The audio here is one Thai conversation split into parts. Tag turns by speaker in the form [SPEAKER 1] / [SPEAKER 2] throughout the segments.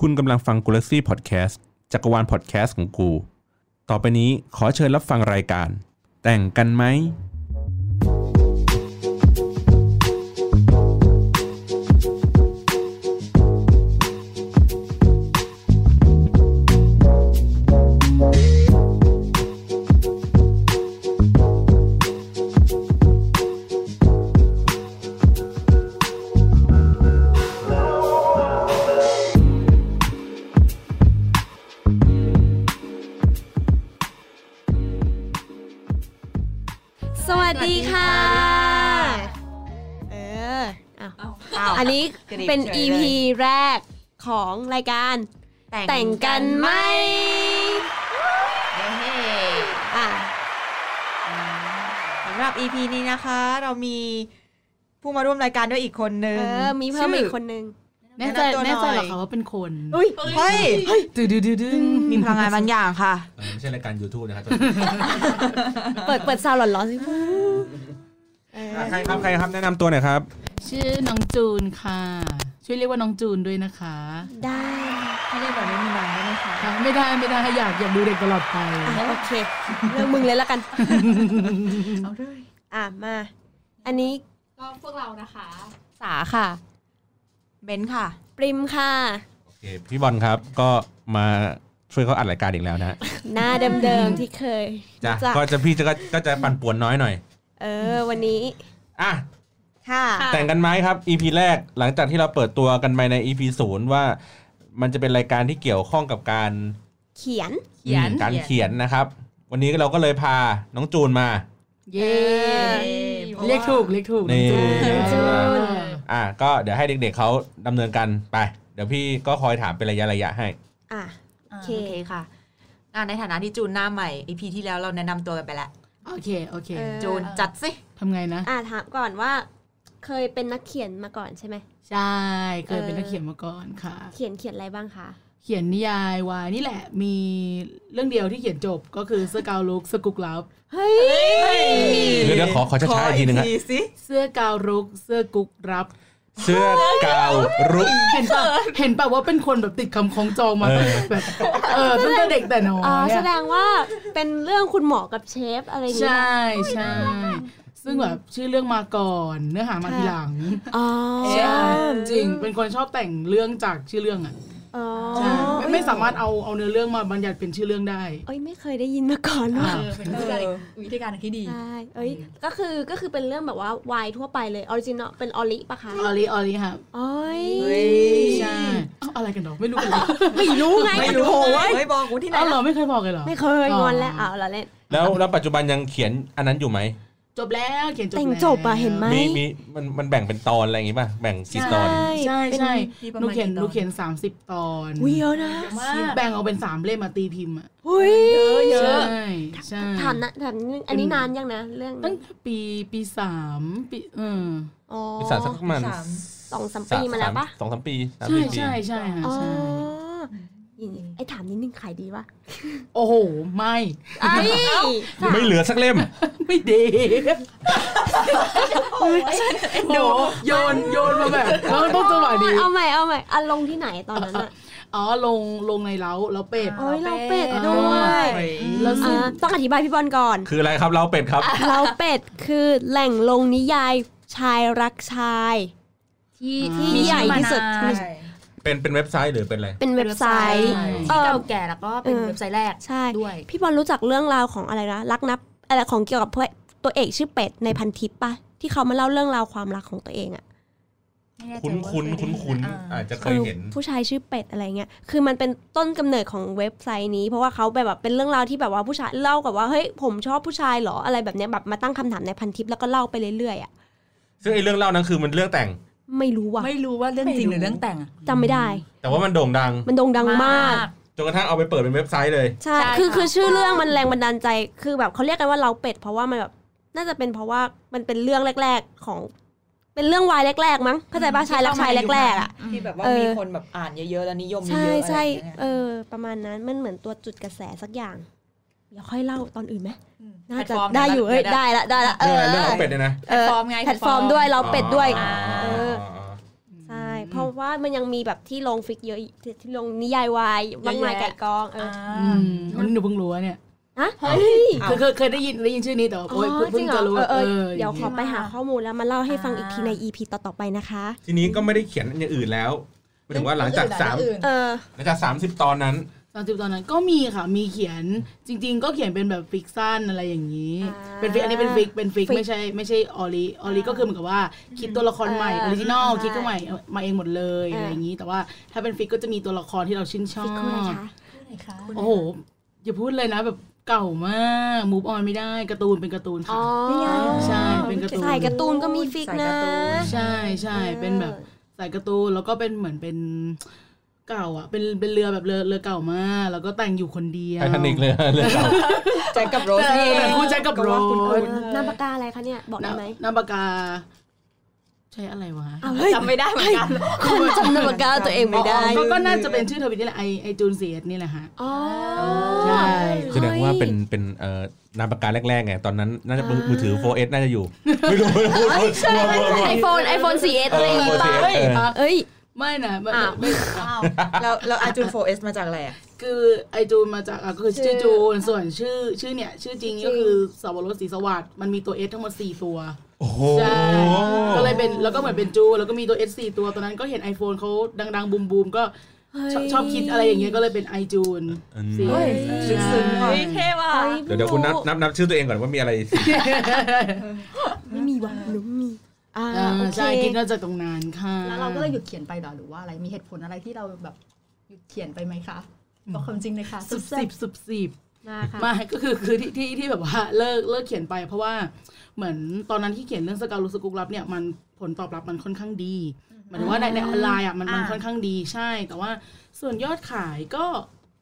[SPEAKER 1] คุณกำลังฟังกูลักซี่พอดแคสต์จักรวาลพอดแคสต์ของกู ต่อไปนี้ขอเชิญรับฟังรายการ แต่งกันไหม
[SPEAKER 2] สวัสดีค่ะ เอออ้าวอันนี้เป็น
[SPEAKER 3] กรี๊ดเฉย
[SPEAKER 2] EP
[SPEAKER 3] เลย
[SPEAKER 2] แรกของรายการแต่งกันไหม
[SPEAKER 3] เฮ้
[SPEAKER 2] อ่ะ
[SPEAKER 3] สำหรับ EP นี้นะคะ เรามีผู้มาร่วมรายการด้วยอีกคนนึ
[SPEAKER 2] เอง อ มีเพิ่มอีกคนนึง
[SPEAKER 4] แน่ใจ
[SPEAKER 3] ะำตัว
[SPEAKER 4] แน่ใจเหรอย คะว่าเป็นคน
[SPEAKER 3] อุ้ยเฮ้ย
[SPEAKER 4] ดื้อดื้อดื้อดื้อ
[SPEAKER 3] มีพลังงานบางอย่างค่ะ
[SPEAKER 1] ไม่ใช่รายการ YouTube นะครับ
[SPEAKER 2] เปิดเปิดซาวหลอนๆสิเออ
[SPEAKER 1] ใครครับใครครับแนะนำตัวหน่อยครับ
[SPEAKER 4] ชื่อน้องจูนค่ะ ช่วยเรียกว่าน้องจูนด้วยนะคะ
[SPEAKER 2] ได้
[SPEAKER 3] ถ้าเรียกแบบไม่มีน้องได้ไหมคะ
[SPEAKER 4] ไม่ได้ไม่ได้อยากอยากดูเด็กตลอดไป
[SPEAKER 2] อ่ะโอเค เรื่องมึงเลยละกัน
[SPEAKER 3] เอาเลย
[SPEAKER 2] อ่ะ มา อันนี้
[SPEAKER 5] ก็พวกเรานะคะ
[SPEAKER 2] สาค่ะ
[SPEAKER 3] เบนซ์ค่ะ
[SPEAKER 2] ปริมค่ะ
[SPEAKER 1] โอเค พี่บอลครับก็มาช่วยเขาอัดรายการอีกแล้วนะฮะ
[SPEAKER 2] หน้าเดิมๆที่เคย
[SPEAKER 1] จ้ะ
[SPEAKER 2] รู้จัก
[SPEAKER 1] ก็จะพี่จะก็ก็จะปั่นป่วนน้อยหน่อย
[SPEAKER 2] เออ วันนี้
[SPEAKER 1] อ่ะ
[SPEAKER 2] ค่ะ
[SPEAKER 1] แต่งกันไหมครับ EP แรกหลังจากที่เราเปิดตัวกันไปใน EP ศูนย์ว่า มันจะเป็นรายการที่เกี่ยวข้องกับการ
[SPEAKER 2] เขียน
[SPEAKER 4] เขียน
[SPEAKER 1] อืมการเขียนนะครับ วันนี้เราก็เลยพาน้องจูนมา
[SPEAKER 4] เย้
[SPEAKER 3] เย้เพราะว่า
[SPEAKER 4] เรียกถูกเรียกถูก
[SPEAKER 1] นี่
[SPEAKER 4] น้องจูน
[SPEAKER 2] น้องจูน
[SPEAKER 1] อ่ะก็เดี๋ยวให้เด็กๆเขาดำเนินกันไป เดี๋ยวพี่ก็คอยถามเป็นระยะระยะๆให้
[SPEAKER 2] อ่ะ
[SPEAKER 3] โอ
[SPEAKER 2] เค
[SPEAKER 3] เคค่ะอ่ะในฐานะที่จูนหน้าใหม่ EP ที่แล้วเราแนะนำตัวกันไปแล้ว
[SPEAKER 4] โอเคโอเค
[SPEAKER 2] เออ
[SPEAKER 3] จูนจัดสิ
[SPEAKER 4] ทำไงนะ
[SPEAKER 2] อ่ะถามก่อนว่า เคยเป็นนักเขียนมาก่อนใช่ไหม
[SPEAKER 4] ใช่เคยเป็น
[SPEAKER 2] เออ
[SPEAKER 4] นักเขียนมาก่อนค่ะ
[SPEAKER 2] เขียนเขียนอะไรบ้างคะ
[SPEAKER 4] เขียนนิยายวายนี่แหละ มีเรื่องเดียวที่เขียนจบก็คือเสื้อกาวลุกสกุกลับ
[SPEAKER 2] เฮ้ย
[SPEAKER 1] เดี๋ยวเดี๋ยวขอขอช้าๆอีกทีหนึ่งฮะ
[SPEAKER 3] ขอีกสิ
[SPEAKER 4] เสื้อกาวลุกเสื้อกุกรับ
[SPEAKER 1] เสื้อกาวรุก
[SPEAKER 4] เห็นป่ะเห็นป่ะว่าเป็นคนแบบติดคำคล้องจองมา
[SPEAKER 1] เอ
[SPEAKER 4] ตั้ง
[SPEAKER 1] อ
[SPEAKER 4] แต่แบบเออตั้งแต่เด็กแต่น้อย
[SPEAKER 2] อ๋อ
[SPEAKER 4] อะ
[SPEAKER 2] แสดงว่าเป็นเรื่องคุณหมอกับเชฟอะไรอย่าง
[SPEAKER 4] ใช
[SPEAKER 2] เงี้ย่
[SPEAKER 4] ใช่ซึ่งแบบชื่อเรื่องมาก่อนเนื้อหามาทีหลัง
[SPEAKER 2] อ๋อ
[SPEAKER 4] ใช่จริงเป็นคนชอบแต่งเรื่องจากชื่อเรื่องอ่ะ
[SPEAKER 2] อ๋อ
[SPEAKER 4] ใช่ไม่ไม่สามารถเอาเอาเนื้อเรื่องมาบัญญัติเป็นชื่อเรื่องได้
[SPEAKER 2] เอ้ยไม่เคยได้ยินมาก่อนว่า
[SPEAKER 4] อ่า
[SPEAKER 5] เออเป็นวิธีการวิธีการหนึ่งที่ดี
[SPEAKER 2] ใช่เอ้ยก็คือก็คือเป็นเรื่องแบบว่าวายทั่วไปเลยออริจินอลเป็นออริปะคะ
[SPEAKER 4] ออลีออลีค่ะ
[SPEAKER 2] โอ้ย
[SPEAKER 4] ใช่เอ้าอะไรกันดอกไม่รู้เลย
[SPEAKER 2] ไม่รู้ไง
[SPEAKER 3] ไม่รู้
[SPEAKER 2] โอ้ย
[SPEAKER 3] เฮ้ยบอกกูที่ไหน
[SPEAKER 4] เอ้าเหร
[SPEAKER 3] ล่ะ
[SPEAKER 4] อไม่เคยบอกเลยเหรอ
[SPEAKER 2] ไม่เคยงอนแล้วเอาเราเล่น
[SPEAKER 1] แล้วแล้วปัจจุบันยังเขียนอันนั้นอยู่ไหม
[SPEAKER 4] จบแล้วเขียนจบ
[SPEAKER 2] แต่ง
[SPEAKER 4] แล้ว
[SPEAKER 2] จบอะเห็นไห
[SPEAKER 1] มีมีมันมันแบ่งเป็นตอนอะไรอย่างงี้ป่ะแบ่งกี่ตอน
[SPEAKER 4] ใช่ใช่
[SPEAKER 3] มีประ
[SPEAKER 4] หนู
[SPEAKER 3] มาณ
[SPEAKER 4] เขียน
[SPEAKER 3] กี่ตอ
[SPEAKER 4] หนูเขียนสามสิบตอน
[SPEAKER 2] อุ้ยเยอะนะ
[SPEAKER 3] มาก
[SPEAKER 4] แบ่งออกเป็นสามเล่มมาตีพิมพ์อ่ะ
[SPEAKER 2] เฮ้ย
[SPEAKER 4] เยอะใช่ใช่
[SPEAKER 2] ถามนะถามนิดนึงอันนี้นานยังนะเรื่อง
[SPEAKER 4] ตั้งแต่ปีปีสามปีเออ
[SPEAKER 2] อ๋อ
[SPEAKER 1] ปีศาจสักประมาณ
[SPEAKER 3] สาม
[SPEAKER 2] สองสามปีมาแล้วปะ
[SPEAKER 1] สองสามปีสาม
[SPEAKER 4] ใช่
[SPEAKER 1] สี่ปี
[SPEAKER 4] ใช่ใช่ค่ะ
[SPEAKER 2] อ๋อ
[SPEAKER 4] ใช่
[SPEAKER 2] นี่ไอ้ถามนิดนึงขายดีปะ
[SPEAKER 4] โอ้โห ไม่
[SPEAKER 2] ไอ้
[SPEAKER 1] ไม่เหลือสักเล่ม
[SPEAKER 4] ไม่ดีโอ้โหโยนโยนมาแบบแล้วมันต้องจังหวะดี
[SPEAKER 2] เอาใหม่เอาใหม่อะลงที่ไหนตอนนั้นอะ
[SPEAKER 4] อ๋อลงลงในเล้าเล้าเป็ด
[SPEAKER 2] โอ้ยเราเป็ด
[SPEAKER 4] เป็ด
[SPEAKER 2] ด้วย
[SPEAKER 4] แล้วซึ่ง
[SPEAKER 2] อ่าต้องอธิบายพี่บอลก่อน
[SPEAKER 1] คืออะไรครับเราเป็ดครับ
[SPEAKER 2] เราเป็ดคือแหล่งลงนิยายชายรักชาย ที่ที่ใหญ่ที่สุด
[SPEAKER 5] ใช่
[SPEAKER 1] เป็นเป็นเว็บไซต์หรือเป็นอะไร
[SPEAKER 2] เป็นเว็บไซต์
[SPEAKER 4] ใช่
[SPEAKER 5] ที่
[SPEAKER 2] เออ
[SPEAKER 5] เก่าแก่แล้วก็เป็น
[SPEAKER 2] เออ
[SPEAKER 5] เว็บไซต์แรก
[SPEAKER 2] ใช่
[SPEAKER 5] ด้วย
[SPEAKER 2] พี่บอลรู้จักเรื่องราวของอะไรนะรักนับอะไรของเกี่ยวกับพวกตัวเอกชื่อเป็ดในพันทิปปะที่เขามาเล่าเรื่องราวความรักของตัวเองอะ
[SPEAKER 5] ไม่แน่ใจ
[SPEAKER 1] คุ้น
[SPEAKER 5] ว่า
[SPEAKER 1] คุ้น
[SPEAKER 5] เคยได้ยิ
[SPEAKER 1] คุ้นคุ้นอาจจะเคยเห็น
[SPEAKER 2] ออผู้ชายชื่อเป็ดอะไรเงี้ย คือมันเป็นต้นกำเนิดของเว็บไซต์นี้ เพราะว่าเขาแบบเป็นเรื่องราวที่แบบว่าผู้ชายเล่ากับว่าเฮ้ยผมชอบผู้ชายเหรออะไรแบบเนี้ยแบบมาตั้งคำถามในพันทิปแล้วก็เล่าไปเรื่อยๆอ่ะ
[SPEAKER 1] ซึ่งไอ้เรื่องเล่านั้นคือมันเรื่องแต่ง
[SPEAKER 2] ไม่รู้ว่ะ
[SPEAKER 5] ไม่รู้ว่าเรื่องจริงหรือเรื่องแต่งอะ
[SPEAKER 2] จำไม่ได้
[SPEAKER 1] แต่ว่ามันโด่งดัง
[SPEAKER 2] มันโด่งดังมาก
[SPEAKER 1] จนกระทั่งเอาไปเปิดเป็นเว็บไซต์เลย
[SPEAKER 2] ใช่
[SPEAKER 5] ใช่
[SPEAKER 2] คือ
[SPEAKER 5] ค่ะ
[SPEAKER 2] คือชื่อเรื่องมันแรงบันดาลใจ คือแบบเขาเรียกกันว่าเราเป็ด เพราะว่ามันแบบน่าจะเป็นเพราะว่ามันเป็นเรื่องแรก ๆของ เป็นเรื่องวายแรกๆ มั้งเข้าใจป่ะชายรักชายแรกๆอ่ะ
[SPEAKER 3] ที่แบบว่า
[SPEAKER 2] เออ
[SPEAKER 3] มีคนแบบอ่านเยอะๆแล้วนิยมเยอะ
[SPEAKER 2] ใช่
[SPEAKER 3] ๆอะไรอย่าง
[SPEAKER 2] ใช่
[SPEAKER 3] เงี้ย
[SPEAKER 2] เออ ประมาณนั้นมันเหมือนตัวจุดกระแสสักอย่างเดี๋ยวค่อยเล่าตอนอื่นไหม น่าจะ
[SPEAKER 5] แพลตฟอร์ม
[SPEAKER 2] ได้อยู่เอ้ย
[SPEAKER 5] นะ
[SPEAKER 2] ได้ละได้ละเอ
[SPEAKER 1] เรื่องอะไรเรื่อง
[SPEAKER 2] อ
[SPEAKER 1] เราเป็ดเนี่ยนะ
[SPEAKER 2] เออ
[SPEAKER 5] แพลตฟอร์มไง
[SPEAKER 2] แพลตฟอร์มด้วยเราเป็ดด้วย
[SPEAKER 5] อ่า
[SPEAKER 2] เออ ใช่เพราะ ราะว่ามันยังมีแบบที่ลงฟิกเยอะที่ที่ลงนิยายวายบางมายไก่กองเออ
[SPEAKER 4] อืมวันนี้หนูเพิ่งรู้ว่าเนี่ย
[SPEAKER 2] อะเฮ้ย
[SPEAKER 3] อ้าว
[SPEAKER 4] เคยเคยเคยได้ยินได้ยินชื่อนี้แต่ว่าโอ้ย
[SPEAKER 2] อ๋อ
[SPEAKER 4] เพิ่งเพิ่งจะรู้
[SPEAKER 2] จริงเหรอเออเออ
[SPEAKER 4] า
[SPEAKER 2] เดี๋ยว
[SPEAKER 4] ง
[SPEAKER 2] ข
[SPEAKER 4] งี้
[SPEAKER 2] อไปหาข้อมูลแล้วมาเล่าให้ฟังอีกทีใน EP ต่อๆไปนะคะ
[SPEAKER 1] ทีนี้ก็ไม่ได้เขียนอย่างอื่นแล้วหมายถึงว่าหลังจากสาม
[SPEAKER 2] เออ
[SPEAKER 1] หลังจากสามสิบตอนนั้น
[SPEAKER 4] ตอนสิบตอนนั้นก็มีค่ะมีเขียนจริง ๆ ก็เขียนเป็นแบบฟิกสั้นอะไรอย่างนี้
[SPEAKER 2] อ่า
[SPEAKER 4] เป็นฟิกอันนี้เป็นฟิกเป็นฟิก
[SPEAKER 2] ฟิก
[SPEAKER 4] ไม่ใช่ไม่ใช่ออริออริก็คือเหมือนกับว่าคิดตัวละครใหม่อ
[SPEAKER 2] เออ
[SPEAKER 4] อริจินอล
[SPEAKER 2] ใช่
[SPEAKER 4] คิดก็ใหม่เอามาเองหมดเลย
[SPEAKER 2] เอออ
[SPEAKER 4] อะไรอย่างนี้ แต่ว่าถ้าเป็นฟิกก็จะมีตัวละครที่เราชื่นชอ
[SPEAKER 2] ฟิกคุณนะ
[SPEAKER 4] บ
[SPEAKER 2] คะ
[SPEAKER 4] โอ้โหอย่าพูดเลยนะแบบเก่ามากมูฟออนไม่ได้การ์ตูนเป็นการ์ตูนค่ะ ใช่เป็นการ์ตูน
[SPEAKER 2] สายการ์ตูนก็มีฟิกนะ
[SPEAKER 4] ใช่ใช่เป็นแบบสายการ์ตูนแล้วก็เป็นเหมือนเป็นเก่าอ่ะเป็นเป็นเรือแบบเรือเรือเก่ามาก แล้วก็แต่งอยู่คนเดียว
[SPEAKER 1] ไททานิกเลยเรื่องเก่า
[SPEAKER 3] แจ็คกับโรสนี่เอง
[SPEAKER 4] แต่คู่แจ็คกับโร
[SPEAKER 3] ว่า
[SPEAKER 4] ส
[SPEAKER 2] เอ
[SPEAKER 3] คุณ
[SPEAKER 2] อหน้าปากกาอะไรคะเนี่ย บอกได้ไหม
[SPEAKER 4] น้ำปากกา ใช้อะไรวะ
[SPEAKER 2] เอาวเฮ้ย
[SPEAKER 5] จำไม่ได้เหมือนกัน
[SPEAKER 2] คนจำหน้าปากกาตัวเองไม่ได้
[SPEAKER 4] อ๋อก็ก็น่าจะเป็นชื่อทวิตนี่แหละไอไอจูนเซียสนี่แหละฮะ
[SPEAKER 2] อ๋อ
[SPEAKER 4] ใช่
[SPEAKER 1] แสดงว่าเป็นเป็นเอ่อนามปากกาแรกๆไงตอนนั้นน่าจะมือมือถือ 4S น่าจะอยู่ ไม่รู้ไม่รู้
[SPEAKER 2] ไอโฟนไอโฟน 4S อะไรอย่างงี้ป่ะ
[SPEAKER 1] เออ 4S เออ
[SPEAKER 2] เอ้ย
[SPEAKER 4] ไม่นะไม่
[SPEAKER 2] อ้าว
[SPEAKER 4] ไม่
[SPEAKER 5] อ้าว
[SPEAKER 3] แล้วแล้วอาจูนโฟเอสมาจากอะไรอะ
[SPEAKER 4] คือไอจูนมาจากอ่ะก็คือชื่อจูนส่วนชื่อชื่อเนี่ย ชื่อจริงก็คือสาวรสศรีสวัสดิ์มันมีตัวเอสทั้งหมด4ตัว
[SPEAKER 1] โอ้โห
[SPEAKER 4] ใช่ ก็เลยเป็นแล้วก็เหมือนเป็นจูนแล้วก็มีตัว S4 ตัวตอนนั้นก็เห็น iPhone เขาดังๆ บูมๆ ก็ชอบชอบคิดอะไรอย่างเงี้ยก็เลยเป็นไอจูน
[SPEAKER 1] อืม
[SPEAKER 4] สี
[SPEAKER 2] เฮ้ย
[SPEAKER 3] ซึ้งๆว่ะ
[SPEAKER 5] เฮ้ยเท่ว่ะ
[SPEAKER 2] อ้
[SPEAKER 1] เดี๋ยวเดี๋ยวคุณนับนับนับชื่อตัวเองก่อนว่ามีอะไร
[SPEAKER 2] ไม่มีว่ะหนูไม่มี อ่า
[SPEAKER 4] อ่า
[SPEAKER 2] โอเค
[SPEAKER 4] ใช่คิดน่าจะตรงนั้นค่ะ
[SPEAKER 5] แล้วเราก็เลยหยุดเขียนไปเหรอหรือว่าอะไรมีเหตุผลอะไรที่เราแบบหยุดเขียนไปไหมคะบอกความจริงเลยค่ะ
[SPEAKER 4] สุบสิบสุบสิบ
[SPEAKER 2] มาค่ะ
[SPEAKER 4] ไมาก็คือคือที่ที่ที่แบบว่าเลิกเลิกเขียนไป เพราะว่าเหมือนตอนนั้นที่เขียนเรื่องสกาวลูสกุกรับเนี่ยมันผลตอบรับมันค่อนข้างดีหมายถึงว่าในในออนไลน์อ่ะมันมัน
[SPEAKER 2] อ่า
[SPEAKER 4] ค่อนข้างดีใช่ แต่ว่าส่วนยอดขายก็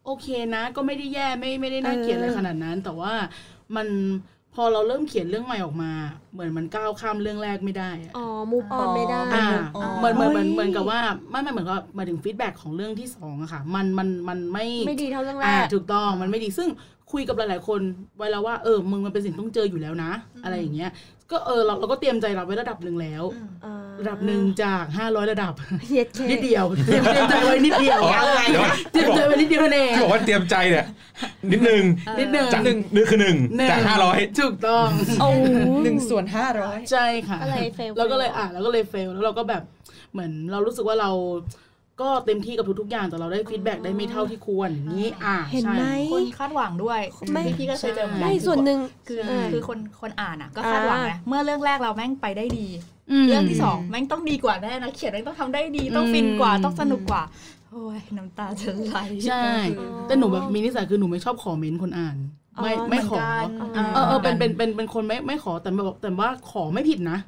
[SPEAKER 4] โอเคนะ ก็ไม่ได้แย่ไม่ไม่ได้น่าเกลียดอะไรขนาดนั้น แต่ว่ามันพอเราเริ่มเขียนเรื่องใหม่ออกมา เหมือนมันก้าวข้ามเรื่องแรกไม่ได้อะ
[SPEAKER 2] อ๋อมูฟออนไม่ได้
[SPEAKER 4] อ่า
[SPEAKER 3] อ๋อ
[SPEAKER 4] เหมือนเหมือน
[SPEAKER 2] โอ้ย
[SPEAKER 4] เหมือนเหมือนกับว่าไม่ไม่เหมือนกับหมายถึงฟีดแบ็กของเรื่องที่สองอะค่ะ มันมันมันไม่
[SPEAKER 2] ไม่ดีเท่าเรื่องแร
[SPEAKER 4] อ่าก ถูกต้องมันไม่ดีซึ่งคุยกับหลาย ๆ คนไว้แล้วว่าเออมึงมันเป็นสิ่งต้องเจออยู่แล้วนะ อะไรอย่างเงี้ย ก็เออเราเราก็เตรียมใจรับไว้ระดับหนึ่งแล้ว
[SPEAKER 2] อ่า
[SPEAKER 4] ระดับหนึ่งจาก 500 ระดับ
[SPEAKER 2] เย็ดเช่
[SPEAKER 4] นิดเดียวเตรียมเตรียมใจไว้นิดเดียว
[SPEAKER 1] อ๋อเดี๋ยว
[SPEAKER 4] เตรียมใจไว้นิดเดียวนั่นเอง
[SPEAKER 1] ที่บอกว่าเตรียมใจเนี่ยนิดนึง
[SPEAKER 4] นิดหนึ่ง
[SPEAKER 1] จากหนึ่งนึกคือหนึ่ง
[SPEAKER 4] หนึ่ง
[SPEAKER 1] จากห้าร้อย
[SPEAKER 4] ถูกต้อง
[SPEAKER 2] โอ้โ
[SPEAKER 3] หนึ่งส่วนห้าร้อย
[SPEAKER 4] ใช่ค่ะ
[SPEAKER 2] ก็เลย fail
[SPEAKER 4] แล้วก็เลยอ่ะแล้วก็เลยเฟลแล้วเราก็แบบเหมือนเรารู้สึกว่าเราก็เต็มที่กับทุกๆอย่างแต่เราได้ฟีดแบ็กได้ไม่เท่าที่ควรอย่างนี้อ่ะ
[SPEAKER 2] เห็น
[SPEAKER 4] ใช่
[SPEAKER 2] ไหม
[SPEAKER 5] คนคาดหวังด้วย
[SPEAKER 2] ไม่
[SPEAKER 5] พี่พี่ก็เคยเจอเหมือนกั
[SPEAKER 2] ไม่ส่วนหนึ่ง
[SPEAKER 5] คือ
[SPEAKER 2] เออ
[SPEAKER 5] คือคนคนอ่านอ่ะก็คาดหวัง
[SPEAKER 2] อ่า
[SPEAKER 5] นะเมื่อเรื่องแรกเราแม่งไปได้ดี เรื่องที่สองแม่งต้องดีกว่าแน่นะเขียนแม่งต้องทำได้ดีต้องฟินกว่า
[SPEAKER 4] อืม
[SPEAKER 5] ต้องสนุกกว่าโอ้ยน้ำตาจะไหล
[SPEAKER 4] ใช่ แต่หนูแบบมีนิสัยคือหนูไม่ชอบขอเมนต์คนอ่าน ไม่
[SPEAKER 2] อ๋อ
[SPEAKER 4] ไม่ขอ
[SPEAKER 5] หมืนกัน
[SPEAKER 4] เออเออเป็นเป็นเป็นเป็นคนไม่ไม่ขอแต่แบบแต่ว่าขอไม่ผิดนะ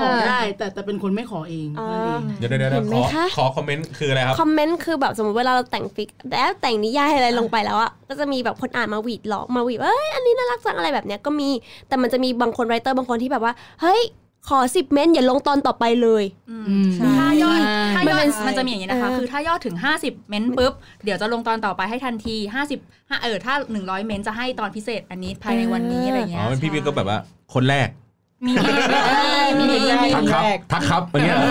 [SPEAKER 4] ขอได้แต่แต่เป็นคนไม่ขอเอง
[SPEAKER 2] อ๋อ
[SPEAKER 4] นั่นเอง
[SPEAKER 1] เดี๋ยวเดี๋ยวเดี๋ยว
[SPEAKER 2] เห็นไหม
[SPEAKER 1] ขอ
[SPEAKER 2] คะ
[SPEAKER 1] ขอคอมเมนต์คืออะไรครับ
[SPEAKER 2] คอมเมนต์คือแบบสมมติเวลาเราแต่งฟิกแล้วแต่งนิยายอะไรลงไปแล้วอ่ะก็จะมีแบบคนอ่านมาหวีดหลอกมาหวีดว่าเอ้ยอันนี้น่ารักจังอะไรแบบเนี้ยก็มีแต่มันจะมีบางคนไรเตอร์บางคนที่แบบว่า เฮ้ย ขอสิบเมนต์อย่าลงตอนต่อไปเลย
[SPEAKER 5] อืม
[SPEAKER 4] อืม
[SPEAKER 3] ใช่
[SPEAKER 5] ถ้ายอดถ้าย
[SPEAKER 2] มัน
[SPEAKER 5] อ
[SPEAKER 2] เป็
[SPEAKER 5] ด
[SPEAKER 2] น
[SPEAKER 5] มันจะมีอย่างนี้นะคะ
[SPEAKER 2] เออ
[SPEAKER 5] คือถ้ายอดถึง 50 เมนต์ปุ๊บ เดี๋ยวจะลงตอนต่อไปให้ทันที 50ห้าเออถ้า 100 เมนต์จะให้ตอนพิเศษอันนี้ภายในวันนี้อะไร
[SPEAKER 1] อ๋
[SPEAKER 5] เงี้
[SPEAKER 1] อย เป็นพี่พี่ก็แบบว่าคนแรก
[SPEAKER 5] มีมีมีมี
[SPEAKER 1] ทักครับ
[SPEAKER 3] แรก
[SPEAKER 1] ทักครับอย่างเงี้ยเหรอ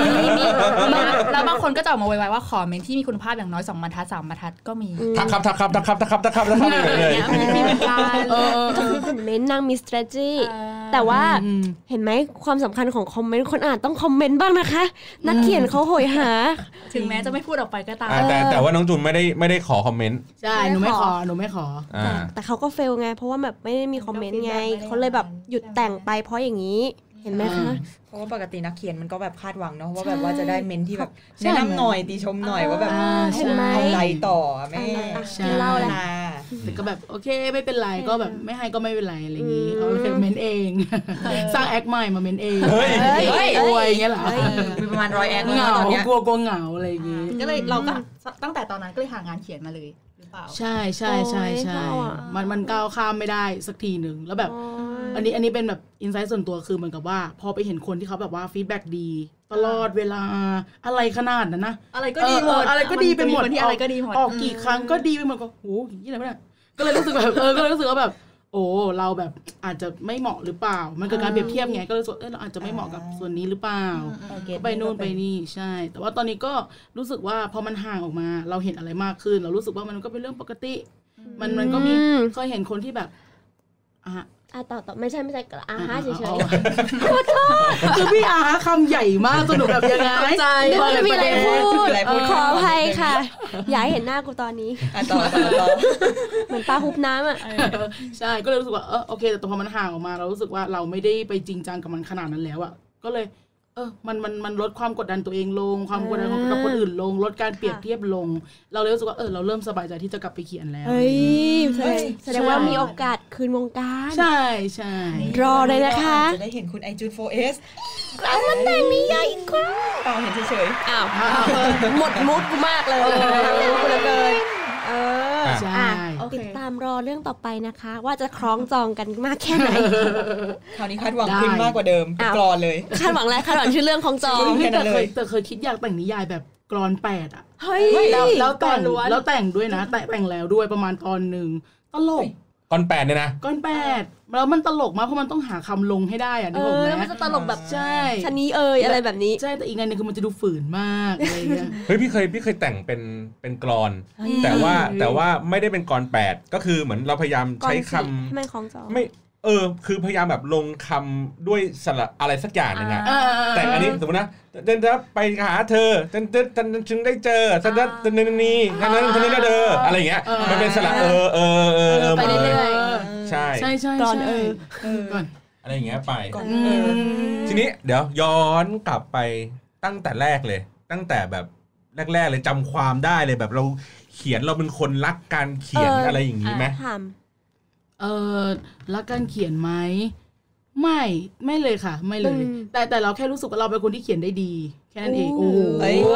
[SPEAKER 5] แล้วบางคนก็จะออกมาไวๆว่าขอเมนต์ที่มีคุณภาพอย่างน้อย 2บรรทัด 3บรรทัดก็มี
[SPEAKER 1] ทักครับทักครับทักครับทักครับทักครับทักครับ
[SPEAKER 5] อะไร
[SPEAKER 1] เลย
[SPEAKER 5] เงี้ยมีเหมือนกัน
[SPEAKER 4] เออ
[SPEAKER 2] ก็คือคอมเมนต์นางมี strategy
[SPEAKER 5] เออ
[SPEAKER 2] แต่ว่า
[SPEAKER 4] อืม
[SPEAKER 2] เห็นไหมความสำคัญของคอมเมนต์คนอ่านต้องคอมเมนต์บ้างนะคะ นักเขียนเขาโหยหา
[SPEAKER 5] ถึงแม้จะไม่พูดออกไปก็ตาม
[SPEAKER 1] อ่าแต่แต่ว่าน้องจูนไม่ได้ไม่ได้ขอคอมเมนต์
[SPEAKER 4] ใช่หนูไม่ขอหนูไม่ขอ
[SPEAKER 1] อ่า
[SPEAKER 2] แต่เขาก็เฟลไง เพราะว่าแบบไม่ได้มีคอมเมนต์ไง เขาเลยแบบหยุดแต่งไปเพราะอย่างนี้ เห็นไหมคะ
[SPEAKER 3] เพราะว่าปกตินักเขียนมันก็แบบคาดหวังเนาะว่า
[SPEAKER 2] ใช่
[SPEAKER 3] แบบว่าจะได้เมนท์ที่แบบ
[SPEAKER 4] ใช่
[SPEAKER 3] แนะนำหน่อยตีชมหน่อยว่าแบบ
[SPEAKER 4] อ่า
[SPEAKER 2] เห็น
[SPEAKER 4] ใช่
[SPEAKER 2] ไหม
[SPEAKER 3] อะไรต่อแม่
[SPEAKER 2] อ่ะ
[SPEAKER 4] ใช่
[SPEAKER 2] กินเหล้าแหละ
[SPEAKER 3] นะ
[SPEAKER 4] แต่ก็แบบโอเคไม่เป็นไรก็แบบไม่ให้ก็ไม่เป็นไรอะไรอย่างงี้เขาเลยเม้นเอง สร้างแอคใหม่มาเม้นเอง
[SPEAKER 1] เฮ้ย
[SPEAKER 4] เฮ้ยอวยอย่างเงี้ยเหรอ
[SPEAKER 3] มีประมาณร้อยแอด
[SPEAKER 4] เห
[SPEAKER 3] แล้
[SPEAKER 4] งาว
[SPEAKER 3] ตอนเนี้ย
[SPEAKER 4] กลัวกลัวเหงาอะไรอย่างงี้
[SPEAKER 5] ก็เลยเราก็ตั้งแต่ตอนนั้นก็เลยหางานเขียนมาเลยหรือเปล่า
[SPEAKER 4] ใช่ใช่ใช่
[SPEAKER 2] โอ้ย
[SPEAKER 4] ใช่
[SPEAKER 2] เศร้าอะ
[SPEAKER 4] มันมันก้าวข้ามไม่ได้สักทีหนึ่งแล้วแบบ อันนี้อันนี้เป็นแบบอินไซต์ส่วนตัวคือเหมือนกับว่า พอไปเห็นคนที่เขาแบบว่าฟีดแบ็กดี ตลอดเวลาอะไรขนาดนั้นนะ
[SPEAKER 5] อะไรก็ดีหม
[SPEAKER 4] เออ
[SPEAKER 5] ด
[SPEAKER 4] เอออะไรก็ดีไปหมด
[SPEAKER 5] นจะคนที่อะไรก็ดีหมด
[SPEAKER 4] ออกกี่ครั้งก็ดีไปหมดก็โหยี่อะไรวะเนี่ยก็เลยรู้สึกแบบเออก็เลยรู้สึกว่าแบบ โอ อ้เราแบบอาจจะไม่เหมาะหรือเปล่า มันคือการเปรียบเทียบไงก็เลยรู้สึกว่าเออเราอาจจะไม่เหมาะกับส่วนนี้หรือเปล่า
[SPEAKER 5] อืม
[SPEAKER 4] ก็ไปนู่นไปนี่ใช่ แต่ว่าตอนนี้ก็รู้สึกว่าพอมันห่างออกมา เราเห็นอะไรมากขึ้น เรารู้สึกว่ามันก็เป็นเรื่องปกติ มันมันก็มี
[SPEAKER 2] อืม
[SPEAKER 4] เคยเห็นคนที่แบบอ่ะ
[SPEAKER 2] อ่ะต่อต่อไม่ใช่ไม่ใช่กระอาฮะเฉย
[SPEAKER 4] อ๋อ
[SPEAKER 2] ๆ
[SPEAKER 4] คือพี่อาคำใหญ่มากสนุกแบบยังไง
[SPEAKER 5] ตกใจ
[SPEAKER 2] นึกว่าจะมีอะไรพู
[SPEAKER 5] เปิ
[SPEAKER 2] ด
[SPEAKER 5] ดประเด็นเออ
[SPEAKER 2] ขออภัยค่ะ อย่าให้เห็นหน้ากูตอนนี้
[SPEAKER 5] อ่ะต่อต่อต่อ
[SPEAKER 2] เหมือนปลาฮุบน้ำอ่ะ
[SPEAKER 4] เออ ใช่ก็เลยรู้สึกว่าเออโอเค แต่พอมันห่างออกมา เรารู้สึกว่าเราไม่ได้ไปจริงจังกับมันขนาดนั้นแล้วอะก็เลย เออมันมันมันลดความกดดันตัวเองลง ความกดดันของกับคนอื่นลง ลดการเปรียบเทียบลง เราเลยรู้สึกว่าเออเราเริ่มสบายใจที่จะกลับไปเขียนแล้ว
[SPEAKER 2] เฮ้ยแสดง
[SPEAKER 5] ใช่
[SPEAKER 2] แสดงว่ามีโอกาสคืนวงการ
[SPEAKER 4] ใช่ใช่
[SPEAKER 2] รอเลยนะคะ
[SPEAKER 5] จะได้เห็นคุณไอจูน 4S
[SPEAKER 2] เอามาแต่งนิยายอีกคน
[SPEAKER 5] เปล่าเห็นเฉย
[SPEAKER 2] อ้าว
[SPEAKER 4] อ่ะเออ
[SPEAKER 2] หมดมุดกูมากเลย
[SPEAKER 5] ๆเกิน
[SPEAKER 2] เออ
[SPEAKER 1] อ่ะ
[SPEAKER 4] ใช่
[SPEAKER 2] อ่ะ
[SPEAKER 5] โอเค
[SPEAKER 2] ติดตามรอเรื่องต่อไปนะคะ ว่าจะคล้องจองกันมากแค่ไหน
[SPEAKER 5] คราวนี้คาดหวังขึ้น
[SPEAKER 4] ได้
[SPEAKER 5] มากกว่าเดิมเป็น
[SPEAKER 2] อ้าว
[SPEAKER 5] กรอนเลย
[SPEAKER 2] คาดหวังอะไรคาดหวังชื่อเรื่องของจอง
[SPEAKER 5] แค่นั้
[SPEAKER 4] แต่
[SPEAKER 5] น
[SPEAKER 4] เค
[SPEAKER 5] เลย ย
[SPEAKER 4] แต่เคยคิดอยากแต่งนิยายแบบกรอนแปดอะ
[SPEAKER 2] เฮ้ย
[SPEAKER 4] แล้วแล้วแต่ง
[SPEAKER 5] กรอนล้วน
[SPEAKER 4] แล้วแต่งด้วยนะ แต่แต่งแล้วด้วยประมาณตอนหนึ่งตลก
[SPEAKER 1] ตอนแปดเนี่ยนะ
[SPEAKER 4] กรอนแปดแล้วมันตลกมากเพราะมันต้องหาคำลงให้ได้อะนึ
[SPEAKER 2] เอก
[SPEAKER 4] ออก
[SPEAKER 2] อ
[SPEAKER 4] ไห
[SPEAKER 2] แล้ว
[SPEAKER 4] ม
[SPEAKER 2] มันจะตลกแบบ
[SPEAKER 4] ใช่
[SPEAKER 2] ชะนีเอยอะไรแบบนี้
[SPEAKER 4] ใช่แต่อีกงานหนึงคือมันจะดูฝืนมากอะไรอย่างเงี้ ย
[SPEAKER 1] เฮ้ยพี่เคยพี่เคยแต่งเป็นเป็นกรอน
[SPEAKER 2] เฮ้ย
[SPEAKER 1] แต่ว่า
[SPEAKER 4] อืม
[SPEAKER 1] แต่ว่าไม่ได้เป็นกรอนแปดก็คือเหมือนเราพยายาม
[SPEAKER 2] ก่อน
[SPEAKER 1] ใช้คำ
[SPEAKER 2] สิให้มันคล้องจอง
[SPEAKER 1] ไม่เออ คือพยายามแบบลงคำด้วยสระอะไรสักอย่างหนึงอะ
[SPEAKER 5] อ่า
[SPEAKER 1] แต่อันนี้สมมตินะเดินรับไปหาเธอเดินเดินเดินเดินจึงได้เจอเดินเดินเดินเดินนี่เดินเดินเดินเดินเดินอะไรอย่างเงี้ย
[SPEAKER 4] เออ
[SPEAKER 1] มันเป็นสระเออเออเออเออ
[SPEAKER 2] ไปเรื่อยๆ
[SPEAKER 1] มา
[SPEAKER 5] ๆ
[SPEAKER 1] ใช่
[SPEAKER 4] ใช่ใช่
[SPEAKER 2] กรอนเออ
[SPEAKER 5] เออ
[SPEAKER 4] ก่อน
[SPEAKER 1] อะไรอย่างเงี้ยไป
[SPEAKER 5] ก่อน
[SPEAKER 4] อื
[SPEAKER 5] เออ
[SPEAKER 4] ม
[SPEAKER 1] ทีนี้เดี๋ยวย้อนกลับไปตั้งแต่แรกเลย ตั้งแต่แบบแรก ๆ เลยจำความได้เลยแบบเราเขียนเราเป็นคนรักการเขียน
[SPEAKER 2] เอออ
[SPEAKER 1] อะไรอย่างนี้ไหม
[SPEAKER 2] ถาม
[SPEAKER 4] เออรักการเขียนไหมไม่ไม่เลยค่ะ ไม่เลย
[SPEAKER 2] อืม
[SPEAKER 4] แต่แต่เราแค่รู้สึกว่าเราเป็นคนที่เขียนได้ดี แค่นั้นเองโอ้
[SPEAKER 5] เอ้ย
[SPEAKER 4] โห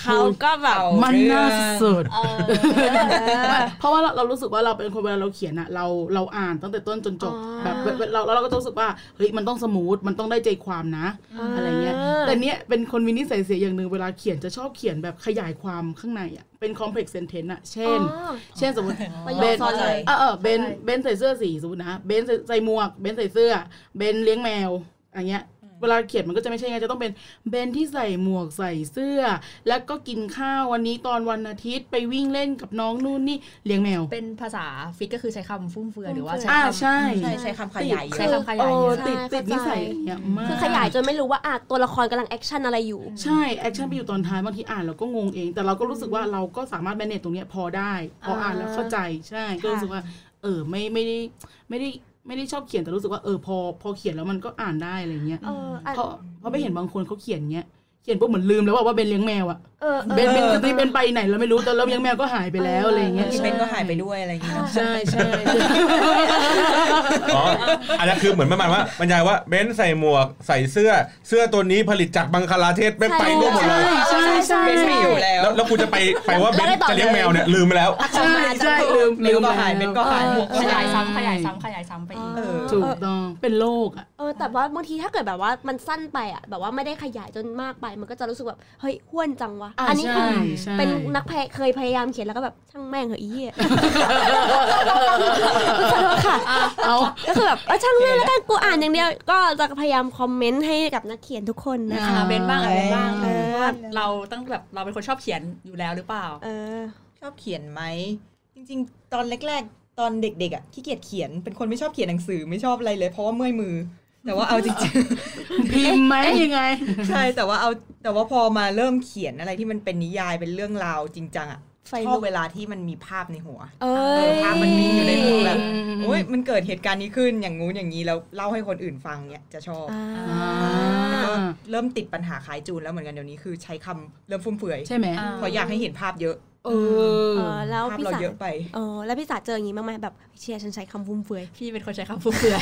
[SPEAKER 2] เขาก็แบบ
[SPEAKER 5] เอา
[SPEAKER 4] มันน่าสุดๆ
[SPEAKER 2] เออ
[SPEAKER 4] เพราะว่าเราเรารู้สึกว่าเราเป็นคนเวลาเราเขียนอะเราเราอ่านตั้งแต่ต้นจนจบ
[SPEAKER 2] อ๋อ
[SPEAKER 4] แบบแบบเราเราก็จะรู้สึกว่าเฮ้ยมันต้องสมูทมันต้องได้ใจความนะ อะไรเงี้ยแต่เนี้ยเป็นคนมีนิสัยเสียอย่างหนึ่งเวลาเขียนจะชอบเขียนแบบขยายความข้างในอะเป็น complex sentence อะเช่น
[SPEAKER 2] อ๋อ
[SPEAKER 4] เช่นสมมติ
[SPEAKER 2] ประโย
[SPEAKER 4] เบ
[SPEAKER 2] คน ซ้อนเลย
[SPEAKER 4] เออเออเบนเบนใส่เสื้อสีสมมตินะเบนใส่ใส่หมวก เบนใส่เสื้อ เบนเลี้ยงแมวอย่างเงี้ย เวลาเขียนมันก็จะไม่ใช่ไงจะต้องเป็นเบนที่ใส่หมวกใส่เสื้อ แล้วก็กินข้าววันนี้ตอนวันอาทิตย์ไปวิ่งเล่นกับน้องนู่นนี่เลี้ยงแมว
[SPEAKER 5] เป็นภาษาฟิตก็คือใช้คำฟุ่มเฟือยหรือว่าใช้
[SPEAKER 4] อ่า
[SPEAKER 5] คำ
[SPEAKER 4] ใช่
[SPEAKER 5] ใช่ใช้คำขยายเย
[SPEAKER 4] คือเอ
[SPEAKER 5] อะใช้คำขยายเย
[SPEAKER 4] อ
[SPEAKER 5] อะ
[SPEAKER 4] ติด
[SPEAKER 2] ใช่
[SPEAKER 4] ติดนิ
[SPEAKER 2] เข้าใจ
[SPEAKER 4] สัยอย่างเงี้ยมาก
[SPEAKER 2] คือขยายจนไม่รู้ว่าอ่ะตัวละครกำลังแอคชั่นอะไรอยู่
[SPEAKER 4] ใช่แอคชั่นไปอยู่ตอนท้ายบางทีอ่านเราก็งงเอง แต่เราก็รู้สึกว่าเราก็สามารถแมเนจตรงเนี้ยพอได้พออ่านแล้วเข้าใจใช่ก็รู้สึกว่า เออไม่ไม่ได้ไม่ได้ไม่ได้ชอบเขียนแต่รู้สึกว่าเออพอพอเขียนแล้วมันก็อ่านได้อะไรเงี้ย
[SPEAKER 2] เอออ่ะ
[SPEAKER 4] เพราะเพราะไม่เห็นบางคนเขาเขียนเงี้ยเขียนปุ๊บเหมือนลืมแล้วว่าว่าเบนเลี้ยงแมวอะ
[SPEAKER 2] เออออ
[SPEAKER 4] เบนเบนจะที่เบนไปไหนเราไม่รู้แต่เราเลี้ยงแมวก็หายไปแล้วอะไรเงี้ย
[SPEAKER 5] อีเวนต์ก็หายไปด้วยอะไรอย่างเงี้ย
[SPEAKER 4] ใช่ใช่
[SPEAKER 1] อ๋ออันนั้นคือเหมือนประมาณว่าบรรยายว่าเบนซ์ใส่หมวกใส่เสื้อเสื้อตัวนี้ผลิตจากบังคลาเทศไม่งไป
[SPEAKER 2] ใช่
[SPEAKER 1] นู่นหมดเลย
[SPEAKER 4] ใช่ใช่ใช่
[SPEAKER 5] เป็นไม่อยู่แล้ว
[SPEAKER 1] แล้วแล้วกูจะไปไปว่าเบน
[SPEAKER 2] แล้วได้
[SPEAKER 1] ซ์
[SPEAKER 2] ต่อ
[SPEAKER 1] จะเลี้ยงแมวเนี่ยลืมไปแล้ว
[SPEAKER 4] ใช่ใช่ลืม
[SPEAKER 5] เม
[SPEAKER 4] ลื
[SPEAKER 5] ล
[SPEAKER 4] ม
[SPEAKER 5] ก็หาย
[SPEAKER 4] แล้ว
[SPEAKER 5] เมลก็หายหมวกก็ขหาย าย ย ซ้ำขยายซ้ำขยายซ้ำไปอีก
[SPEAKER 2] เออ
[SPEAKER 4] ถูกต้องเป็นโรคอะ
[SPEAKER 2] เออแต่ว่าบางทีถ้าเกิดแบบว่ามันสั้นไปอ่ะแบบว่าไม่ได้ขยายจนมากไป มันก็จะรู้สึกแบบเฮ้ยห้วนจังวะ
[SPEAKER 4] อ่ะ
[SPEAKER 2] อันนี้คือ
[SPEAKER 4] ใช่ใช่
[SPEAKER 2] เป็นนักแพเคยพยายามเขียนแล้วก็แบบช่างแม่งเหอะอีเหี้ ยขอโทษค่ะ
[SPEAKER 4] เอา
[SPEAKER 2] ก็คือแบบเออช่างแม่งแล้วกันกูอ่านอย่างเดียวก็จะพยายามคอมเมนต์ให้กับนักเขียนทุกคนนะ
[SPEAKER 5] อ่า
[SPEAKER 2] คะ
[SPEAKER 5] เบนบ้างอะไรบ้าง
[SPEAKER 2] เอ
[SPEAKER 5] เพ
[SPEAKER 2] อ
[SPEAKER 5] ราะว่าเราตั้งแบบเราเป็นคนชอบเขียนอยู่แล้วหรือเปล่า
[SPEAKER 2] เออ
[SPEAKER 6] ชอบเขียนไหม จริง ๆ ตอนแรก ๆ ตอนเด็ก ๆ อ่ะขี้เกียจเขียนเป็นคนไม่ชอบเขียนหนังสือไม่ชอบอะไรเลย เพราะว่าเมื่อยมือ แต่ว่าเอาจริง
[SPEAKER 4] พิมพ์ไหมยังไง
[SPEAKER 6] ๆ ใช่แต่ว่าเอาแต่ว่าพอมาเริ่มเขียนอะไรที่มันเป็นนิยายเป็นเรื่องราวจริงจังอ่ะ
[SPEAKER 2] ไฟ
[SPEAKER 6] ช
[SPEAKER 2] ลุ
[SPEAKER 6] อก บเวลาที่มันมีภาพในหัว
[SPEAKER 2] เอ้ย
[SPEAKER 6] ภาพมันวิ่งอยู่ในหัวแบบ โอ้ยมันเกิดเหตุการณ์นี้ขึ้นอย่างงู้นอย่างนี้แล้วเล่าให้คนอื่นฟังเนี่ยจะชอบ
[SPEAKER 2] อ่า
[SPEAKER 4] อ่า
[SPEAKER 6] เริ่มติดปัญหาคล้ายจูนแล้วเหมือนกันเดี๋ยวนี้คือใช้คำเริ่มฟุ่มเฟือย
[SPEAKER 4] ใช่ไหม
[SPEAKER 5] อ่า
[SPEAKER 6] เพราะอยากให้เห็นภาพเยอะ
[SPEAKER 4] เออ
[SPEAKER 2] เออแล้ว
[SPEAKER 6] ภาพ
[SPEAKER 2] พี่
[SPEAKER 6] เรา
[SPEAKER 2] สา
[SPEAKER 6] เยอะไป
[SPEAKER 2] เออแล้วพี่สาเจออย่างนี้บ้างไหมแบบเชียร์ฉันใช้คำฟุ่มเฟือย
[SPEAKER 5] พี่เป็นคนใช้คำฟุ่มเฟือย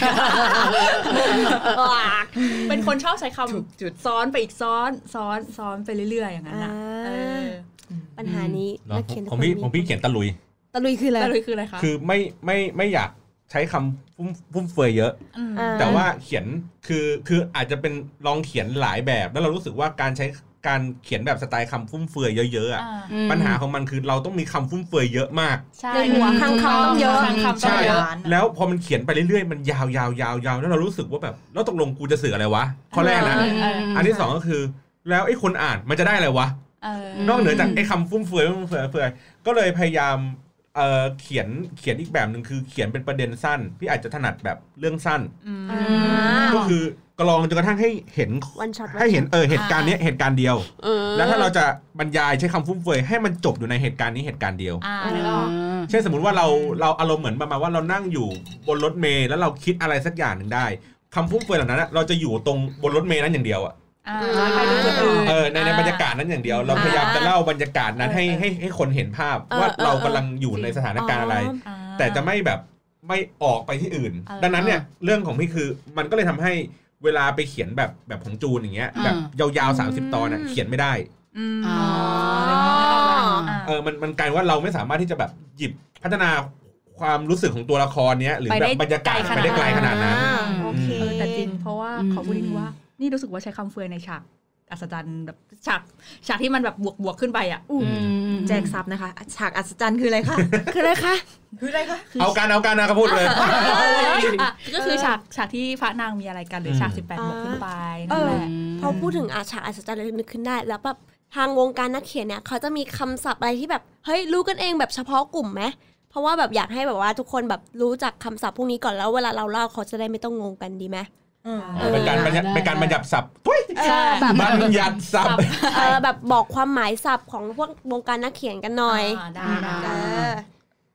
[SPEAKER 5] เป็นคนชอบใช้ค
[SPEAKER 6] ถูกจุด
[SPEAKER 5] ำซ้อนไปอีกซ้อนซ้อนซ้อนไปเรื่อยๆอย่างนั้นนะ
[SPEAKER 2] อ่า
[SPEAKER 5] เออ
[SPEAKER 2] ปัญหานี้นักเขียนทุก
[SPEAKER 1] ของ
[SPEAKER 2] คน
[SPEAKER 1] พี่
[SPEAKER 2] มี
[SPEAKER 1] ของพี่เขียนตะลุย
[SPEAKER 2] ตะลุยคืออะไร
[SPEAKER 5] แล้วลุยคืออะไรคะ
[SPEAKER 1] คือไม่ไม่ไม่อยากใช้คำฟุ่มฟุ่มเฟือยเยอะ
[SPEAKER 5] ม
[SPEAKER 2] อ่
[SPEAKER 1] แต่ว่าเขียนคือคืออาจจะเป็นลองเขียนหลายแบบ แล้วเรารู้สึกว่าการใช้ การเขียนแบบสไตล์คำฟุ่มเฟือยเยอะๆอะ
[SPEAKER 5] อ่า
[SPEAKER 4] อืม
[SPEAKER 1] ปัญหาของมันคือเราต้องมีคำฟุ่มเฟือยเยอะมาก
[SPEAKER 5] ใช่
[SPEAKER 2] ในหัวข้างเขาต้องเยอะ
[SPEAKER 5] ข้างเขาต้
[SPEAKER 1] ใช่
[SPEAKER 5] องเยอะ
[SPEAKER 1] แล้วพอมันเขียนไปเรื่อยๆ มันยาวยาวยาวยาวแล้วเรารู้สึกว่าแบบแล้วตกลงกูจะสื่ออะไรวะข้อแรกนะ
[SPEAKER 5] เออ
[SPEAKER 1] อันที่สองก็คือ แล้วไอ้คนอ่านมันจะได้อะไรวะ
[SPEAKER 5] เออ
[SPEAKER 1] นอกเหนือจากไอ้คำฟุ่มเฟือยฟุ่มเฟือยเฟือยก็เลยพยายามเอ่อเขียนเขียนอีกแบบหนึ่งคือเขียนเป็นประเด็นสั้น พี่อาจจะถนัดแบบเรื่องสั้น ก็คือกรองจนกระทั่งให้เห็น
[SPEAKER 2] one shot
[SPEAKER 1] ให้เห็นเออเหตุการณ์เนี้ยเหตุการณ์เดียว
[SPEAKER 2] เออ
[SPEAKER 1] แล้วถ้าเราจะบรรยายใช้คำฟุ่มเฟือยให้มันจบอยู่ในเหตุการณ์นี้เหตุการณ์เดียว
[SPEAKER 5] อ่า
[SPEAKER 4] อ่า
[SPEAKER 5] แล้วก็
[SPEAKER 1] เช่นสมมติว่าเราเราอารมณ์เหมือนประมาณว่าเรานั่งอยู่บนรถเมล์แล้วเราคิดอะไรสักอย่างหนึ่งได้คำฟุ่มเฟือยเหล่านั้นอะเราจะอยู่ตรงบนรถเมล์นั้นอย่างเดียวอะ
[SPEAKER 5] อ่า
[SPEAKER 2] อ่า
[SPEAKER 5] ไปเรื่อยๆ
[SPEAKER 1] เออในในบรรยากาศนั้นอย่างเดียว เราพยายามจะเล่าบรรยากาศนั้นให้ให้ให้คนเห็นภาพว่าเรากำลังอยู่ในสถานการณ์อะไร
[SPEAKER 5] อ่า
[SPEAKER 1] แต่จะไม่แบบไม่ออกไปที่อื่น
[SPEAKER 5] เออ
[SPEAKER 1] ดังนั้นเนี่ยเรื่องของพี่คือมันก็เลยทำให้เวลาไปเขียนแบบแบบของจูนอย่างเงี้ย
[SPEAKER 4] อ่า
[SPEAKER 1] แบบยาวๆ
[SPEAKER 5] อืม
[SPEAKER 1] 30 ตอนอะเขียนไม่ได้
[SPEAKER 5] อืม
[SPEAKER 4] อ๋อ
[SPEAKER 5] อ่า
[SPEAKER 1] เออมันมันกลายว่าเราไม่สามารถที่จะแบบหยิบพัฒนาความรู้สึกของตัวละครเนี้ยหรือแบ
[SPEAKER 5] ไปได้
[SPEAKER 1] บบรรยากาศ
[SPEAKER 5] ไกลขนาด
[SPEAKER 1] ไปได้ไกลขนาดนั้น
[SPEAKER 2] อ่า
[SPEAKER 5] ม
[SPEAKER 6] โอเค
[SPEAKER 5] เออแต่จริงเพราะว่า
[SPEAKER 4] อืม
[SPEAKER 5] ขอพูดนิดนึ
[SPEAKER 4] อื
[SPEAKER 5] ง
[SPEAKER 4] ม
[SPEAKER 5] ว่า นี่รู้สึกว่าใช้คำเฟือยในฉากอัศจรรย์แบบฉากฉากที่มันแบบบวกบวกๆขึ้นไปอ่ะ
[SPEAKER 4] อืม
[SPEAKER 6] แจกซับนะคะ ฉากอัศจรรย์คืออะไรคะ
[SPEAKER 2] คืออะไรคะ
[SPEAKER 6] คืออะไรคะ
[SPEAKER 1] เอาการเอาการนะก็พูดเลย
[SPEAKER 5] อ่ะก็คือฉากฉากที่พระนางมีอะไรกันหรือฉาก
[SPEAKER 1] อืม
[SPEAKER 5] สิบแปดบวกขึ้นไป
[SPEAKER 2] เอ
[SPEAKER 5] นั่น
[SPEAKER 2] อ
[SPEAKER 5] แหละ
[SPEAKER 2] พอพูดถึงอาชาอาจารย์เลยนึกขึ้นได้ แล้วแบบทางวงการนักเขียนเนี่ยเขาจะมีคำศัพท์อะไรที่แบบเฮ้ยรู้กันเองแบบเฉพาะกลุ่มไหมเพราะว่าแบบอยากให้แบบว่าทุกคนแบบรู้จักคำศัพท์พวกนี้ก่อนแล้วเวลาเราเล่าเขาจะได้ไม่ต้องงงกันดีไหม
[SPEAKER 1] เออเป็นการบรรยา
[SPEAKER 4] ได้
[SPEAKER 1] เป็นการบรรยับศัพท์ทุย
[SPEAKER 5] ใช่แบบ
[SPEAKER 1] บรรยับศัพท์
[SPEAKER 2] เออแบบบอกความหมายศัพท์ของพวกวงการนักเขียนกันหน่อย
[SPEAKER 5] าได้
[SPEAKER 4] อ่า
[SPEAKER 2] เออ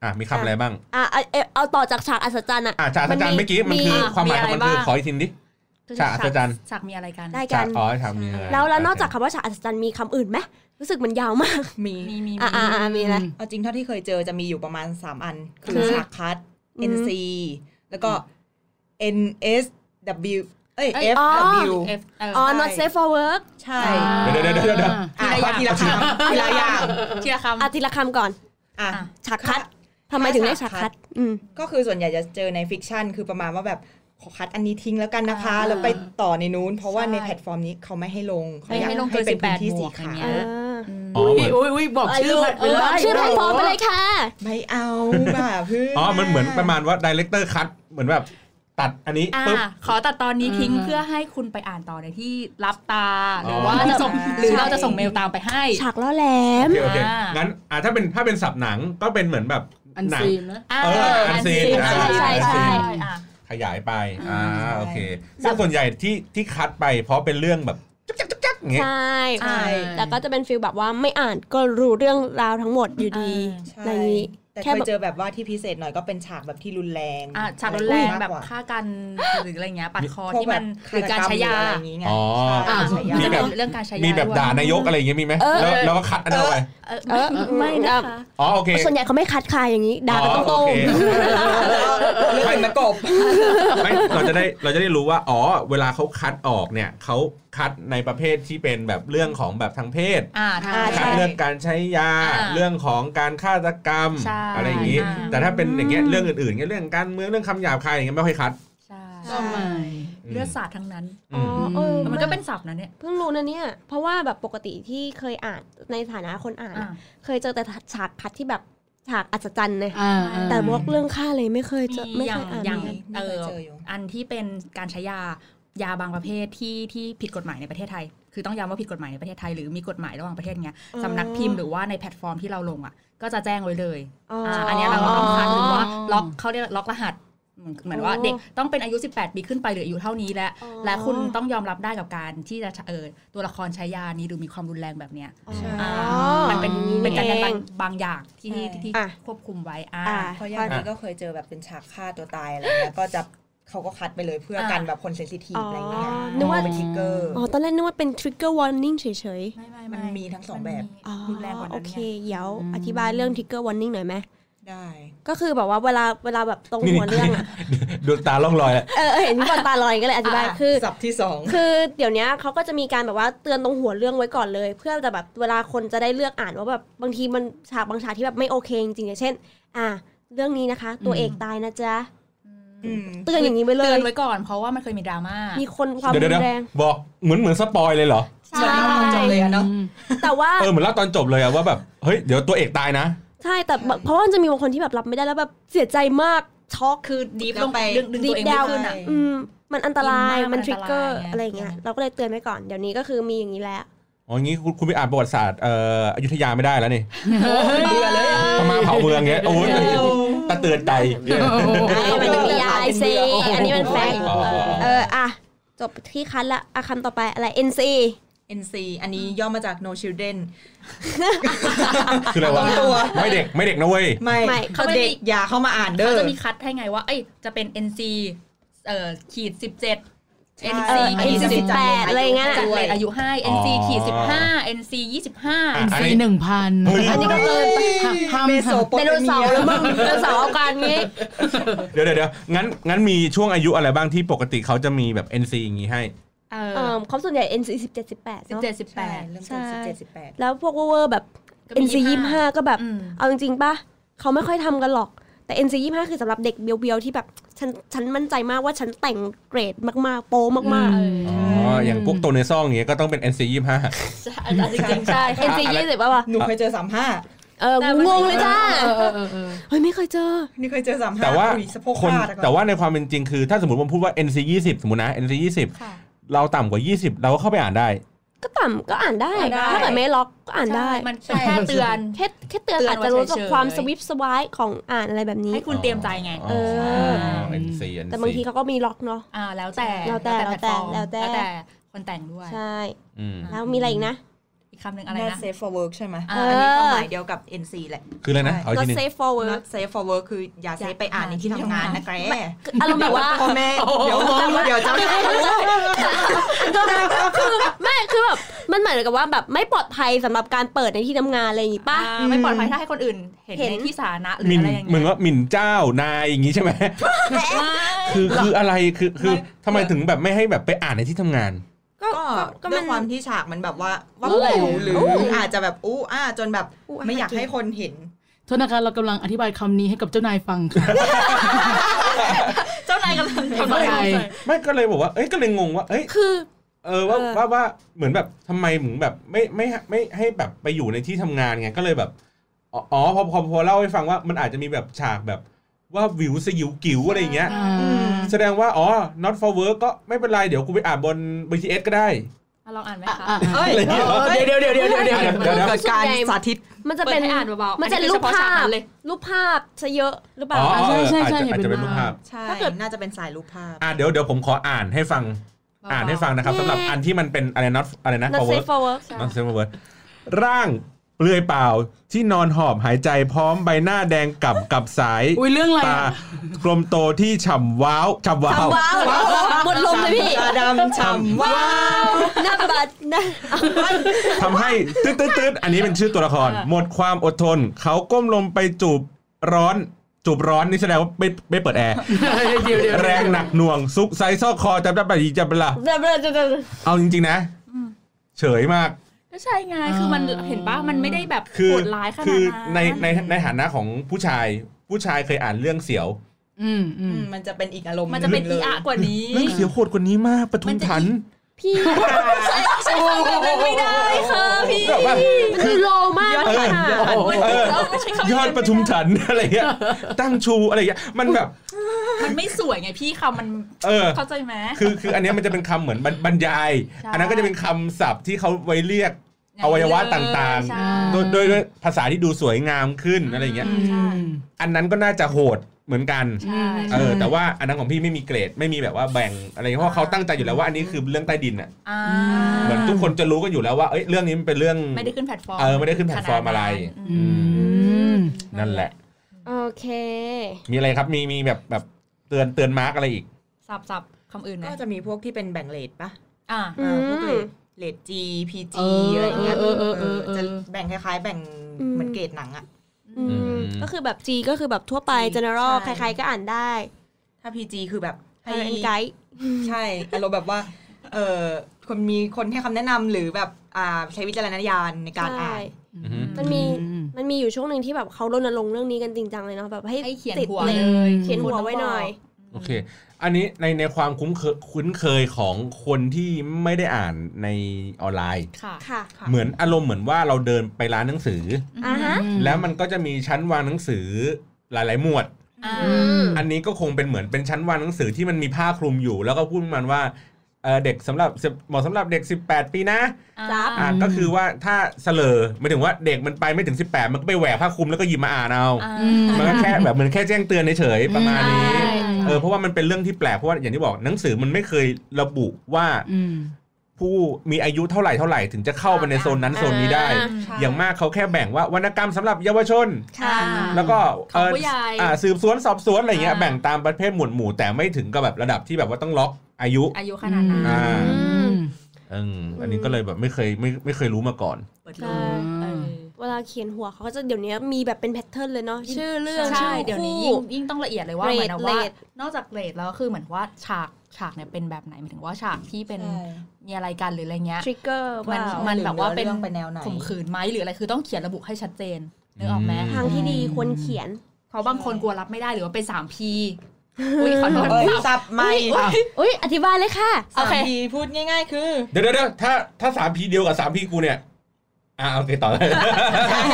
[SPEAKER 1] อ่ะมีคำอะไรบ้าง
[SPEAKER 2] อ่ะเอาเอาเอาต่อจากฉากอัศจรรย์อ่ะ
[SPEAKER 1] อ่ะฉากอาจารย์เมื่อกี้มันคือความหมายของมันคือขออีกทีดิ ฉากอัศจรรย์
[SPEAKER 5] ฉากมีอะไรกัน
[SPEAKER 2] ได้
[SPEAKER 1] ฉา
[SPEAKER 2] กั
[SPEAKER 1] ก
[SPEAKER 2] น
[SPEAKER 1] อ๋อฉากมีอะไร
[SPEAKER 2] แล้วแล้วนอก
[SPEAKER 1] โเค
[SPEAKER 2] จากคำว่าฉากอัศจรรย์มีคำอื่นไหมรู้สึกมันยาวมาก
[SPEAKER 6] มี
[SPEAKER 5] มีมี
[SPEAKER 2] อ่ะอ่ะอ่ะมีอะไร
[SPEAKER 6] เอาจริงเท่าที่เคยเจอจะมีอยู่ประมาณ 3 อัน คื
[SPEAKER 2] คืออ
[SPEAKER 6] ฉากพัด
[SPEAKER 2] อืม
[SPEAKER 6] NC แล้วก็ NSW เอ้ย
[SPEAKER 2] เอ้ยอ๋อ
[SPEAKER 6] FW
[SPEAKER 5] เอฟเออ
[SPEAKER 2] อ๋อ not safe for work
[SPEAKER 6] ใช่
[SPEAKER 1] เดี๋ยวเดี๋ยวเดี๋ยวเดี๋ยว
[SPEAKER 6] อ่ะทีละคำทีละอย่าง
[SPEAKER 5] ทีละคำ
[SPEAKER 2] อาทีละคำก่อน
[SPEAKER 6] อ่ะ
[SPEAKER 2] ฉากคัดทำไมถึงได้ฉากคัด อืม
[SPEAKER 6] ก็คือส่วนใหญ่จะเจอในฟิกชันคือประมาณว่าแบบขอคัดอันนี้ทิ้งแล้วกันนะคะ
[SPEAKER 5] อ่า
[SPEAKER 6] แล้วไปต่อในนู้น เพราะว่า
[SPEAKER 5] ใช่
[SPEAKER 6] ในแพลตฟอร์มนี้เขาไม่ให้ลงเขา
[SPEAKER 5] ไม่
[SPEAKER 6] อยาก
[SPEAKER 5] ให้ลง
[SPEAKER 6] ให้เป็น
[SPEAKER 5] เกิน
[SPEAKER 6] พื้นที่
[SPEAKER 5] 18
[SPEAKER 6] สี
[SPEAKER 5] บวกอย่า
[SPEAKER 6] ขาง
[SPEAKER 5] เงี้
[SPEAKER 6] ว
[SPEAKER 5] อืม
[SPEAKER 1] อ๋อ
[SPEAKER 4] อุ้
[SPEAKER 1] เห
[SPEAKER 4] ย
[SPEAKER 1] มือน
[SPEAKER 4] อุ้ยอุ้ยบอกชื่อแพทไป
[SPEAKER 2] เออ
[SPEAKER 4] เล
[SPEAKER 2] บอก
[SPEAKER 4] ย
[SPEAKER 2] ชื่อแพลตฟอร์มไปเลยค่ะ
[SPEAKER 6] ไม่เอาแบบเพื่อน
[SPEAKER 1] อ๋อมันเหมือนประมาณว่าดีเลกเตอร์คัตเหมือนแบบตัดอันนี้
[SPEAKER 5] อ่า
[SPEAKER 1] ปุ๊บ
[SPEAKER 5] ขอตัดตอนนี้ทิ้ง
[SPEAKER 4] อ่าฮะ
[SPEAKER 5] เพื่อให้คุณไปอ่านต่อในที่รับตาหรือ
[SPEAKER 1] อ
[SPEAKER 5] ว่าจะส่งหรือเราจะส่งเมลตามไปให้
[SPEAKER 2] ฉากล่อแหล
[SPEAKER 1] โอ
[SPEAKER 2] ม
[SPEAKER 1] เคโอเค
[SPEAKER 5] อ่างั้
[SPEAKER 1] งั้นอ่าถ้าเป็นถ้าเป็นสับหนังก็เป็นเหมือนแบบ
[SPEAKER 4] อัน
[SPEAKER 1] หนัง
[SPEAKER 4] ซีนนะ
[SPEAKER 5] อ่า
[SPEAKER 1] เอออันซีน
[SPEAKER 5] อันซีน
[SPEAKER 2] ใช่ใช่
[SPEAKER 5] อันซีน
[SPEAKER 1] ใช่
[SPEAKER 5] อ่ะ
[SPEAKER 1] ขยายไปอ่า
[SPEAKER 4] อ่า
[SPEAKER 1] โอเคซึ่งส่วนใหญ่ที่ที่คัดไปเพราะเป็นเรื่องแบบจุ๊กจักจุ๊กจักอย่างเงี้ย
[SPEAKER 2] ใช่
[SPEAKER 5] อ่า
[SPEAKER 6] ใช่
[SPEAKER 2] แล้วก็จะเป็นฟิลแบบว่าไม่อ่านก็รู้เรื่องราวทั้งหมดอยู่ดี
[SPEAKER 6] ใช่
[SPEAKER 2] ในนี้
[SPEAKER 6] แต่
[SPEAKER 2] แค่
[SPEAKER 6] เคย
[SPEAKER 2] แบบ
[SPEAKER 6] เจอแบบว่าที่พิเศษหน่อยก็เป็นฉากแบบที่รุนแรง
[SPEAKER 5] อ่ะฉากรุนแรงแบบ
[SPEAKER 6] มกกว่
[SPEAKER 5] ฆ่ากันหรืออะไรเงี้ยปัดคอ
[SPEAKER 6] พว
[SPEAKER 5] ที่มัน
[SPEAKER 6] แบบ
[SPEAKER 5] หรือการใช้ยา
[SPEAKER 6] ฆตกมหรืออะไรอย่างงี้ไง
[SPEAKER 1] อ๋อ
[SPEAKER 6] ใช่ใช้ยา
[SPEAKER 1] มีแบบ
[SPEAKER 5] เรื่องการใช้ยา
[SPEAKER 1] มีแบบ
[SPEAKER 5] ด้วย
[SPEAKER 1] ด่านายกอะไรอย่างเงี้ยมีไหม
[SPEAKER 2] เออ
[SPEAKER 1] แล้วแล้วก็คัดอันนั้นออกไป
[SPEAKER 5] เออไม่ไม่นะคะ
[SPEAKER 1] อ๋อโอเค
[SPEAKER 2] ส่วนใหญ่เขาไม่คัดคายอย่างนี้ด่ากันตร
[SPEAKER 1] อ๋อ
[SPEAKER 2] ง
[SPEAKER 1] โอเค
[SPEAKER 6] เรื่องอื่นมากบ
[SPEAKER 1] ไม่เราจะได้เราจะได้รู้ว่าอ๋อเวลาเขาคัดออกเนี่ยเขาคัดในประเภทที่เป็นแบบเรื่องของแบบทางเพศ
[SPEAKER 5] อ่า
[SPEAKER 4] อ่า ใช่
[SPEAKER 1] คัดเรื่องการใช้ยา
[SPEAKER 5] อ่า
[SPEAKER 1] เรื่องของการฆาตกรรม
[SPEAKER 5] ใช่
[SPEAKER 1] อะไรอย่างนี้
[SPEAKER 5] อ่า
[SPEAKER 1] แต่ถ้าเป็นอย่างเงี้ยเรื่องอื่นๆเงี้ยเรื่องการเมืองเรื่องคำหยาบคายอย่างเงี้ยไม่ค่อยคัด
[SPEAKER 5] ใช่
[SPEAKER 4] ก็ไม่
[SPEAKER 1] อืม
[SPEAKER 5] เลือดสาดทั้งนั้น
[SPEAKER 1] อืม
[SPEAKER 2] ๆอ๋อเออ
[SPEAKER 5] มันก็เป็นศัพท์นะเนี่ย
[SPEAKER 2] เพิ่งรู้นะเนี่ย เพราะว่าแบบปกติที่เคยอ่านในฐานะคนอ่าน
[SPEAKER 5] อ่ะ
[SPEAKER 2] อะเคยเจอแต่ฉากคัดที่แบบฉากอัศจรรย์เนี่ย
[SPEAKER 4] อ่า
[SPEAKER 2] แต่พวกเรื่องฆ่าเลยไม่เคยเจอ
[SPEAKER 5] มี
[SPEAKER 2] ไม่
[SPEAKER 5] อ
[SPEAKER 2] เค
[SPEAKER 5] ย่าง
[SPEAKER 2] ยอ่าน
[SPEAKER 5] อย่าง
[SPEAKER 2] เลย
[SPEAKER 5] เออ
[SPEAKER 6] ไม่เคยเจออยู่
[SPEAKER 5] อันที่เป็นการใช้ยายาบางประเภทที่ที่ผิดกฎหมายในประเทศไทย คือต้องย้ำว่าผิดกฎหมายในประเทศไทยหรือมีกฎหมายระหว่างประเทศเงี้ย
[SPEAKER 2] อ๋อ
[SPEAKER 5] สำนักพิมพ์หรือว่าในแพลตฟอร์มที่เราลงอ่ะ ก็จะแจ้งไว้เลย
[SPEAKER 2] อ๋อ
[SPEAKER 5] อ่า
[SPEAKER 2] อั
[SPEAKER 5] อันเนี้ยเราก็ต้องคัดหรือว่าล็อกเขาเรียกล็อกรหัสเหมือนเหมือนว่า
[SPEAKER 2] โอ้
[SPEAKER 5] เด็กต้องเป็นอายุ 18 ปีขึ้นไปหรืออายุเท่านี้และ
[SPEAKER 2] อ๋อ
[SPEAKER 5] และคุณต้องยอมรับได้กับการที่จะเออตัวละครใช้ยานี้หรือมีความรุนแรงแบบเนี้ย
[SPEAKER 2] อ๋อ
[SPEAKER 5] อ่า
[SPEAKER 2] อ
[SPEAKER 5] มันเป็น
[SPEAKER 2] อย่างนี้
[SPEAKER 5] เป็นการ
[SPEAKER 2] เอง
[SPEAKER 5] บางบางอย่างที่ที่ที่
[SPEAKER 2] อ่ะ
[SPEAKER 5] ควบคุมไว้อ่า
[SPEAKER 2] อ่า
[SPEAKER 6] เพราะย่านนี้ก็เคยเจอแบบเป็นฉากฆ่าตัวตายอะไรเงี้ยก็จะเขาก็คัดไปเลยเพื่อกันแบบคนเซนซิทีฟอะไรเงี้ย
[SPEAKER 2] อ๋อนึกว่า
[SPEAKER 6] เป็นทิกเกอร์
[SPEAKER 2] อ๋อตอนแรกนึกว่าเป็น trigger warning เฉย
[SPEAKER 5] ไม่ไม่
[SPEAKER 6] มันมีทั้งสองแบบ
[SPEAKER 5] มันมีรุนแรงกว่า
[SPEAKER 2] ๆโอ
[SPEAKER 5] นั้น
[SPEAKER 2] เค
[SPEAKER 5] ไง
[SPEAKER 2] เดี๋ยวอธิบายเรื่อง trigger warning หน่อยไหม
[SPEAKER 6] ได้
[SPEAKER 2] ก็คือแบบว่าเวลาเวลาแบบตรง
[SPEAKER 1] นี่
[SPEAKER 2] หัวเรื่อง อะ
[SPEAKER 1] ดวงตาล่องลอยแหละ
[SPEAKER 2] เออเออเห็นก่อนตาลอยก็เลยอธิบายคือ
[SPEAKER 6] สับที่สอง
[SPEAKER 2] คือเดี๋ยวเนี้ยเขาก็จะมีการแบบว่าเตือนตรงหัวเรื่องไว้ก่อนเลย เพื่อจะแบบเวลาคนจะได้เลือกอ่านว่าแบบบางทีมันฉากบางฉากที่แบบไม่โอเคจริงๆอย่างเช่น อ่ะเรื่องนี้นะคะ ตัวเอกตายนะจ๊ะ
[SPEAKER 6] อืม
[SPEAKER 2] เตือนอย่างนี้ไปเล
[SPEAKER 5] เตื
[SPEAKER 2] ย
[SPEAKER 5] อนไว้ก่อนเพราะว่ามันเคยมีดราม่า
[SPEAKER 2] มีคนความ
[SPEAKER 1] เดี๋ยว
[SPEAKER 2] รุ
[SPEAKER 1] เดี๋ย
[SPEAKER 2] น
[SPEAKER 1] ว
[SPEAKER 2] แรง
[SPEAKER 1] บอกเหมือนเหมือนสปอยเลยเหรอ
[SPEAKER 2] ใช่
[SPEAKER 6] เหมือนเล่าตอนจบเลยอะเนาะ
[SPEAKER 2] แต่ว่า
[SPEAKER 1] เออเหมือนเล่าตอนจบเลยอะว่าแบบเฮ้ยเดี๋ยวตัวเอกตายนะ
[SPEAKER 2] ใช่แต่แบบเพราะว่ามันจะมีบางคนที่แบบรับไม่ได้แล้วแบบเสียใจมากช็อก
[SPEAKER 5] คือดีฟ
[SPEAKER 6] แล้ว
[SPEAKER 5] ลงไป
[SPEAKER 6] ไป
[SPEAKER 5] ดึงดึงตัวเองไม่ขึ้นอะ
[SPEAKER 6] ใช่
[SPEAKER 2] อืมมันอันตราย
[SPEAKER 5] อินมากมั
[SPEAKER 2] มัน น
[SPEAKER 5] อัน
[SPEAKER 2] ทริ
[SPEAKER 5] ต
[SPEAKER 2] ก
[SPEAKER 5] ราย
[SPEAKER 2] เกอร์
[SPEAKER 5] ไง
[SPEAKER 2] อะไรอย่างเงี้ยเราก็เลยเตือนไว้ก่อนเดี๋ยวนี้ก็คือมีอย่างนี้แหละ
[SPEAKER 1] อ๋ออย่างงี้คุณคุณไปอ่านประวัติศาสตร์เอ่ออยุธยาไม่ได้แล้วนี่
[SPEAKER 6] โอ้ยเบื่อเลยอะ
[SPEAKER 1] พม่าเผาเมืองเงี้ยโอ้ย
[SPEAKER 6] เออ
[SPEAKER 1] ตะเตือนใจ
[SPEAKER 2] อันนี้มันมียายซีอันนี้มันแฟก
[SPEAKER 1] อ๋อ
[SPEAKER 2] เอออ่ะจบที่คัดละอาคำต่อไปอะไร NC
[SPEAKER 6] NC อันนี้ย่อมาจาก No Children
[SPEAKER 1] คืออะไรวะ
[SPEAKER 6] ตัว
[SPEAKER 1] ไม่เด็กไม่เด็กนะเว้ย
[SPEAKER 6] ไม่
[SPEAKER 2] ไม่
[SPEAKER 6] เขา
[SPEAKER 5] เขาไม่มี
[SPEAKER 6] เด็กอย่าเข้ามาอ่านเด้
[SPEAKER 5] เขา
[SPEAKER 6] อ
[SPEAKER 5] จะมีคัดให้ไงว่า เอ้ย จะเป็น NC เอ่อขีดสิบเจ็ด
[SPEAKER 6] ใช่
[SPEAKER 5] NC
[SPEAKER 2] เออ
[SPEAKER 6] อัน
[SPEAKER 5] ขีด
[SPEAKER 2] NC
[SPEAKER 5] สิบ
[SPEAKER 2] สิบแปดอะไรอย่างเงี้ย
[SPEAKER 5] จา
[SPEAKER 2] น่ะ
[SPEAKER 5] กเลทอายุให้ NC
[SPEAKER 1] อ๋อ
[SPEAKER 5] ขีดสิบห้า NC ยี่สิบห้า
[SPEAKER 1] อ่ะ
[SPEAKER 4] เอ็นซีหนึ่งพัน
[SPEAKER 1] เฮ้ย
[SPEAKER 4] อันนี้ก็เกินไปห้ามห้าม
[SPEAKER 6] เมโสโป
[SPEAKER 2] ได
[SPEAKER 6] เต
[SPEAKER 2] โน
[SPEAKER 6] เมี
[SPEAKER 2] เสาร์
[SPEAKER 6] ย
[SPEAKER 2] แล้วมึงไดโนเสาร์เอาการงี้
[SPEAKER 1] เดี๋ยวเดี๋ยวเดี๋ยวงั้นงั้นมีช่วงอายุอะไรบ้างที่ปกติเขาจะมีแบบ NC อย่างงี้ให้
[SPEAKER 5] เอ
[SPEAKER 2] เอ
[SPEAKER 5] อ
[SPEAKER 2] อเขาส่วนใหญ่ NC สิบเจ็ดสิบแปด
[SPEAKER 5] สิบ
[SPEAKER 2] เนาะ
[SPEAKER 5] เจ็ดสิบแป
[SPEAKER 6] ใช่
[SPEAKER 2] ใช่
[SPEAKER 6] เริ่ม
[SPEAKER 5] ด
[SPEAKER 6] ต้นสิบเจ็ดสิบแปด
[SPEAKER 2] แล้วพวกเวอร์ๆแบบ NC ยี่ห้าก็แบบ
[SPEAKER 5] อืม
[SPEAKER 2] เอาจริงๆป่ะเขาไม่ค่อยทำกันหรอกแต่ NC ยี่ห้าคือสำหรับเด็กเบียวๆ ที่แบบ ฉันฉันมั่นใจมากว่าฉันแต่งเกรดมากๆ โป๊มาก
[SPEAKER 1] อ๋ออย่างพวกตัวในซ่องอย่างเงี้ยก็ต้องเป็น NC 25
[SPEAKER 5] ใช่จริงๆใช่
[SPEAKER 2] ๆ NC
[SPEAKER 1] อะไร
[SPEAKER 2] ยี่สิบป่ะวะ
[SPEAKER 6] หนูเคยเจอสามห้า
[SPEAKER 2] เออ
[SPEAKER 5] แต่มัน
[SPEAKER 2] งงเลยจ้า
[SPEAKER 4] เออเออเออเออ
[SPEAKER 2] เฮ้ย ไม่เคยเจอ
[SPEAKER 6] นี่เคยเจอสามห้า
[SPEAKER 1] แต่ว่า
[SPEAKER 6] สะโพก
[SPEAKER 1] คน
[SPEAKER 6] ฟาดอะ
[SPEAKER 1] แต่ว่าในความเป็นจริงคือ ถ้าสมมติผมพูดว่า NC 20สมมตินะ NC
[SPEAKER 5] ค่ะ
[SPEAKER 1] 20เราต่ำกว่า 20 เราก็เข้าไปอ่านได้
[SPEAKER 2] ก็ต่ำก็อ่านได้
[SPEAKER 5] อ่านได้
[SPEAKER 2] ถ้าเกิดไม่ล็อกก็อ่านได้
[SPEAKER 5] ใช่มันเป็นแค่เตือน
[SPEAKER 2] แค่แค่เตือน
[SPEAKER 5] เตือน
[SPEAKER 2] อาจจะรู้สึก
[SPEAKER 5] ไว้เฉยๆ
[SPEAKER 2] ความสวิปสวายของอ่านอะไรแบบนี้
[SPEAKER 5] ให้คุณเตรียมใจไง
[SPEAKER 1] อ๋ออ๋อ NC
[SPEAKER 2] แต่บางทีเขาก็มีล็อกเนาะ
[SPEAKER 5] อ่า แล้วแต่
[SPEAKER 2] แล้วแต่แล้วแต่
[SPEAKER 5] แล้วแต่คนแต่งด้วย
[SPEAKER 2] ใช่
[SPEAKER 1] อืม
[SPEAKER 2] แล้วมีอะไรอีกนะ
[SPEAKER 5] อีกคำหนึ่งอะไร
[SPEAKER 6] น่า
[SPEAKER 5] นะ
[SPEAKER 6] safe for work ใช่ไหม
[SPEAKER 5] เอ
[SPEAKER 6] อัน
[SPEAKER 5] ออั
[SPEAKER 6] นี้ความหมายเดียวกับ NC แหละ
[SPEAKER 1] คืออะไรนะเอาอีก
[SPEAKER 2] not
[SPEAKER 1] ทีหนึง
[SPEAKER 2] safe for work
[SPEAKER 6] not safe for work คืออย่าเซฟไปอ่านในที่ทำงานนะแกร
[SPEAKER 2] อารมณ์แบบว่า
[SPEAKER 6] พ่อแม่ เดี๋ยวมองเดี๋ยวเจ้าหน้าที่
[SPEAKER 2] คือไม่คือแบบมันเหมือนกับว่าแบบไม่ปลอดภัยสำหรับการเปิดในที่ทำงานอะไรอย่างงี้ป่ะ
[SPEAKER 5] อ่าไม่ปลอดภัยถ้าให้คนอื่น เห็น
[SPEAKER 2] เห็น
[SPEAKER 5] ในที่สาธารณะห
[SPEAKER 1] ห
[SPEAKER 5] รือ
[SPEAKER 1] มิ่น
[SPEAKER 5] อะไรอย่าง
[SPEAKER 1] มึ
[SPEAKER 5] เงี้
[SPEAKER 1] ง
[SPEAKER 5] ย
[SPEAKER 1] ว่าหมิ่นเจ้านายอย่างงี้ใช่ไหม คือคืออะไรคือคือทำไมถึงแบบไม่ให้แบบไปอ่านในที่ทำงาน
[SPEAKER 2] ก็
[SPEAKER 6] ก็
[SPEAKER 2] ก็
[SPEAKER 6] ด้
[SPEAKER 2] มั
[SPEAKER 6] วย
[SPEAKER 2] น
[SPEAKER 6] ความที่ฉากมันแบบว่าว่า
[SPEAKER 2] อู้
[SPEAKER 6] ผิวหรือ
[SPEAKER 2] อู้
[SPEAKER 6] อาจจะแบบอู้อ้าจนแบบ
[SPEAKER 2] อู้อ้า
[SPEAKER 6] ไม่อยากให้คนเห็น
[SPEAKER 4] โทษนะคะเรากำลังอธิบายคำนี้ให้กับเจ้านายฟังค่ะ
[SPEAKER 5] เจ้านายกำลัง
[SPEAKER 4] เจ้านาย
[SPEAKER 1] ไม่ก็เลยบอกว่า เอ้ยก็เลยงงว่าเอ้ย
[SPEAKER 2] คือ
[SPEAKER 1] เออว่า
[SPEAKER 2] เออ
[SPEAKER 1] ว่าว่าเหมือนแบบทำไมเหมึงแบบไม่ไม่ให้ไม่ให้แบบไปอยู่ในที่ทำงานไงก็เลยแบบอ๋ออ๋อพอพอพอเล่าให้ฟังว่ามันอาจจะมีแบบฉากแบบว่าวิวสยิวกิ๋วอะไรอย่างเงี้ย
[SPEAKER 4] อ่า
[SPEAKER 1] แสดงว่าอ๋อ not for work ก็ไม่เป็นไรเดี๋ยวกูไปอ่านบน BTS ก็ได้
[SPEAKER 5] อ่ะลองอ่านไหมคะ
[SPEAKER 4] อ่ะ
[SPEAKER 6] เอ้ย
[SPEAKER 1] อะไรเนี่ย
[SPEAKER 6] เดี๋ยวเดี๋ยวเดี๋ยวเดี๋ยวเดี๋ยว
[SPEAKER 1] เดี๋ยวเดี๋ยว
[SPEAKER 6] เกิดการสาธิต
[SPEAKER 2] มันจะ
[SPEAKER 5] เปิ
[SPEAKER 2] เป็
[SPEAKER 5] ด
[SPEAKER 2] น
[SPEAKER 5] ให้อ่านเบาๆ
[SPEAKER 2] มันจะ
[SPEAKER 5] อันนี้
[SPEAKER 2] รูป
[SPEAKER 5] คือเฉ
[SPEAKER 2] ภา
[SPEAKER 5] พาะฉากนั้
[SPEAKER 2] พ
[SPEAKER 5] นเลย
[SPEAKER 2] รูปภาพซะเยอะหรือเป
[SPEAKER 1] อ๋อ
[SPEAKER 2] ล่า
[SPEAKER 4] ใช่
[SPEAKER 1] เออ
[SPEAKER 4] ใช่ใช่
[SPEAKER 1] อาจจะอาจจะเป็น
[SPEAKER 4] เห็นเป็น
[SPEAKER 1] รูปภาพ
[SPEAKER 6] ใช่
[SPEAKER 2] ถ้าเกิด
[SPEAKER 6] น่าจะเป็นสายรูปภาพ
[SPEAKER 1] อ่ะเดี๋ยวเดี๋ยวผมขออ่านให้ฟัง
[SPEAKER 5] เบาๆ
[SPEAKER 1] อ่านให้ฟังนะครับสำหรับอันที่มันเป็นอะไร not อะไรนะ
[SPEAKER 2] not
[SPEAKER 1] for
[SPEAKER 2] safe
[SPEAKER 1] work
[SPEAKER 2] for work
[SPEAKER 1] not safe for work ร่างเปลือยเปล่าที่นอนหอบหายใจพร้อมใบหน้าแดงกล่ำกับสาย
[SPEAKER 4] อุ้ยเรื่องอะไร
[SPEAKER 1] ตา
[SPEAKER 4] อ่ะ
[SPEAKER 1] กลมโตที่ฉ่ำว้าวฉ่ำว้าว
[SPEAKER 2] ว้าวหมดลมเลยพี่
[SPEAKER 6] ตาดำช้ำว่า
[SPEAKER 2] หน้าบัดหน้า
[SPEAKER 1] ทำให้ตืดตืดๆๆอันนี้เป็นชื่อตัวละคร หมดความอดทน เขาก้มลงไปจูบร้อน จูบร้อนนี่แสดงว่าไม่ไม่เปิดแอร์
[SPEAKER 4] เดี๋ยวเดี๋ยว
[SPEAKER 1] แรงหนักหน่วงซุกไซซ์ซอกคอจำได้ปะจำเป็นละเอาจริง ๆ นะ เฉยมาก
[SPEAKER 5] ก็ใช่ไง คือมันเห็นป่ะ มันไม่ได้แบบ
[SPEAKER 1] คือ
[SPEAKER 5] โหดร้ายขนาด
[SPEAKER 1] คื
[SPEAKER 5] นั้
[SPEAKER 1] อน ในในในฐานะของผู้ชาย ผู้ชายเคยอ่านเรื่องเสียว
[SPEAKER 4] อืมอืม
[SPEAKER 6] มันจะเป็นอีกอารมณ์
[SPEAKER 5] มันจะเป็นอีอะกว่านี้
[SPEAKER 1] เรื่องเสียวโคตรกว่านี้มากปทุมถัน
[SPEAKER 2] พี่
[SPEAKER 5] ใช่คำแบบนั้นไม่ได้ค่ะพี่
[SPEAKER 1] แบบว่า
[SPEAKER 2] มันคือโลมาก
[SPEAKER 1] เออ
[SPEAKER 2] ค่ะ
[SPEAKER 1] เออ
[SPEAKER 5] ไม่ใช่คำ
[SPEAKER 1] ยอดปทุมถั นอะไรเงี้ยตั้งชูอะไรเงี้ยมันแบบ
[SPEAKER 5] มันไม่สวยไงพี่คำมัน
[SPEAKER 1] เอ อ
[SPEAKER 5] เข้าใจไหม
[SPEAKER 1] คือคืออันเนี้ยมันจะเป็นคำเหมือนบรรบรรยาย
[SPEAKER 5] ใช่
[SPEAKER 1] อันนั้นก็จะเป็นคำศัพท์ที่เขาไว้เรียก อวัยวะต่างๆ
[SPEAKER 5] ใช่
[SPEAKER 1] โดยโดยโดยภาษาที่ดูสวยงามขึ้นอะไรเงี้ย
[SPEAKER 4] อืม
[SPEAKER 1] อันนั้นก็น่าจะโหดเหมือนกัน
[SPEAKER 5] ใช่
[SPEAKER 1] เออแต่ว่าอันนั้นของพี่ไม่มีเกรดไม่มีแบบว่าแบ่งอะไรเงี้ยเพราะเขาตั้งใจอยู่แล้วว่าอันนี้คือเรื่องใต้ดินอ่ะ
[SPEAKER 5] อ่า
[SPEAKER 1] เหมือนทุกคนจะรู้กันอยู่แล้วว่าเอ้ยเรื่องนี้มันเป็นเรื่อง
[SPEAKER 5] ไม่ได้ขึ้นแพลตฟอร์ม
[SPEAKER 1] เออไม่ได้ขึ้นแพลตฟอร์มอะไร
[SPEAKER 5] อืม
[SPEAKER 4] ม
[SPEAKER 1] นั่นแหละ
[SPEAKER 2] โอเค
[SPEAKER 1] มีอะไรครับมีมีแบบแบบเตือนเตือนมาร์กอะไรอีก
[SPEAKER 5] สับสับคำอื่นไหม
[SPEAKER 6] ก็จะมีพวกที่เป็นแบ่งเลทปะ
[SPEAKER 5] อ่า
[SPEAKER 2] อืม
[SPEAKER 6] เออพวกเลทเลท G PG
[SPEAKER 4] เอออ
[SPEAKER 6] อะไรเงี้ย
[SPEAKER 4] เออเออเออ
[SPEAKER 6] เออจะแบ่งคล้าย ๆ แบ่ง
[SPEAKER 2] อืม
[SPEAKER 6] เหมือนเกรดหนังอะ
[SPEAKER 2] อืมก็คือแบบ G ก็คือแบบทั่วไป
[SPEAKER 5] G
[SPEAKER 2] general
[SPEAKER 5] ใช่
[SPEAKER 2] ใครๆก็อ่านได้
[SPEAKER 6] ถ้า PG คือแบบ
[SPEAKER 2] h อ and
[SPEAKER 6] ให้
[SPEAKER 2] guide
[SPEAKER 6] ใช่อารมณ์แบบว่าเออคนมีคนให้คำแนะนำหรือแบบอ่าใช้วิจารณญาณในการอ่าน
[SPEAKER 1] อือฮึ
[SPEAKER 2] มันมี
[SPEAKER 4] อืม
[SPEAKER 2] มันมีอยู่ช่วงหนึ่งที่แบบเขารณรงค์เรื่องนี้กันจริงจังเลยเนาะแบบให้
[SPEAKER 5] ให้เขียน
[SPEAKER 2] ติด
[SPEAKER 5] หัว
[SPEAKER 2] เล
[SPEAKER 5] เลย ย
[SPEAKER 2] เขียนหัวไว้หน่อย
[SPEAKER 1] โอเค อันนี้ในในความคุ้นเคยคุ้นเคยของคนที่ไม่ได้อ่านในออนไลน์
[SPEAKER 5] ค่ะ
[SPEAKER 2] ค่ะ
[SPEAKER 5] ค่ะ
[SPEAKER 1] เหมือนอารมณ์เหมือนว่าเราเดินไปร้านหนังสือ
[SPEAKER 2] อ่าฮะ
[SPEAKER 1] อ
[SPEAKER 4] อื
[SPEAKER 1] แล้วมันก็จะมีชั้นวางหนังสือหลาย ๆ หมวด
[SPEAKER 5] อ่า
[SPEAKER 4] อืม
[SPEAKER 1] อันนี้ก็คงเป็นเหมือนเป็นชั้นวางหนังสือที่มันมีผ้าคลุมอยู่ แล้วก็พูดประมันว่าเอ่อเด็กสำหรับเหมาะสำหรับเด็ก 18 ปีนะ
[SPEAKER 2] จับ
[SPEAKER 1] อ่ะ
[SPEAKER 4] อืม
[SPEAKER 1] ก็คือว่าถ้าเสลอหมายถึงว่าเด็กมันไปไม่ถึง 18 มันก็ไปแหวกผ้าคลุมแล้วก็หยิบมาอ่านเอา
[SPEAKER 5] อ่า
[SPEAKER 1] มันก็แค่แบบเหมือนแค่แจ้งเตือนเฉยๆประมาณนี้
[SPEAKER 5] ใช่
[SPEAKER 1] เออเพราะว่ามันเป็นเรื่องที่แปลกเพราะว่าอย่างที่บอกหนังสือมันไม่เคยระบุว่า
[SPEAKER 4] อืม
[SPEAKER 1] ผู้มีอายุเท่าไหร่เท่าไหร่ถึงจะเข้าไปในโซนนั้นโซนนี้ได้
[SPEAKER 5] อืม
[SPEAKER 1] อย่างมากเขาแค่แบ่งว่าวรรณกรรมสำหรับเยาวชน
[SPEAKER 2] ค่ะ
[SPEAKER 1] แล้วก็
[SPEAKER 5] ของผู้
[SPEAKER 1] เ
[SPEAKER 5] ใหญ่
[SPEAKER 1] อ่าสืบสวนสอบสวนอะไรเงี้ย
[SPEAKER 5] อ่า
[SPEAKER 1] แบ่งตามประเภทหมวดหมู่แต่ไม่ถึงกับแบบระดับที่แบบว่าต้องล็อกอายุ
[SPEAKER 5] อายุขนาดนั้น
[SPEAKER 1] อ่า
[SPEAKER 2] ม
[SPEAKER 1] อืมอันนี้ก็เลยแบบไม่เคยไม่ไม่เคยรู้มาก่อน
[SPEAKER 5] เปิด
[SPEAKER 2] ใช่
[SPEAKER 5] โลกเออ
[SPEAKER 2] เวลาเขียนหัวเขาก็จะเดี๋ยวนี้มีแบบเป็นแพทเทิร์นเลยเนาะชื่อเรื่องชื่
[SPEAKER 5] ใช่
[SPEAKER 2] อ
[SPEAKER 5] เดี๋ยวนี้
[SPEAKER 2] คู่
[SPEAKER 5] ยิ่งยิ่งต้องละเอียดเลยว่า
[SPEAKER 2] เรท
[SPEAKER 5] เหมือนกับว่า
[SPEAKER 2] เรท
[SPEAKER 5] นอกจากเรทแล้วคือเหมือนว่าฉากฉากเนี่ยเป็นแบบไหนหมายถึงว่าฉากที่เป็น
[SPEAKER 6] ใช่
[SPEAKER 5] มีอะไรกันหรืออะไรเงี้ย
[SPEAKER 2] ทริกเกอร์
[SPEAKER 5] มั
[SPEAKER 2] ว่าน ว
[SPEAKER 5] มันแบบว่าเป็น
[SPEAKER 6] หรือเรื่องไปแนวไหน
[SPEAKER 5] ข่มขืนไหมหรืออะไรคือต้องเขียนระบุให้ชัดเจนนึกออกไหม
[SPEAKER 1] อืม
[SPEAKER 2] ทางที่ดีควรเขียน
[SPEAKER 5] เพราะบางคนกลัวรับไม่ได้หรือว่าเป็นสามพีอุ้ยขอโทษ
[SPEAKER 6] เอ้ยสับไม่
[SPEAKER 2] อุ้ยอธิบายเลยค่ะ
[SPEAKER 6] สามทีพูดง่าย ๆ คือ
[SPEAKER 1] เดี๋ยวเดี๋ยวถ้าถ้าสามพีเดียวกับสามพีกูเนี่ยอ่าโอเคต่อ เลย
[SPEAKER 5] ใช่เ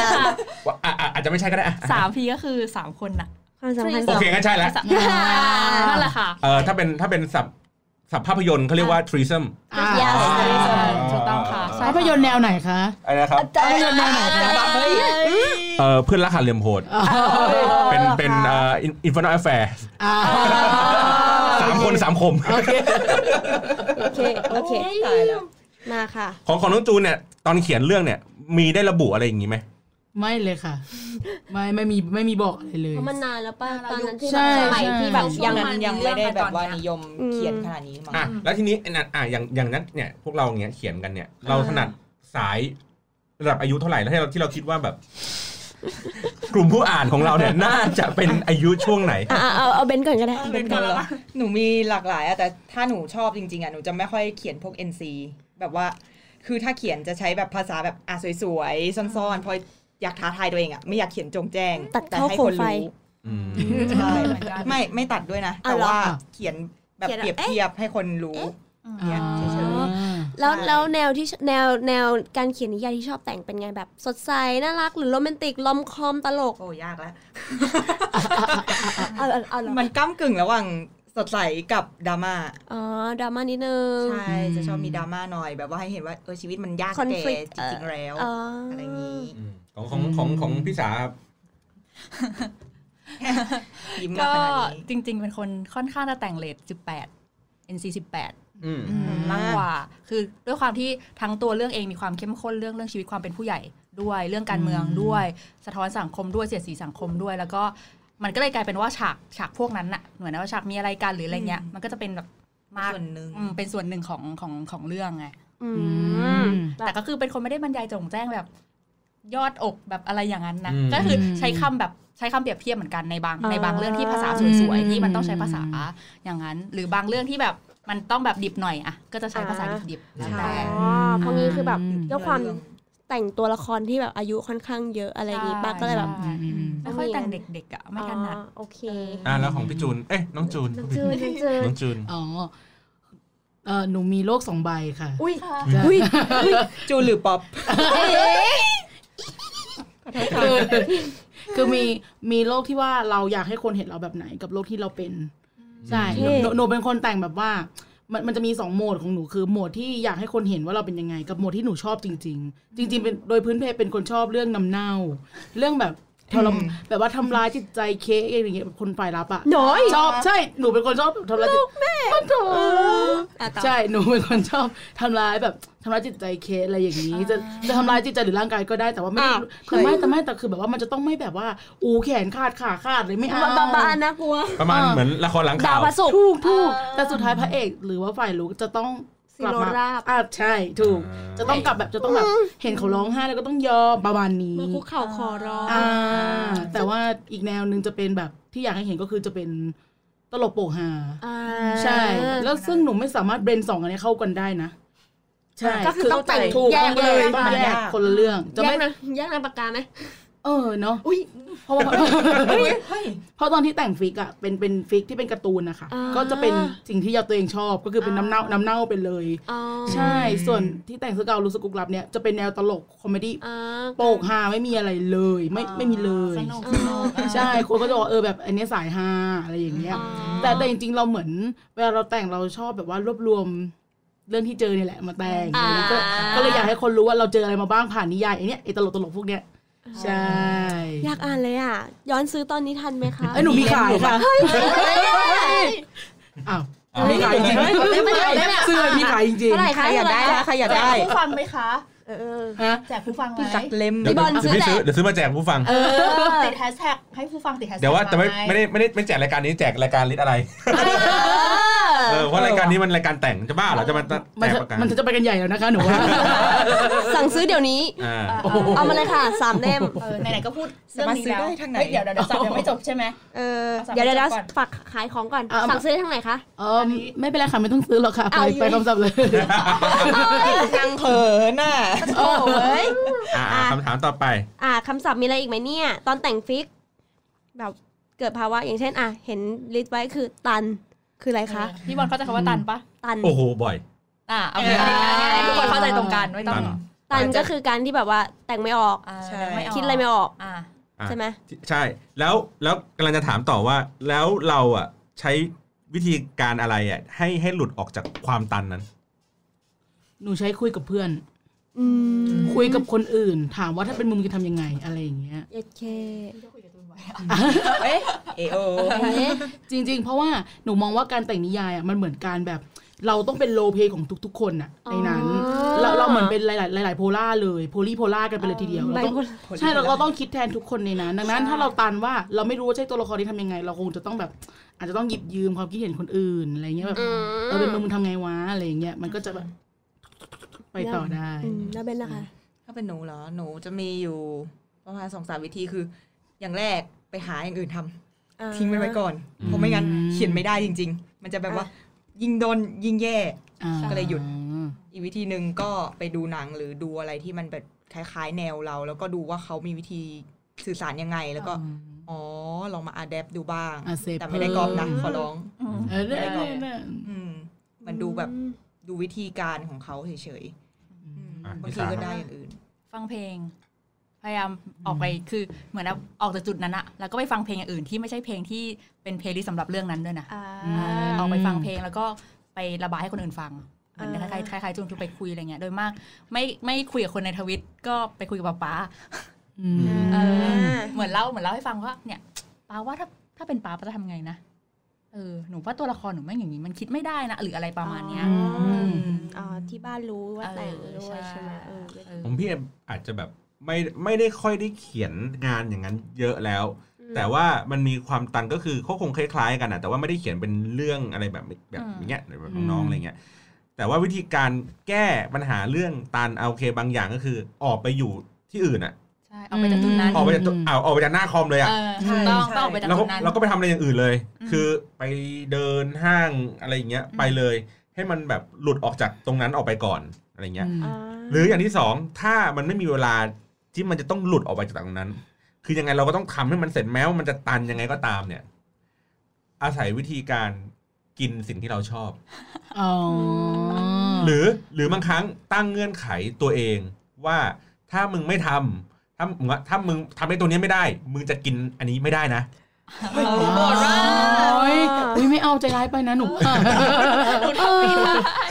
[SPEAKER 5] ลยค่ะ
[SPEAKER 1] ว่าอ่ะอ่ะอาจจะไม่ใช่ก็ได้อ่ะ
[SPEAKER 5] สามพีก็คือสามคนน่ะ
[SPEAKER 2] ความสัมพันธ์
[SPEAKER 1] โอเคงั้นใช่แล้ว
[SPEAKER 5] สามนั่นแหละค่ะ
[SPEAKER 1] เอ่อถ้าเป็นถ้าเป็นศัพท์ศัพท์ภาพยนตร์เขาเรียกว่า threesome
[SPEAKER 4] อ่า
[SPEAKER 2] ยาว
[SPEAKER 1] อ่า
[SPEAKER 5] ถูกต้องค่ะใช่
[SPEAKER 4] ภาพยนตร์แนวไหนคะ
[SPEAKER 1] อะไรนะครับ
[SPEAKER 6] ใจเย็นๆเฮ้ย
[SPEAKER 1] เอ่อเพื่อนรักหันเหลี่ยมโหด เป็นเป็นเอ่ออินฟานอลแฟร์
[SPEAKER 4] อ่า
[SPEAKER 1] สามคนสามคม
[SPEAKER 4] โอเค
[SPEAKER 2] โอเค โอเค
[SPEAKER 6] ตายแล้ว
[SPEAKER 2] มาค่ะ
[SPEAKER 1] ของของน้องจูนเนี่ย ตอนเขียนเรื่องเนี่ย มีได้ระบุอะไรอย่างงี้ไหม
[SPEAKER 4] ไม่เลยค่ะ ไม่ไม่มีไม่มีบอกอะไรเลย
[SPEAKER 2] เพราะมันนานแล้วป่ะตอนนั้นที่
[SPEAKER 4] ใช่
[SPEAKER 2] แบบสมัยที่แบบ
[SPEAKER 6] ยั
[SPEAKER 2] ยัง ง
[SPEAKER 6] ยังไม่ได้แบบว่านิยมเขียนขนาดนี้มั้ง
[SPEAKER 1] อ่ะ แล้วทีนี้ไอ้นั่นอ่ะอย่างอย่างนั้นเนี่ย พวกเราเนี่ยเขียนกันเนี่ย เราถนัดสายระดับอายุเท่าไหร่ แล้วที่เราที่เราคิดว่าแบบ กลุ่มผู้อ่านของเราเนี่ย น่าจะเป็นอายุช่วงไหน
[SPEAKER 2] อ่ะอ่ะเอาเอาเบนซ์ก่อนก็ได้
[SPEAKER 6] เป็นกันแล้วหนูมีหลากหลายอะแต่ถ้าหนูชอบจริงๆอะหนูจะไม่ค่อยเขียนพวก NC แบบว่า คือถ้าเขียนจะใช้แบบภาษาแบบอ่ะสวยๆซ่อนๆเพราะอยากท้าทายตัวเองอะไม่อยากเขียนจงแจ้ง
[SPEAKER 2] ตัด
[SPEAKER 6] แต่
[SPEAKER 2] เข้า
[SPEAKER 6] ให้
[SPEAKER 2] โค
[SPEAKER 6] ค
[SPEAKER 2] ม
[SPEAKER 6] น
[SPEAKER 2] ไฟ
[SPEAKER 6] รู้
[SPEAKER 1] อืม
[SPEAKER 6] ใช่
[SPEAKER 5] เหมือนกัน
[SPEAKER 6] ไม่ไม่ตัดด้วยนะ
[SPEAKER 2] อ้า
[SPEAKER 6] แต่
[SPEAKER 2] วเหรอ
[SPEAKER 6] ว่าเขียนแบบเปรียบเทียบให้คนรู้
[SPEAKER 5] อืม
[SPEAKER 6] เฉย
[SPEAKER 2] แล้ว
[SPEAKER 6] ใช่
[SPEAKER 2] แล้วแนวที่ชแนวแนวการเขียนนิยายที่ชอบแต่งเป็นไงแบบ สดใส น่ารักหรือโรแมนติกลอมคอมตลก
[SPEAKER 6] โอ้ยากแล้ว
[SPEAKER 2] เอาเอาเอาเหรอ
[SPEAKER 6] มันก้ากึ่งระหว่างสดใสกับดราม่า
[SPEAKER 2] อ๋อดราม่านิดนึง
[SPEAKER 6] ใช่ จะชอบมีดราม่าหน่อย แบบว่าให้เห็นว่าเออชีวิตมันยากแต่
[SPEAKER 2] Conflict
[SPEAKER 6] จริงๆแล้ว
[SPEAKER 2] อ๋ออ
[SPEAKER 6] อะไรอย่างนี้
[SPEAKER 1] อืมของของของของพี่สาครับ
[SPEAKER 6] ยิ้มมา
[SPEAKER 5] ก็
[SPEAKER 6] ขนาดนี้
[SPEAKER 5] จริง ๆ เป็นคนค่อนข้างจะแต่งเลท18 NC
[SPEAKER 1] อืม
[SPEAKER 6] ม
[SPEAKER 5] 18มากกว่า คือด้วยความที่ทั้งตัวเรื่องเองมีความเข้มข้นเรื่องเรื่องชีวิตความเป็นผู้ใหญ่ด้วย เรื่องการเมืองด้วย สะท้อนสังคมด้วยเสียดสีสังคมด้วย แล้วก็มันก็เลยกลายเป็นว่าฉากฉากพวกนั้นน่ะเหมือนว่าฉากมีอะไรกันหรืออะไรเงี้ย
[SPEAKER 6] อืม
[SPEAKER 5] มันก็จะเป็นแบบมาก
[SPEAKER 6] ส่วนหนึ่ง
[SPEAKER 5] อืมเป็นส่วนหนึ่งของของของเรื่องไง
[SPEAKER 2] อืม
[SPEAKER 4] ม
[SPEAKER 5] แต่ก็คือเป็นคนไม่ได้บรรยายจงแจ้งแบบ ยอดอกแบบอะไรอย่างนั้นนะ
[SPEAKER 1] อืม
[SPEAKER 5] ก็คือใช้คำแบบใช้คำเปรียบเทียบเหมือนกันในบาง
[SPEAKER 2] อ่า
[SPEAKER 5] ในบางเรื่องที่ภาษาสวยๆที่มันต้องใช้ภาษาอย่างนั้น หรือบางเรื่องที่แบบมันต้องแบบดิบหน่อยอะก็จะใช้ภาษาดิบๆแล้วแต่
[SPEAKER 6] ใช่
[SPEAKER 2] อ๋อเพราะงี้คือแบบ
[SPEAKER 4] อืม
[SPEAKER 2] ด้วยความแต่งตัวละครที่แบบอายุค่อนข้างเยอะอะไรอย่างงี้ป้าก็เลยแบบ
[SPEAKER 5] ใช่ ไม่ค่อยแต่งเด็กๆอะไม่ถนัด
[SPEAKER 2] อ๋อโอเค
[SPEAKER 1] อ่าแล้วของพี่จูน เอ้ยน้องจูน
[SPEAKER 2] น้องจูนน้องจูน
[SPEAKER 1] น้องจูน
[SPEAKER 4] อ๋อเออหนูมีโรคสองใบค่ะ
[SPEAKER 6] อุ้ย
[SPEAKER 4] จ้ะ
[SPEAKER 2] อุ้ย
[SPEAKER 6] จูหรือป๊อป
[SPEAKER 4] คือคือมีมีโรคที่ว่าเราอยากให้คนเห็นเราแบบไหนกับโรคที่เราเป็น ใช่หนูหนูหนูเป็นคนแต่งแบบว่า มันมันจะมีสองโหมดของหนูคือโหมดที่อยากให้คนเห็นว่าเราเป็นยังไง กับโหมดที่หนูชอบจริง ๆ จริง ๆ เป็นโดยพื้นเพเป็นคนชอบเรื่องน้ำเน่า เรื่องแบบทรม
[SPEAKER 6] อืม
[SPEAKER 4] แบบว่าทำร้ายจิตใจเค้กอะไรอย่างเงี้ยแบบคนฝ่ายรับอะ
[SPEAKER 2] น้อย
[SPEAKER 4] ชอบใช่หนูเป็นคนชอบแบบทำร้ายจิตมันโถ
[SPEAKER 2] อ่ะต่อ
[SPEAKER 4] ใช่หนูเป็นคนชอบทำร้ายแบบทำร้ายจิตใจเคสอะไรอย่างนี้ จะจะทำร้ายจิตใจหรือร่างกายก็ได้แต่ว่าไม่ได้คือไม่แต่ไม่แต่คือแบบว่ามันจะต้องไม่แบบว่า อูแขนขาดขาขาดเลยไม่เอา
[SPEAKER 2] บ้าบ้าๆน่ากลัว
[SPEAKER 1] ประมาณเหมือนละครหลัง
[SPEAKER 2] ดา
[SPEAKER 1] ข่าว ว
[SPEAKER 2] พระศุกร์
[SPEAKER 4] ถูกถูกแต่สุดท้ายพระเอก หรือว่าฝ่ายรู้จะต้องกลับ
[SPEAKER 2] สิโร
[SPEAKER 4] มา
[SPEAKER 2] ราบ
[SPEAKER 4] อ่ะใช่ถูก
[SPEAKER 1] อ่า
[SPEAKER 4] จะต้องกลับแบบจะต้องแบบเห็นเขาร้องไห้แล้วก็ต้องยอมประมาณนี้
[SPEAKER 2] มาคุกเข่าขอร้อง
[SPEAKER 4] อ่า แต่ว่าอีกแนวหนึ่งจะเป็นแบบที่อยากให้เห็นก็คือจะเป็นตลกโปกฮา
[SPEAKER 2] อ่า
[SPEAKER 4] ใช่ แล้วซึ่งหนูไม่สามารถเบรนสองอันนี้เข้ากันได้นะ ใช่
[SPEAKER 2] ก็คือต้องแต่ง
[SPEAKER 4] ถูก
[SPEAKER 2] แยก
[SPEAKER 4] ต้อง
[SPEAKER 2] เลย
[SPEAKER 4] ต้องแยกคนละเรื่อง จะ
[SPEAKER 2] แย
[SPEAKER 4] ไม่
[SPEAKER 2] กนางแยกนางปากกาไหม
[SPEAKER 4] เออเนาะอุ้ยเพราะว่า
[SPEAKER 6] เฮ้ย
[SPEAKER 4] เพราะตอนที่แต่งฟิกอะเป็นเป็นฟิกที่เป็นการ์ตูนนะคะ
[SPEAKER 2] อ่า
[SPEAKER 4] ก็จะเป็นสิ่งที่เราตัวเองชอบก็คือเป็น
[SPEAKER 2] อ่า
[SPEAKER 4] น้ำเน่าน้ำเน่าไปเลย
[SPEAKER 2] อ๋อ
[SPEAKER 4] ใช่ ส่วนที่แต่งสเกาลูสกุกลับเนี่ยจะเป็นแนวตลกคอมเมดี้
[SPEAKER 2] อ่า
[SPEAKER 4] โปกฮาไม่มีอะไรเลย ไม่ไม่มีเลย
[SPEAKER 5] สนุก
[SPEAKER 2] เอ
[SPEAKER 5] ส
[SPEAKER 2] อ
[SPEAKER 5] นุก
[SPEAKER 4] ใช่คนก็จะบอกเออแบบอันเนี้ยสายฮาอะไรอย่างเงี้ย
[SPEAKER 2] อ๋อ
[SPEAKER 4] แต่แต่จริงๆเราเหมือน เวลาเราแต่งเราชอบแบบว่ารวบรวมเรื่องที่เจอเนี่ยแหละมาแต่ง
[SPEAKER 2] อ่า
[SPEAKER 4] ก็ก็เลยอยากให้คนรู้ว่าเราเจออะไรมาบ้างผ่านนิยายไอเนี้ยไอตลกตลกๆพวกเนี้ยใช่
[SPEAKER 2] อยากอ่านเลยอ่ะ ย้อนซื้อตอนนี้ทันไหมคะ
[SPEAKER 4] ไอยหนูมีขายค่ะอ้าว
[SPEAKER 1] อ้าว
[SPEAKER 4] มีขายจริงๆ
[SPEAKER 2] เล่มอะไร
[SPEAKER 4] ไม่เสื้อมีขายจริง
[SPEAKER 2] เท่าไหร่
[SPEAKER 6] ใค
[SPEAKER 2] คะ
[SPEAKER 6] รอยากได้
[SPEAKER 2] เท่หร่
[SPEAKER 6] ละ
[SPEAKER 2] คะ
[SPEAKER 6] ใครอยากได้
[SPEAKER 5] ผู้ฟังไหมคะเออ
[SPEAKER 4] ๆฮะ
[SPEAKER 5] แจกผู้ฟังไหม
[SPEAKER 6] สักเล่ม
[SPEAKER 2] พี่บอล
[SPEAKER 1] เดี๋ยวไม่ซื้อเดี๋ยวซื้อมาแจกผู้ฟัง
[SPEAKER 5] เออติดแฮชแท็กให้ผู้ฟังติดแฮชแท็ก
[SPEAKER 1] เดี๋ยวว่าแต่ไม่
[SPEAKER 5] ห
[SPEAKER 1] ไม่ได้ไม่ได้ไม่แจกรายการนี้แจกรายการลิสอะไรเออเพราะรายการนี้มันรายการแต่งจะบ้าเหรอจะมาแจก
[SPEAKER 4] มันจะ
[SPEAKER 1] ประกัน
[SPEAKER 4] มันจะไปกันใหญ่แล้วนะคะหนูว่า
[SPEAKER 2] สั่งซื้อเดี๋ยวนี้
[SPEAKER 1] อ่า
[SPEAKER 4] โอ้โห
[SPEAKER 2] เอามาเลยค่ะสามเล่ม
[SPEAKER 5] เออไหนๆก็พูด
[SPEAKER 6] สามารถ
[SPEAKER 5] เรื่องนี้
[SPEAKER 6] ซื้อ
[SPEAKER 5] แล้ว
[SPEAKER 6] ได้ทางไหน
[SPEAKER 5] เฮ้ยเดี๋ยวเดี๋ยวเดี๋ยวสับยังไม่จบใช่ไหม
[SPEAKER 2] เออ
[SPEAKER 5] เอาสั่ง
[SPEAKER 2] เดี๋ยวเดี๋ยว
[SPEAKER 5] ไป
[SPEAKER 2] เดี๋ยว
[SPEAKER 5] ก่อน
[SPEAKER 2] ฝากขายของก่อน
[SPEAKER 4] เอามา
[SPEAKER 2] สั่งซื้อได้ทางไหนคะ
[SPEAKER 4] เออไม่เป็นไรค่ะไม่ต้องซื้อหรอกค่ะ ไป
[SPEAKER 2] เอาอยู่
[SPEAKER 4] ไปคำศัพท์เลย
[SPEAKER 6] นางเขินน่ะ
[SPEAKER 2] โอ้ย
[SPEAKER 1] อ่าอ่าคำถามต่อไป
[SPEAKER 2] อ่าคำศัพท์มีอะไรอีกไหมเนี่ย ตอนแต่งฟิก แบบเกิดภาวะอย่างเช่น อ่ะ เห็นลิสต์ไว้คือตันคืออะไรคะ
[SPEAKER 5] พี่บอลเข้าใจคำว่าตันปะ
[SPEAKER 2] ตัน
[SPEAKER 1] โอ้โหบ่อย
[SPEAKER 5] อ่าเอาไปทุกคนเข้าใจตรงกันไม่ต้อง
[SPEAKER 1] ตัน
[SPEAKER 2] ตันก็คือการที่แบบว่าแต่งไม่ออก
[SPEAKER 5] อ่าม่เา
[SPEAKER 2] คิดอะไรไม่ออก
[SPEAKER 5] อ่า
[SPEAKER 1] อ่ะ
[SPEAKER 2] ใช่ไหม
[SPEAKER 1] ใช่ แล้วแล้วกำลังจะถามต่อว่า แล้วเราอ่ะใช้วิธีการอะไรอ่ะให้ให้หลุดออกจากความตันนั้น
[SPEAKER 4] หนูใช้คุยกับเพื่อน
[SPEAKER 2] อืม
[SPEAKER 4] คุยกับคนอื่น ถามว่าถ้าเป็นมุมจะทำยังไงอะไรอย่างเงี้ย
[SPEAKER 2] โอเค
[SPEAKER 6] เอ๊ะเอโอ
[SPEAKER 2] เอ๊ะ
[SPEAKER 4] จริง ๆ เพราะว่าหนูมองว่าการแต่งนิยายอ่ะมันเหมือนการแบบ เราต้องเป็นโลเพของทุก ๆ คนอ่ะในนั้นเราเราเหมือนเป็นหลายๆหลาย ๆ โพล่าเลย โพลีโพล่ากันไปเลยทีเดียว
[SPEAKER 2] ใบ
[SPEAKER 4] เราต้อง
[SPEAKER 2] บุญ
[SPEAKER 4] ใช่เราเราต้องคิดแทนทุกคนในนั้นดังนั้น ถ้าเราตันว่าเราไม่รู้ว่าใช่ตัวละครที่ทำยังไง เราคงจะต้องแบบ อาจจะต้องหยิบยืมความคิดเห็นคนอื่นอะไรเงี้ยแบบ
[SPEAKER 2] อื
[SPEAKER 4] เออเป็นมึงมึงทำไงวะอะไรเงี้ยมันก็จะแบบไปต่อได้
[SPEAKER 2] อืมแล้วเบนนะคะ
[SPEAKER 6] ถ้าเป็นหนูเหรอ หนูจะมีอยู่ประมาณสองสามวิธีคือ อย่างแรกไปหาอย่างอื่นทำทิ้งไว้ไว้ก่อน
[SPEAKER 1] อืม
[SPEAKER 6] เพราะไม่งั้นเขียนไม่ได้จริง ๆ มันจะแบบว่า ยิ่งโดนยิ่งแย่
[SPEAKER 4] อ่า
[SPEAKER 6] ก็เลยหยุด อีกวิธีหนึ่งก็ไปดูหนังหรือดูอะไรที่มันแบบคล้าย ๆ แนวเรา แล้วก็ดูว่าเขามีวิธีสื่อสารยังไงแล้วก็
[SPEAKER 4] อืม
[SPEAKER 6] อ๋อ ลองมาอัดแอปดูบ้าง
[SPEAKER 4] อ่ะเซฟ
[SPEAKER 6] แต่ไม่ได้กรอบนะ ขอร้อง
[SPEAKER 4] เออได้ได้ได้
[SPEAKER 6] อืม มันดูแบบดูวิธีการของเขาเฉยๆอืม
[SPEAKER 1] อ่ะ
[SPEAKER 6] บาง
[SPEAKER 1] ที่สา
[SPEAKER 6] ที
[SPEAKER 1] ม
[SPEAKER 6] ก็ได้อย่างอื่น
[SPEAKER 5] ฟังเพลง พยายามออกไปคือเหมือนเอาออกจากจุดนั้นอะแล้วก็ไปฟังเพลงอย่างอื่นที่ไม่ใช่เพลงที่เป็นเพลงที่สำหรับเรื่องนั้นด้วยนะ
[SPEAKER 4] อื
[SPEAKER 5] อ่าม ออกไปฟังเพลงแล้วก็ไประบายให้คนอื่นฟังเหมือนคล้ายๆคล้ายๆจูนคือไปคุยอะไรเงี้ยโดยมาก ไม่ไม่คุยกับคนในทวิตก็ไปคุยกับป๊าป๊า
[SPEAKER 4] อืม
[SPEAKER 5] เออเหมือนเล่าเหมือนเล่าให้ฟังว่าเนี่ยป๊าว่าถ้าถ้าเป็นป๊าป๊าจะทำไงนะเออหนูว่าตัวละครหนูแม่งอย่างนี้มันคิดไม่ได้นะหรืออะไรประมาณเนี้ย
[SPEAKER 2] อ๋อ
[SPEAKER 4] อืม
[SPEAKER 2] อ๋อที่บ้านรู้ว่าแต่งด้ว
[SPEAKER 5] เอย อใช่
[SPEAKER 2] ใช่ไหมเออเบน
[SPEAKER 5] เออ
[SPEAKER 1] ผมพี่อาจจะแบบไม่ไม่ได้ค่อยได้เขียนงานอย่างนั้นเยอะแล้ว แต่ว่ามันมีความตันก็คือเขาคงคล้ายๆกันนะแต่ว่าไม่ได้เขียนเป็นเรื่องอะไรแบบแบบ
[SPEAKER 5] อืม
[SPEAKER 1] อย่างเงี้ยหรือแบบ
[SPEAKER 4] อืม
[SPEAKER 1] น้องๆอะไรเงี้ยแต่ว่าวิธีการแก้ปัญหาเรื่องตันเอาโอเคบางอย่างก็คือ ออกไปอยู่ที่อื่นอ่ะ
[SPEAKER 5] ใช่เอาไปจากจุดนั้น
[SPEAKER 1] ออกไปจากตัวอ้าวออกไปจากหน้าคอมเลยอ่ะ
[SPEAKER 5] เออถูกต้อง
[SPEAKER 6] ใช่
[SPEAKER 5] ต้องออกไปจาก
[SPEAKER 1] เรา
[SPEAKER 5] จุ
[SPEAKER 1] ก็
[SPEAKER 5] ดนั้น
[SPEAKER 1] เราก็ไปทำอะไรอย่างอื่นเลย
[SPEAKER 5] อืม
[SPEAKER 1] คือไปเดินห้างอะไรอย่างเงี้ย
[SPEAKER 5] อืม
[SPEAKER 1] ไปเลย ให้มันแบบหลุดออกจากตรงนั้นออกไปก่อนอะไรเงี้ย
[SPEAKER 4] อืม
[SPEAKER 2] อ่า
[SPEAKER 1] หรืออย่างที่สองถ้ามันไม่มีเวลาที่มันจะต้องหลุดออกไปจากตรงนั้น คือยังไงเราก็ต้องทำให้มันเสร็จแม้ว่ามันจะตันยังไงก็ตามเนี่ย อาศัยวิธีการกินสิ่งที่เราชอบ
[SPEAKER 4] อ๋อ
[SPEAKER 1] หรือหรือบางครั้งตั้งเงื่อนไขตัวเองว่าถ้ามึงไม่ทำถ้ามึงว่าถ้ามึงทำไอ้ตัวเนี้ยไม่ได้ มึงจะกินอันนี้ไม่ได้นะ
[SPEAKER 4] โอ้ยอุ๊ยไม่เอาใจร้ายไปนะหนู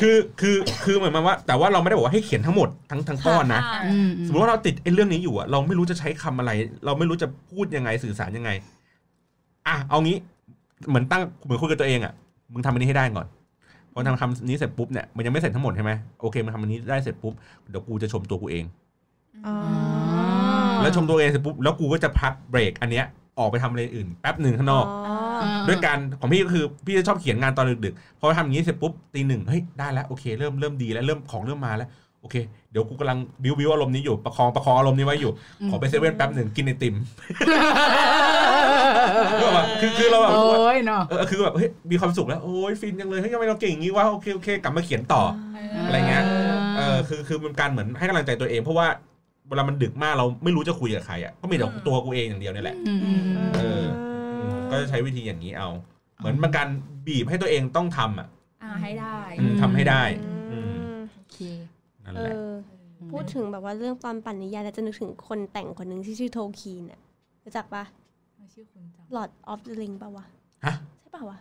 [SPEAKER 1] คือคือคือเหมือนมันว่า แต่ว่าเราไม่ได้บอกว่าให้เขียนทั้งหมดทั้งทั้งก้อนนะ
[SPEAKER 5] ค่ะ
[SPEAKER 4] อืม
[SPEAKER 1] สมมติว่าเราติดไอ้เรื่องนี้อยู่อะเราไม่รู้จะใช้คำอะไร เราไม่รู้จะพูดยังไงสื่อสารยังไง อ่ะเอางี้ เหมือนตั้งเหมือนคุยกับตัวเองอะมึงทำอันนี้ให้ได้ก่อนพอทำคำนี้เสร็จปุ๊บเนี่ยมันยังไม่เสร็จทั้งหมดใช่ไหมโอเคมึงทำอันนี้ได้เสร็จปุ๊บเดี๋ยวกูจะชมตัวกูเอง
[SPEAKER 2] อ๋อ
[SPEAKER 1] แล้วชมตัวเองเสร็จปุ๊บแล้วกูก็จะพักเบรกอันเนี้ยออกไปทำอะไรอื่นแป๊บหนึ่งข้างนอก
[SPEAKER 4] อ่า
[SPEAKER 1] ด้วยการของพี่ก็คือพี่จะชอบเขียนงานตอนดึกๆพอทำอย่างนี้เสร็จปุ๊บตีหนึ่งเฮ้ยได้แล้วโอเคเริ่มเริ่มดีแล้วเริ่มของเริ่มมาแล้วโอเค เดี๋ยวกูกำลังบิวบิวอารมณ์นี้อยู่ประคองประคองอารมณ์นี้ไว้อยู่
[SPEAKER 4] อืม
[SPEAKER 1] ขอไปเซเว่นแป๊บหนึ่งกินไอติมก็แบบคือคือเราแบบ
[SPEAKER 4] โอ้ยเนาะ
[SPEAKER 1] เออคือแบบเฮ้ยมีความสุขแล้วโอ้ยฟินจังเลยเฮ้ยทำไมเราเก่งอย่างนี้วะโอเคโอเคกลับมาเขียนต่อ อะไรเงี้ย เออคือคือเป็นการเหมือนให้กำลังใจตัวเอง เพราะว่า เวลามันดึกมากเราไม่รู้จะคุยกับใครอ่ะก็มีแต่
[SPEAKER 5] อืม
[SPEAKER 1] ตัวกูเองอย่างเดียวเนี่ยแหละ
[SPEAKER 5] อืม
[SPEAKER 1] เออ ก็จะใช้วิธีอย่างนี้เอา เหมือนมันการบีบให้ตัวเองต้องทำอ่ะ
[SPEAKER 5] อ่าให้ได้
[SPEAKER 1] อืมทำให้ได้ อืม
[SPEAKER 5] โอเค
[SPEAKER 1] นั่น
[SPEAKER 2] เอ
[SPEAKER 1] แหละ
[SPEAKER 2] อ พูดถึงแบบว่าเรื่องตอนปั่นนิยายแล้วจะนึกถึงคนแต่งคนหนึ่งที่ชื่อโทคีนน่ะรู้จักปะ
[SPEAKER 5] ไม่ชื่อคุณจัง
[SPEAKER 2] Lord of the Ring ปะวะ
[SPEAKER 1] ฮะ
[SPEAKER 2] ใช่ปะวะ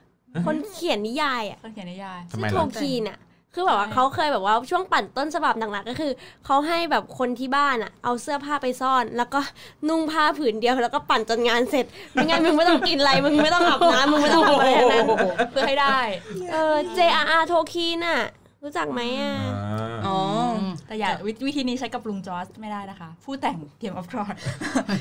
[SPEAKER 2] คนเขียนนิยายอ่ะ
[SPEAKER 5] คนเขียนนิยาย
[SPEAKER 1] ทำ
[SPEAKER 2] ชื่
[SPEAKER 1] ไม
[SPEAKER 2] อโท
[SPEAKER 1] ล่ะ
[SPEAKER 2] คีนอ่ะ คือแบบว่า
[SPEAKER 5] ใช่
[SPEAKER 2] เขาเคยแบบว่าช่วงปั่นต้นฉบับหนักๆก็คือ เขาให้แบบคนที่บ้านอ่ะ เอาเสื้อผ้าไปซ่อน แล้วก็นุ่งผ้าผืนเดียวแล้วก็ปั่นจนงานเสร็จ ไม่งั้นมึงไม่ต้องกินอะไร มึงไม่ต้องอาบน้ำมึงไม่ต้องทำอะไรทั้งนั้น
[SPEAKER 5] เพื่อให้ได้
[SPEAKER 2] เออ JRR โทคีนอ่ะ รู้จักไหมอ่ะ
[SPEAKER 6] อ๋อ
[SPEAKER 5] แต่อย่าวิวิธีนี้ใช้กับลุงจอร์จไม่ได้นะคะ ผู้แต่งเกมออฟทร อน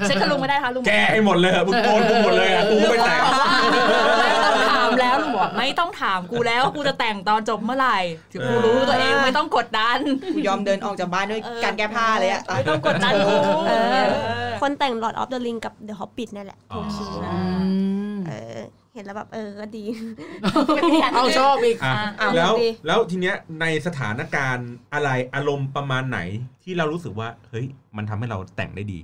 [SPEAKER 5] ใช้กับลุงไม่ได้นะคะลุง
[SPEAKER 1] แกให้หมดเลยอะมึงโกนกูหมดเลยอะกูไม่แต่ง
[SPEAKER 5] ไม่ต้องถามแล้วลุงบอกไม่ต้องถามกูแล้วกูจะแต่งตอนจบเมื่อไหร่ถึงกูรู้ตัวเองไม่ต้องกดดัน
[SPEAKER 6] กูยอมเดินออกจากบ้านด้วย
[SPEAKER 5] เออ
[SPEAKER 6] การแก้ผ้าเลยอะ
[SPEAKER 5] ไม่ต้องกดดันกู
[SPEAKER 2] เออ
[SPEAKER 5] เออ
[SPEAKER 2] คนแต่ง Lord of the Ring กับ The Hobbit นั่นแหละโทคีน
[SPEAKER 4] อืม
[SPEAKER 2] เออ เห็นแล้วแบบเออก็ดี
[SPEAKER 4] เอาชอบอีก
[SPEAKER 1] อ่ะ
[SPEAKER 2] อ่ะ
[SPEAKER 1] แล้ว
[SPEAKER 2] ดี
[SPEAKER 1] แล้วทีเนี้ยในสถานการณ์อะไรอารมณ์ประมาณไหนที่เรารู้สึกว่า เฮ้ย มันทำให้เราแต่งได้ดี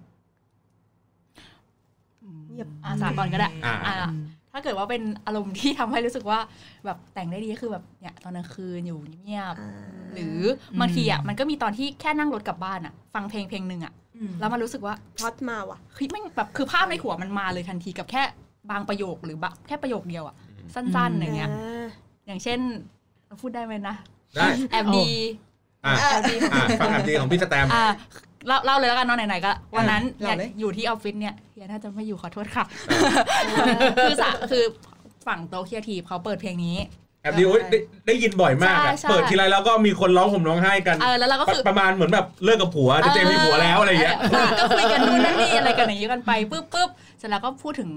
[SPEAKER 5] อ่ะสามก่อนก็ได้
[SPEAKER 1] อ่า
[SPEAKER 5] อ่ะถ้าเกิดว่าเป็นอารมณ์ที่ทำให้รู้สึกว่าแบบแต่งได้ดีก็คือแบบเนี่ยตอนกลางคืนอยู่เงียบ
[SPEAKER 2] อ่า
[SPEAKER 5] ๆหรือบางทีอ่ะมันก็มีตอนที่แค่นั่งรถกลับบ้านอ่ะ ฟังเพลงเพลงหนึ่งอ่ะแล้วมันรู้สึกว่า
[SPEAKER 2] พล็อดมาว่ะ
[SPEAKER 5] เฮ้ยแม่งแบบคือภาพในหัวมันมาเลยทันทีกับแค่บางประโยคหรือแบบแค่ประโยคเดียวอ่ะสั้นๆอย่างเงี้ย อย่างเช่นพูดได้ไหมนะ
[SPEAKER 1] ได้
[SPEAKER 5] แอบดี
[SPEAKER 1] อ่ะอ่ะฟังอันดีของพี่สแตม
[SPEAKER 5] อ่ะเล่าเล่าเลยแล้วกันเนอนไหนๆก็วันนั้น
[SPEAKER 6] เล่าเลย
[SPEAKER 5] อยู่ที่ออฟฟิศเนี่ยเฮียน่าจะไม่อยู่ขอโทษค่ะ คือสะคือฝั่งโตเคียทีฟเขาเปิดเพลงนี้
[SPEAKER 1] แอบดีโอ้ยได้ได้ยินบ่อยมากอะ
[SPEAKER 5] ใช่ใช่
[SPEAKER 1] เปิดทีไรแล้วก็มีคนร้องห่มร้องไห้กัน
[SPEAKER 5] เออแล้วเราก็
[SPEAKER 1] ป
[SPEAKER 5] คือ
[SPEAKER 1] ระประมาณเหมือนแบบเลิกกับผัวจะเจมีผัวแล้วอะไรอย่างเงี้ย
[SPEAKER 5] ออก็คุยกันนู่นนั่นนี่อะไรกันอย่างนี้กันไปปุ๊บปุ๊บเสร็จแล้วก็พูดถึง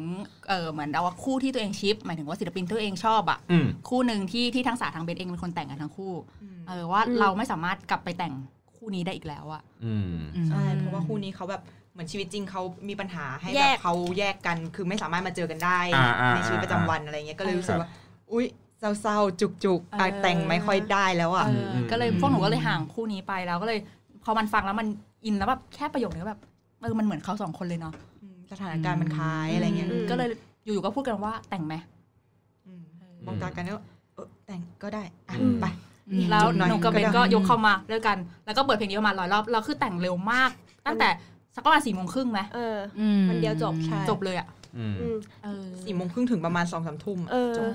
[SPEAKER 5] เออเหมือนเราว่าคู่ที่ตัวเองชิป หมายถึงว่าศิลปินที่ตัวเองชอบอ่ะ
[SPEAKER 1] อืม
[SPEAKER 5] คู่หนึ่งที่ที่ทั้งสาทั้งเบนเองเป็นคนแต่งกันทั้งคู่เอ
[SPEAKER 6] เออ
[SPEAKER 5] อว่า
[SPEAKER 2] อืม
[SPEAKER 5] เราไม่สามารถกลับไปแต่งคู่นี้ได้อีกแล้วอ่ะ
[SPEAKER 1] อืม
[SPEAKER 6] ใช่เพราะว่าคู่นี้เขาแบบเหมือนชีวิตจริงเขามีปัญหาให้
[SPEAKER 2] แย
[SPEAKER 6] แบ
[SPEAKER 2] ก
[SPEAKER 6] บเขาแยกกันคือไม่สามารถมาเจอกันได้
[SPEAKER 1] อ่าอ่า
[SPEAKER 6] ในชีวิตประจำวันอะไรเงี้ยก็เลยรู้สึกว่า อุ๊ยเศร้าๆจุกๆอ่ะ
[SPEAKER 5] เออ
[SPEAKER 6] แต่งไม่ค่อยได้แล้วอ่ะ
[SPEAKER 5] เอออ
[SPEAKER 1] ม
[SPEAKER 5] ก็เลย
[SPEAKER 1] อืม
[SPEAKER 5] พวกหนูก็เลยห่างคู่นี้ไปแล้วก็เลยพอมันฟังแล้วมันอินแล้วแบบแค่ประโยคนี้ก็แบบเออมันเหมือนเขาสองคนเลยเนาะ
[SPEAKER 6] สถานการณ์มันคล้ายอะไรเงี้ย
[SPEAKER 2] อืม
[SPEAKER 5] ก็เลยอยู่ๆก็พูดกันว่าแต่งไหม
[SPEAKER 6] อืมมองตากันแล้วเออแต่งก็ได้อ่ะ
[SPEAKER 1] อืม
[SPEAKER 6] ไป
[SPEAKER 5] แล้ว
[SPEAKER 6] จุดหน่อย
[SPEAKER 5] หนูกับเบน
[SPEAKER 6] ก็ได้
[SPEAKER 5] ก็ยกเข้ามาด้วยกัน แล้วก็เปิดเพลงนี้ประมาณร้อยรอบแล้วคือแต่งเร็วมาก ตั้งแต่สักประมาณสี่โมงครึ่งไหม
[SPEAKER 2] เออ
[SPEAKER 4] มั
[SPEAKER 2] มันเดียวจบใช่
[SPEAKER 5] จบเลยอ่ะ
[SPEAKER 1] อืม
[SPEAKER 2] อืม
[SPEAKER 5] เออ
[SPEAKER 6] สี่โมงครึ่งถึงประมาณสองสามทุ่ม
[SPEAKER 2] เออ
[SPEAKER 5] จบ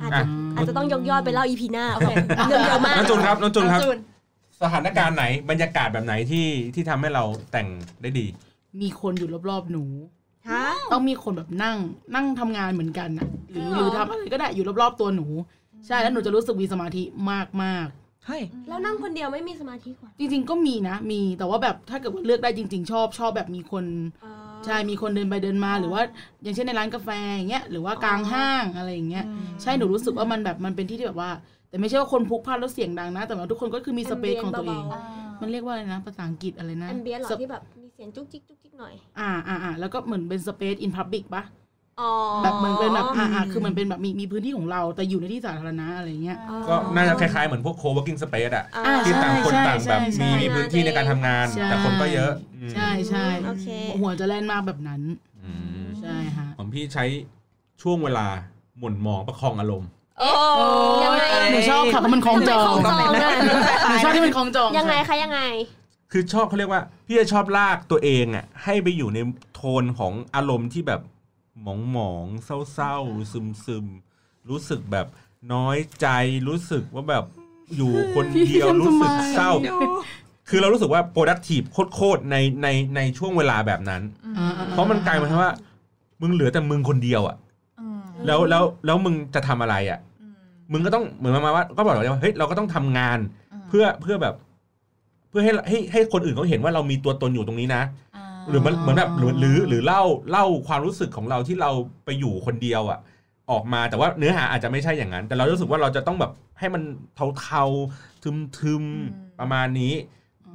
[SPEAKER 2] อาจจะ
[SPEAKER 1] อ่ะ
[SPEAKER 2] อาจจะต้องยกยอดไปเล่าอีพีหน้า
[SPEAKER 5] โอเค
[SPEAKER 2] เรื่องเยอะมาก
[SPEAKER 1] น้องจุนครับน้องจุนครับ
[SPEAKER 5] จูน
[SPEAKER 1] สถานการณ์ไหนบรรยากาศแบบไหนที่ที่ทำให้เราแต่งได้ดี
[SPEAKER 4] มีคนอยู่รอบๆหนู
[SPEAKER 2] ฮะ
[SPEAKER 4] ต้องมีคนแบบนั่งนั่งทำงานเหมือนกันอะหรือหรือทำอะไรก็ได้อยู่รอบๆตัวหนู ใช่แล้วหนูจะรู้สึกมีสมาธิมาก
[SPEAKER 6] เฮ้ย
[SPEAKER 2] แล้วนั่งคนเดียวไม่มีสมาธิกว่า
[SPEAKER 4] ๆ จริงๆก็มีนะ มีแต่ว่าแบบถ้าเกิดว่าเลือกได้จริง ๆ ชอบชอบแบบมีคน ใช่มีคนเดินไปเดินมาหรือว่า อย่างเช่นในร้านกาแฟอย่างเงี้ยหรือว่ากลางห้างอะไรอย่างเงี้ยใช่หนูรู้สึกว่ามันแบบมันเป็นที่ที่แบบว่า แต่ไม่ใช่ว่าคนพลุกพล่านแล้วเสียงดังนะ แต่ว่าทุกคนก็คือมีสเปซของตัวเอง มันเรียกว่าอะไรนะภาษาอังกฤษอะไรนะ
[SPEAKER 2] แอมเบียนหรอ
[SPEAKER 4] ส
[SPEAKER 2] ที่แบบมีเสียงจุกจิกจุกจิกหน่อย
[SPEAKER 4] อ่าอ่าอ่าแล้วก็เหมือนเป็นสเปซอินพับบิกปะ
[SPEAKER 2] อ๋อ
[SPEAKER 4] แบบเหมือนเป็นแบบอ่าอ่าคือมันเป็นแบบมีมีพื้นที่ของเราแต่อยู่ในที่สาธารณะอะไรเงี้ย
[SPEAKER 1] ก็น่าจะคล้ายๆเหมือนพวก co-working space อะ
[SPEAKER 2] อ่า
[SPEAKER 1] ที่ต่างคน
[SPEAKER 4] ใช่
[SPEAKER 1] ต่างแบบ
[SPEAKER 4] ใช่
[SPEAKER 1] มีมีพื้นที่ในการทำงาน
[SPEAKER 4] ใช่
[SPEAKER 1] แต่คนก็เยอะอืม
[SPEAKER 4] ใช่ใช่
[SPEAKER 2] โอเค
[SPEAKER 4] หัวจะแล่นมากแบบนั้น
[SPEAKER 1] อืม
[SPEAKER 4] ใช่ฮะ
[SPEAKER 1] ของพี่ใช้ช่วงเวลาหม่นหมองประคองอารมณ์
[SPEAKER 5] โอ้
[SPEAKER 2] ยังไง
[SPEAKER 4] หนูชอบค่ะเพราะมันคล้องจอง
[SPEAKER 2] จองอะ
[SPEAKER 4] หนูชอบที่มันคล้องจอง
[SPEAKER 2] ยังไง
[SPEAKER 4] ค่ะ
[SPEAKER 2] คะยังไง
[SPEAKER 1] คือชอบเขาเรียกว่า พี่จะชอบลากตัวเองอ่ะให้ไปอยู่ในโทนของอารมณ์ที่แบบหมองหมองๆเศร้าๆซึมๆ รู้สึกแบบน้อยใจรู้สึกว่าแบบอยู่คนเดียว
[SPEAKER 4] พี่ทำทำไม
[SPEAKER 1] รู้สึกเศร้า คือเรารู้สึกว่า productive โคตรๆในในในช่วงเวลาแบบนั้น
[SPEAKER 4] อ่า
[SPEAKER 1] เพราะมันกลายเป็นว่า มึงเหลือแต่มึงคนเดียวอ่ะ
[SPEAKER 5] อืม
[SPEAKER 1] แล้วแล้วแล้วมึงจะทำอะไรอ่ะ
[SPEAKER 5] อืม
[SPEAKER 1] มึงก็ต้องเหมือนประมาณว่าก็บอกเราเลยว่าเฮ้ยเราก็ต้องทำงาน
[SPEAKER 5] ม
[SPEAKER 1] เพื่อเพื่อแบบ เพื่อให้ให้ให้คนอื่นเขาเห็นว่าเรามีตัวตนอยู่ตรงนี้นะ
[SPEAKER 5] า
[SPEAKER 1] หรือมันเหมือนแบบหรือหรือหรือเล่าเล่าความรู้สึกของเราที่เราไปอยู่คนเดียวอะออกมาแต่ว่าเนื้อหาอาจจะไม่ใช่อย่างนั้น แต่เรารู้สึกว่าเราจะต้องแบบให้มันเทาๆทึมๆประมาณนี้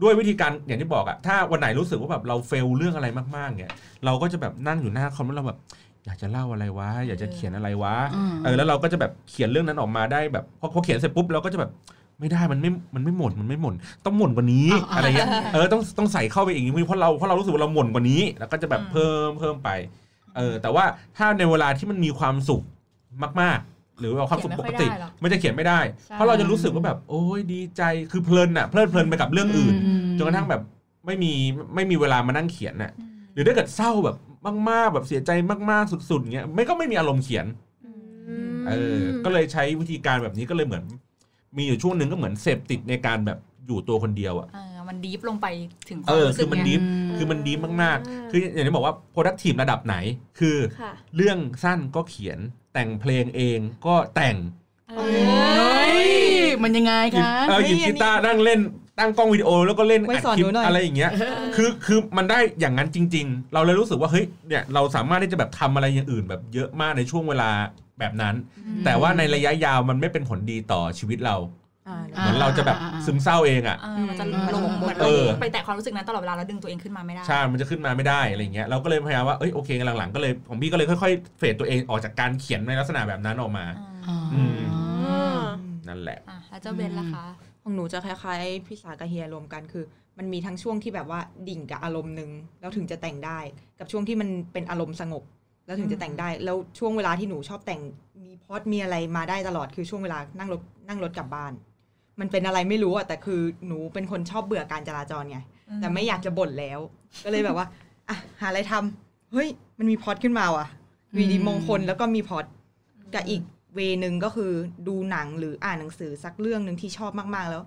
[SPEAKER 1] ด้วยวิธีการอย่างที่บอกอะถ้าวันไหนรู้สึกว่าแบบเราเฟลเรื่องอะไรมากๆเนี่ยเราก็จะแบบนั่งอยู่หน้าคอมแล้วเราแบบ อยากจะเล่าอะไรวะอยากจะเขียนอะไรวะ
[SPEAKER 4] อืม
[SPEAKER 1] เออแล้วเราก็จะแบบเขียนเรื่องนั้นออกมาได้แบบพอพอเขียนเสร็จปุ๊บเราก็จะแบบ ไม่ได้มันไม่มันไม่หมดมันไม่หมดต้องหมดกว่า นี้
[SPEAKER 4] อ่า
[SPEAKER 1] อะไรเงี้ยเออต้องต้องใส่เข้าไปอีกนิดนึงเพราะเราเพราะเรารู้สึกว่าเราหมดกว่านี้ แล้วก็จะแบบ
[SPEAKER 5] อืม
[SPEAKER 1] เพิ่มเพิ่มไปเออแต่ว่าถ้าในเวลาที่มันมีความสุขมาก ๆ หรือเอาความสุขปกติ
[SPEAKER 5] เขียนไม่ค่อยได้หรอก
[SPEAKER 1] มันจะเขียนไม่ได้
[SPEAKER 5] ใช่
[SPEAKER 1] เพราะเราจะรู้สึกว่าแบบโอ้ยดีใจคือเพลินอะเพลิดเพลินไปกับเรื่องอื่น
[SPEAKER 4] อืม
[SPEAKER 1] จนกระทั่งแบบไม่มีไม่มีเวลามานั่งเขียนน่ะ
[SPEAKER 5] อืม
[SPEAKER 1] หรือถ้าเกิดเศร้าแบบมากๆแบบเสียใจมากๆสุดๆเงี้ยไม่ก็ไม่มีอารมณ์เขียนเออก็เลยใช้วิธีการแบบนี้ก็เลยเหมือน มีอยู่ช่วงหนึ่งก็เหมือนเสพติดในการแบบอยู่ตัวคนเดียวอ่ะ
[SPEAKER 5] เออมันดีฟลงไปถึงค
[SPEAKER 1] เอ
[SPEAKER 5] วาม
[SPEAKER 1] อ
[SPEAKER 5] รู้สึ
[SPEAKER 1] คื
[SPEAKER 5] ก
[SPEAKER 1] อมัน
[SPEAKER 5] เนี่
[SPEAKER 1] ดีฟ
[SPEAKER 5] ย
[SPEAKER 4] อืม
[SPEAKER 1] คือมันดีฟมาก
[SPEAKER 2] อ่า
[SPEAKER 1] ๆ คืออย่างที่บอกว่า productive ระดับไหน คือ
[SPEAKER 2] ค่ะ
[SPEAKER 1] เรื่องสั้นก็เขียนแต่งเพลงเองก็แต่ง
[SPEAKER 5] เออ
[SPEAKER 4] เฮ้ยมันยังไง
[SPEAKER 1] หยิบ
[SPEAKER 4] คะ
[SPEAKER 1] เออหยิบ
[SPEAKER 6] เฮ้ยอันนี้
[SPEAKER 1] กีตาร์นั่งเล่นตั้งกล้องวิดีโอแล้วก็เล่น
[SPEAKER 6] ไว้
[SPEAKER 1] อัด
[SPEAKER 6] สอน
[SPEAKER 1] คลิป
[SPEAKER 6] หนูหน่อย
[SPEAKER 1] อะไรอย่างเงี้ย คือคือมันได้อย่างนั้นจริง ๆ เราเลยรู้สึกว่าเฮ้ยเนี่ยเราสามารถที่จะแบบทำอะไรอย่างอื่นแบบเยอะมากในช่วงเวลาแบบนั้น แต่ว่าในระยะยาวมันไม่เป็นผลดีต่อชีวิตเรา
[SPEAKER 6] อ่า
[SPEAKER 4] อ่
[SPEAKER 1] เหมือนเราจะแบบซึมเศร้าเองอ่ะ
[SPEAKER 5] เออมันจะ
[SPEAKER 4] อืม
[SPEAKER 5] ลงเหมือน
[SPEAKER 1] เออ
[SPEAKER 5] ไปแตะความรู้สึกนั้นตลอดเวลาแล้วดึงตัวเองขึ้นมาไม่ได้
[SPEAKER 1] ใช่มันจะขึ้นมาไม่ได้อะไรอย่างเงี้ยเราก็เลยพยายามว่าเอ้ยโอเคหลังๆก็เลยของพี่ก็เลยค่อยๆเฟดตัวเองออกจากการเขียนในลักษณะแบบนั้นออกมา
[SPEAKER 4] อ๋ออ
[SPEAKER 1] ม นั่นแหละ
[SPEAKER 5] อ่ะแล้วเจ้าเบนล่ะคะ
[SPEAKER 6] ของหนูจะคล้ายๆพี่สากับเฮียรวมกันคือ มันมีทั้งช่วงที่แบบว่าดิ่งกับอารมณ์หนึ่งแล้วถึงจะแต่งได้ กับช่วงที่มันเป็นอารมณ์สงบ แล้วถึงจะแต่งได้ แล้วช่วงเวลาที่หนูชอบแต่งมีพล็อดมีอะไรมาได้ตลอดคือช่วงเวลานั่งรถนั่งรถกลับบ้าน มันเป็นอะไรไม่รู้อ่ะแต่คือหนูเป็นคนชอบเบื่อการจราจรไง แต่ไม่อยากจะบ่นแล้ว ก็เลยแบบว่าอ่ะหาอะไรทำเฮ้ย มันมีพล็อดขึ้นมาว่ะวีดีมงคลแล้วก็มีพล็อดกับอีกเวนึงก็คือดูหนังหรืออ่านหนังสือสักเรื่องหนึ่งที่ชอบมากๆแล้ว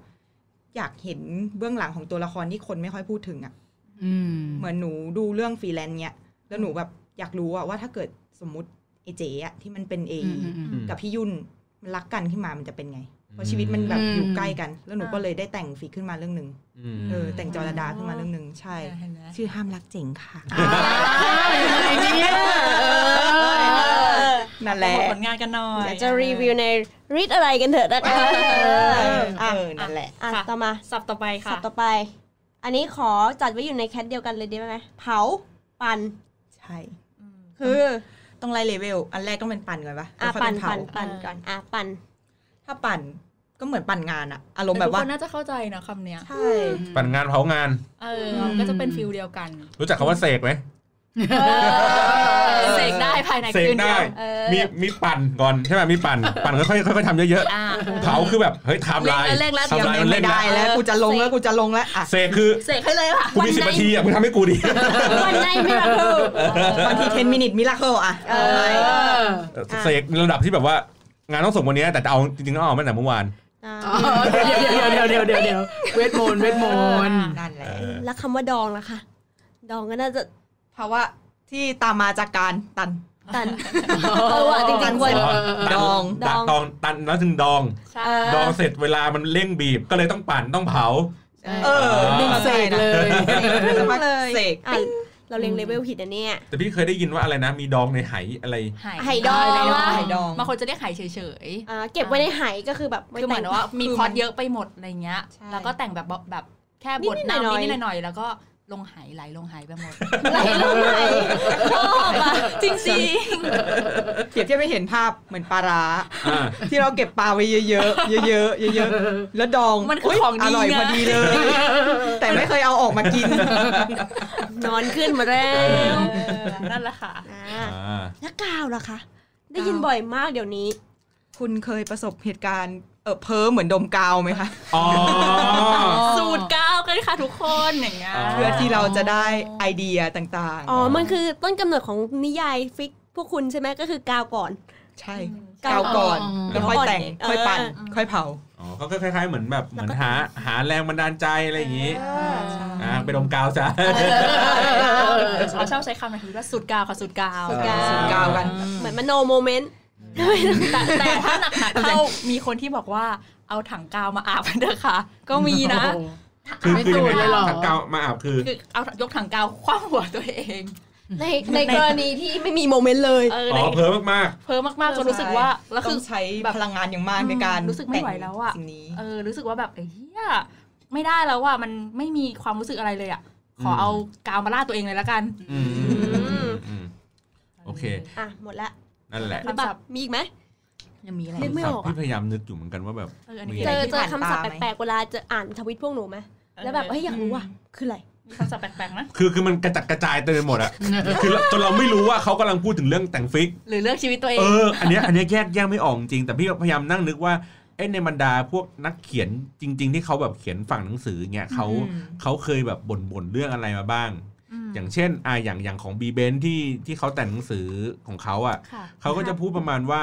[SPEAKER 6] อยากเห็นเบื้องหลังของตัวละครที่คนไม่ค่อยพูดถึงอะ่ะ
[SPEAKER 4] อืม
[SPEAKER 6] เหมือนหนูดูเรื่องฟรีแลนซ์เนี้ยแล้วหนูแบบอยากรู้อะว่าถ้าเกิดสมมติไอเจ๊อะที่มันเป็นเอ
[SPEAKER 4] อืมอืมอืม
[SPEAKER 6] กับพี่ยุ่นมันรักกันขึ้นมามันจะเป็นไง เพ
[SPEAKER 1] อื
[SPEAKER 6] ราะ
[SPEAKER 1] ม
[SPEAKER 6] ชีวิตมันแบบอยู่
[SPEAKER 4] อืม
[SPEAKER 6] ใกล้กัน แล้วหนูก็เลยได้แต่งฟิกขึ้นมาเรื่องหนึ่ง
[SPEAKER 1] อืม
[SPEAKER 6] เออแต่งจอระดาขึ้นมาเรื่องหนึ่งใช่
[SPEAKER 5] เห็นไหม
[SPEAKER 6] ชื่อห้ามรักเจ๋งค่ะ
[SPEAKER 4] อ้าวยังไงเนี่ย
[SPEAKER 6] นั่นแหละ
[SPEAKER 5] ผลงานกันหน่อย
[SPEAKER 2] เดี๋ยวจะรีวิวในรีดอะไรกันเถอะนะคะเอ
[SPEAKER 6] เอ
[SPEAKER 2] อ
[SPEAKER 6] อเออนั่นแหละ
[SPEAKER 2] อ่ะต่อมา
[SPEAKER 5] สับต่อไป
[SPEAKER 2] สั
[SPEAKER 5] ค่ะ
[SPEAKER 2] บต่อไป อันนี้ขอจัดไว้อยู่ในแคทเดียวกันเลยได้ไหมเผาปั่น
[SPEAKER 6] ใช่
[SPEAKER 5] อืม
[SPEAKER 2] คือ
[SPEAKER 6] ต้องไล่เลเวลอันแรกต้องเป็นปั่นก่อนปะ
[SPEAKER 2] อ่ะ
[SPEAKER 6] แล้วค่ย
[SPEAKER 2] ปั่น
[SPEAKER 6] เป็เผา
[SPEAKER 2] ปั่นปั่นก่อนอ่ะปั่น
[SPEAKER 6] ถ้าปั่นก็เหมือนปั่นงานอะอารม
[SPEAKER 5] แต่
[SPEAKER 6] ณ์แบ
[SPEAKER 5] แบ
[SPEAKER 6] บ บ
[SPEAKER 5] ว่า
[SPEAKER 6] ว่า
[SPEAKER 5] น่าจะเข้าใจนะคำเนี้ย
[SPEAKER 6] ใช่
[SPEAKER 1] ปั่นงานเผางาน
[SPEAKER 5] เออ ก็จะเป็นฟิลเดียวกัน
[SPEAKER 1] รู้จักคำว่าเสกไหม
[SPEAKER 5] เสกได้ภายใน
[SPEAKER 1] เสก
[SPEAKER 5] คืนเดี
[SPEAKER 1] ได้
[SPEAKER 5] ยว
[SPEAKER 2] เออ
[SPEAKER 1] มีมีปั่นก่อนใช่ไหมมีปั่นปั่นค่อยๆค่อยๆทำเยอะ
[SPEAKER 5] อ่า
[SPEAKER 1] ๆเผาคือแบบเฮ้ยไทำลาย
[SPEAKER 5] เร่งแล้วเร่งแล้ว
[SPEAKER 1] ทำลายมันเร่
[SPEAKER 6] ไม่
[SPEAKER 1] งแล้ว
[SPEAKER 6] ได้แล้วกูจะลงแล้วกูจะลงแล้วอ่ะ
[SPEAKER 1] เสกคือ
[SPEAKER 5] เสกให้เลยค่ะ
[SPEAKER 1] กูมีสิบนาทีอ่ะมึงทำให้กูดิ
[SPEAKER 2] วันในไม่รักเธอบ
[SPEAKER 6] างที10 minute miracle อ่ะ
[SPEAKER 2] เออ
[SPEAKER 4] เออ
[SPEAKER 1] เสกในระดับที่แบบว่า งานต้องส่งวันนี้แต่จะเอาจริงๆต้องเอามาตั้งแต่เมื่อวาน
[SPEAKER 2] อ่ะ
[SPEAKER 4] อ๋อเดี๋ยวเดี๋ยวเดี๋ยวเดี๋ยวเดี๋ยวเดี๋ยวเวทมนต์เวทมนต์
[SPEAKER 6] นั่นแหละ
[SPEAKER 2] แล้วคำว่าดองล่ะคะดองก็น่าจะ
[SPEAKER 6] เพราะว่าที่ตามมาจากการตัน
[SPEAKER 2] ตัน เออว่ะจริงๆควร
[SPEAKER 4] เออเออเออ
[SPEAKER 6] ดอง
[SPEAKER 1] ดองดองตันแล้วถึงดอง
[SPEAKER 5] ใช่
[SPEAKER 2] เออ
[SPEAKER 1] ดองเสร็จเวลามันเร่งบีบก็เลยต้องปั่นต้องเผา
[SPEAKER 6] เออ
[SPEAKER 1] ดึง
[SPEAKER 4] เสกเลย
[SPEAKER 6] สามารถเสก
[SPEAKER 2] อ่ะเราเรียงเลเวลผิดนะเนี่ย
[SPEAKER 1] แต่พี่เคยได้ยินว่าอะไรนะ มีดองในไหอะไร
[SPEAKER 2] ไห่ดอง
[SPEAKER 5] ไห่
[SPEAKER 6] ไข่ดอง
[SPEAKER 5] บางคนจะเรียกไห่เฉย
[SPEAKER 2] อ่าเก็บไว้ในหายก็คือแบบ
[SPEAKER 5] ๆ
[SPEAKER 2] ไว้
[SPEAKER 5] คือเหมือน
[SPEAKER 2] แต่ง
[SPEAKER 5] ว่ามี
[SPEAKER 6] คือ
[SPEAKER 5] พอดเยอะไปหมดอะไรเงี้ย
[SPEAKER 6] ใช่
[SPEAKER 5] แล้วก็แต่งแบบแบบแค่บท
[SPEAKER 2] นิดๆ
[SPEAKER 5] นำ
[SPEAKER 2] หน่อยๆ
[SPEAKER 5] นิดๆหน่อยๆแล้วก็ลงไหไหลลงไหไปหมด
[SPEAKER 2] ไหลลงไหนชอบอ่ะ
[SPEAKER 5] จริงจริง
[SPEAKER 6] เปรียบเทียบไม่เห็นภาพเหมือนปลาร้า
[SPEAKER 1] อ่า
[SPEAKER 6] ที่เราเก็บปลาไว้เยอะๆ เยอะๆ เยอะๆ แล้วดอง
[SPEAKER 5] มันคือของ
[SPEAKER 6] อ
[SPEAKER 5] ดี
[SPEAKER 6] ร่อย
[SPEAKER 5] ไง
[SPEAKER 6] พอดีเลย แต่ไม่เคยเอาออกมากิน
[SPEAKER 2] นอนขึ้นมาแล้ว
[SPEAKER 1] เออ
[SPEAKER 5] นั่นแหละค่ะ
[SPEAKER 2] อ่า
[SPEAKER 1] อ่า
[SPEAKER 2] แล้วกาวล่ะคะ ได้ยินบ่อยมากเดี๋ยวนี้
[SPEAKER 6] คุณเคยประสบเหตุการณ์เออเพ้อเหมือนดมกาวไหมคะ
[SPEAKER 1] อ๋อ
[SPEAKER 5] สูตรก้าวกันค่ะทุกคนอย่างเงี้ย
[SPEAKER 1] อ๋อ
[SPEAKER 6] เพื่อที่เราจะได้ไอเดียต่าง
[SPEAKER 2] อ๋อ มันคือต้นกำเนิดของนิยายฟิกพวกคุณใช่ไหมก็คือกาวก่อน
[SPEAKER 6] ๆ ใช่
[SPEAKER 2] กาก
[SPEAKER 6] าว วก่อน
[SPEAKER 4] อ๋อ
[SPEAKER 6] แล้วค่อยแต่ง
[SPEAKER 2] เออ
[SPEAKER 6] ค่อยปั่น ค่อยเผา
[SPEAKER 1] อ๋อก็คล้ายๆเหมือนแบบเหมือนหาหาแรงบันดาลใจอะไรอย่างงี้อ่าไปดมกาวซะ
[SPEAKER 5] เขาชอบใช้คำในทีว่าสูตรก้าวค่ะสูตรก้าว
[SPEAKER 2] สูตรกาว
[SPEAKER 6] สูตรกาวกัน
[SPEAKER 2] เหมือนมโนโมเมนต์
[SPEAKER 5] แต่แต่ถ้าหนักๆเข้ามีคนที่บอกว่าเอาถังกาวมาอาบมันเถอะค่ะ ก็มีนะ
[SPEAKER 1] คือคือยังไง
[SPEAKER 4] ไม่สูดเลยเหรอ
[SPEAKER 1] ถังกาวมาอาบคือ
[SPEAKER 5] คือเอายกถังกาวคว้างหัวตัวเอง
[SPEAKER 2] ในในกรณีที่ไม่มีโมเมนต์เลย
[SPEAKER 5] เออ
[SPEAKER 1] อ๋อ
[SPEAKER 5] ใน
[SPEAKER 1] เพิ่มมาก
[SPEAKER 5] เพิ่มมากๆจนรู้สึกว่าแล้ว
[SPEAKER 6] ต้
[SPEAKER 5] คื
[SPEAKER 6] อ
[SPEAKER 5] อ
[SPEAKER 6] งใช้
[SPEAKER 5] แบบ
[SPEAKER 6] พลังงานอย่างมากในการ
[SPEAKER 5] อืมรู้สึกไม่ไหวแล้วอะ
[SPEAKER 6] สิ่งนี้
[SPEAKER 5] เออรู้สึกว่าแบบเอ้ยเหี้ยไม่ได้แล้วว่ามันไม่มีความรู้สึกอะไรเลยอ่ะขอเอากาวมาล่าดตัวเองเลยละกัน
[SPEAKER 1] ๆอืมอืมอืมอืม โอเค
[SPEAKER 2] อ่ะ หมดละ
[SPEAKER 1] นั่นแหละ
[SPEAKER 2] หรือเปล่ามีอีกไหม
[SPEAKER 5] ยังมีอะไร
[SPEAKER 2] นึกไม่ออกอะ
[SPEAKER 1] พี่พยายามนึกอยู่เหมือนกันว่าแบบ
[SPEAKER 5] เอออันนี้
[SPEAKER 1] มี
[SPEAKER 2] เจ
[SPEAKER 5] เจ
[SPEAKER 2] อ
[SPEAKER 5] อ
[SPEAKER 2] เจอคำศัพท์แปลกๆเวลาจะอ่านทวิตพวกหนูไหมแล้วแบบเฮ้ยอยากรู้ว่าคืออะไร
[SPEAKER 5] มีคำศัพท์แปลกๆนะ
[SPEAKER 1] คือคือมันกระจัดกระจายเต็มไปหมดอะคือจนเราไม่รู้ว่าเขากำลังพูดถึงเรื่องแต่งฟิก
[SPEAKER 5] หรือเลือกชีวิตตัวเอง
[SPEAKER 1] เออ อันเนี้ยอันเนี้ยแยกแยกไม่ออกจริง แต่พี่พยายามนั่งนึกว่าเอะในบรรดาพวกนักเขียนจริง ๆ ที่เขาแบบเขียนฝั่งหนังสือเงี้ยเขา
[SPEAKER 6] อืม
[SPEAKER 1] เขาเคยแบบบ่นบ่นๆเรื่องอะไรมาบ้าง
[SPEAKER 5] อืม
[SPEAKER 1] อย่างเช่นอ่าอย่างอย่างของบีเบนที่ที่เขาแต่งหนังสือของเขาอ่ะ
[SPEAKER 5] ค่ะ
[SPEAKER 1] เขาก็จะพูดประมาณว่า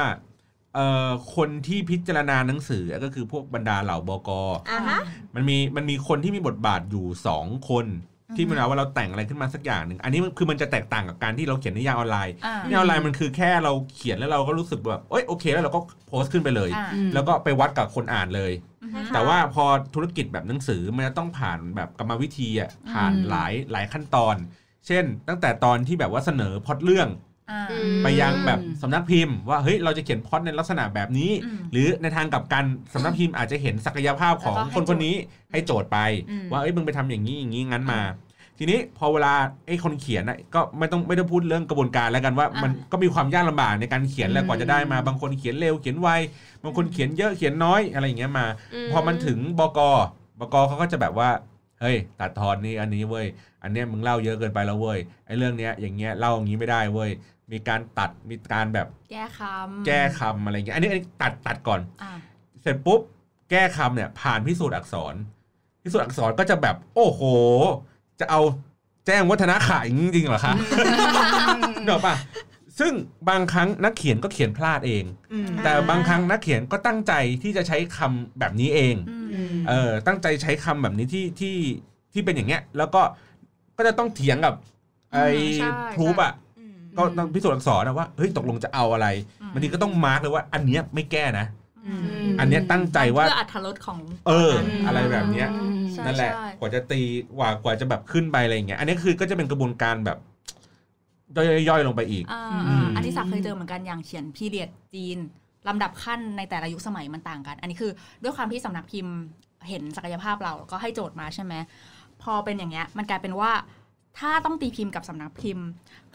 [SPEAKER 1] เอ่อคนที่พิจารณาหนังสือก็คือพวกบรรดาเหล่าบก
[SPEAKER 2] อ่ะฮะ
[SPEAKER 1] มันมีมันมีคนที่มีบทบาทอยู่ 2 คนที่เวลาว่าเราแต่งอะไรขึ้นมาสักอย่างหนึ่งอันนี้มันคือมันจะแตกต่างกับการที่เราเขียนนิยายออนไลน์
[SPEAKER 5] อ่า
[SPEAKER 1] นิยายออนไลน์มันคือแค่เราเขียนแล้วเราก็รู้สึกแบบเอ้ยโอเคแล้วเราก็โพสต์ขึ้นไปเลย
[SPEAKER 5] อ่า
[SPEAKER 4] อืม
[SPEAKER 1] แล้วก็ไปวัดกับคนอ่านเลย
[SPEAKER 5] อือฮึ
[SPEAKER 2] ค่ะ
[SPEAKER 1] แต่ว่าพอธุรกิจแบบหนังสือมันจะต้องผ่านแบบกรรมวิธีอ่ะผ่าน
[SPEAKER 5] อืม
[SPEAKER 1] หลายหลายขั้นตอน เช่น ตั้งแต่ตอนที่แบบว่าเสนอพล็อตเรื่อง
[SPEAKER 5] อ่า
[SPEAKER 1] ไปยังแบบ
[SPEAKER 4] อืม
[SPEAKER 1] สำนักพิมพ์ว่าเฮ้ยเราจะเขียนพล็อตในลักษณะแบบนี้
[SPEAKER 5] อืม
[SPEAKER 1] หรือในทางกลับกันสำนักพิมพ์อาจจะเห็นศักยภาพของ
[SPEAKER 5] แล้วก็ให้
[SPEAKER 1] คนคนนี้ให้โจทย์ไป
[SPEAKER 5] อืม
[SPEAKER 1] ว่าเอ้ยมึงไปทำอย่างนี้อย่างนี้งั้นมา ทีนี้พอเวลาไอ้คนเขียนน่ะก็ไม่ต้องไม่ต้องพูดเรื่องกระบวนการแล้วกันว่า มันก็มีความยากลำบากในการเขียนแหละกว่าจะได้มาบางคนเขียนเร็วเขียนไวบางคนเขียนเยอะเขียนน้อยอะไรอย่างเงี้ยมา พอมันถึงบกบกเขาก็จะแบบว่า เฮ้ย ตัดทอนนี่อันนี้เว้ย อันเนี้ยมึงเล่าเยอะเกินไปแล้วเว้ย ไอ้เรื่องเนี้ยอย่างเงี้ยเล่าอย่างนี้ไม่ได้เว้ย มีการตัด มีการแบบ
[SPEAKER 5] แก้คำ
[SPEAKER 1] แก้คำอะไรเงี้ย อันนี้อันนี้ตัดตัดก่อน
[SPEAKER 5] อ่า
[SPEAKER 1] เสร็จปุ๊บ แก้คำเนี่ยผ่านพิสูจน์อักษร พิสูจน์อักษรก็จะแบบ โอ้โห จะเอาแจ้งวัฒนะขายจริงๆเหรอคะเดี๋ยวป่ะ ซึ่งบางครั้งนักเขียนก็เขียนพลาดเอง
[SPEAKER 6] อืม
[SPEAKER 1] แต่บางครั้งนักเขียนก็ตั้งใจที่จะใช้คำแบบนี้เอง เออตั้งใจใช้คำแบบนี้ที่ที่ที่เป็นอย่างเงี้ย แล้วก็ก็จะต้องเถียงกับไอ้
[SPEAKER 5] อืมใช่
[SPEAKER 1] พรูปอ่ะก็ต้องพิสูจน์อักษรนะว่าเฮ้ยตกลงจะเอาอะไร
[SPEAKER 5] อืม
[SPEAKER 1] บางทีก็ต้องมาร์กเลยว่า อันเนี้ยไม่แก้นะ
[SPEAKER 5] อืม
[SPEAKER 4] ม
[SPEAKER 1] อันเนี้ยตั้งใจว่า
[SPEAKER 5] เพื่ออัธรสของ
[SPEAKER 1] เออ อะไรแบบเนี้ย
[SPEAKER 4] อืม
[SPEAKER 5] ใช่
[SPEAKER 1] นั่นแหละ กว่าจะตีกว่ากว่าจะแบบขึ้นไปอะไรอย่างเงี้ยอันนี้คือก็จะเป็นกระบวนการแบบย่อยๆลงไปอีก
[SPEAKER 5] อ่า
[SPEAKER 1] อืม
[SPEAKER 5] อันที่สักเคยเจอเหมือนกันอย่างเขียนพีเรียดจีนลำดับขั้นในแต่ละยุคสมัยมันต่างกัน อันนี้คือด้วยความที่สำนักพิมพ์เห็นศักยภาพเราแล้วก็ให้โจทย์มาใช่ไหมพอเป็นอย่างเงี้ยมันกลายเป็นว่าถ้าต้องตีพิมพ์กับสำนักพิมพ์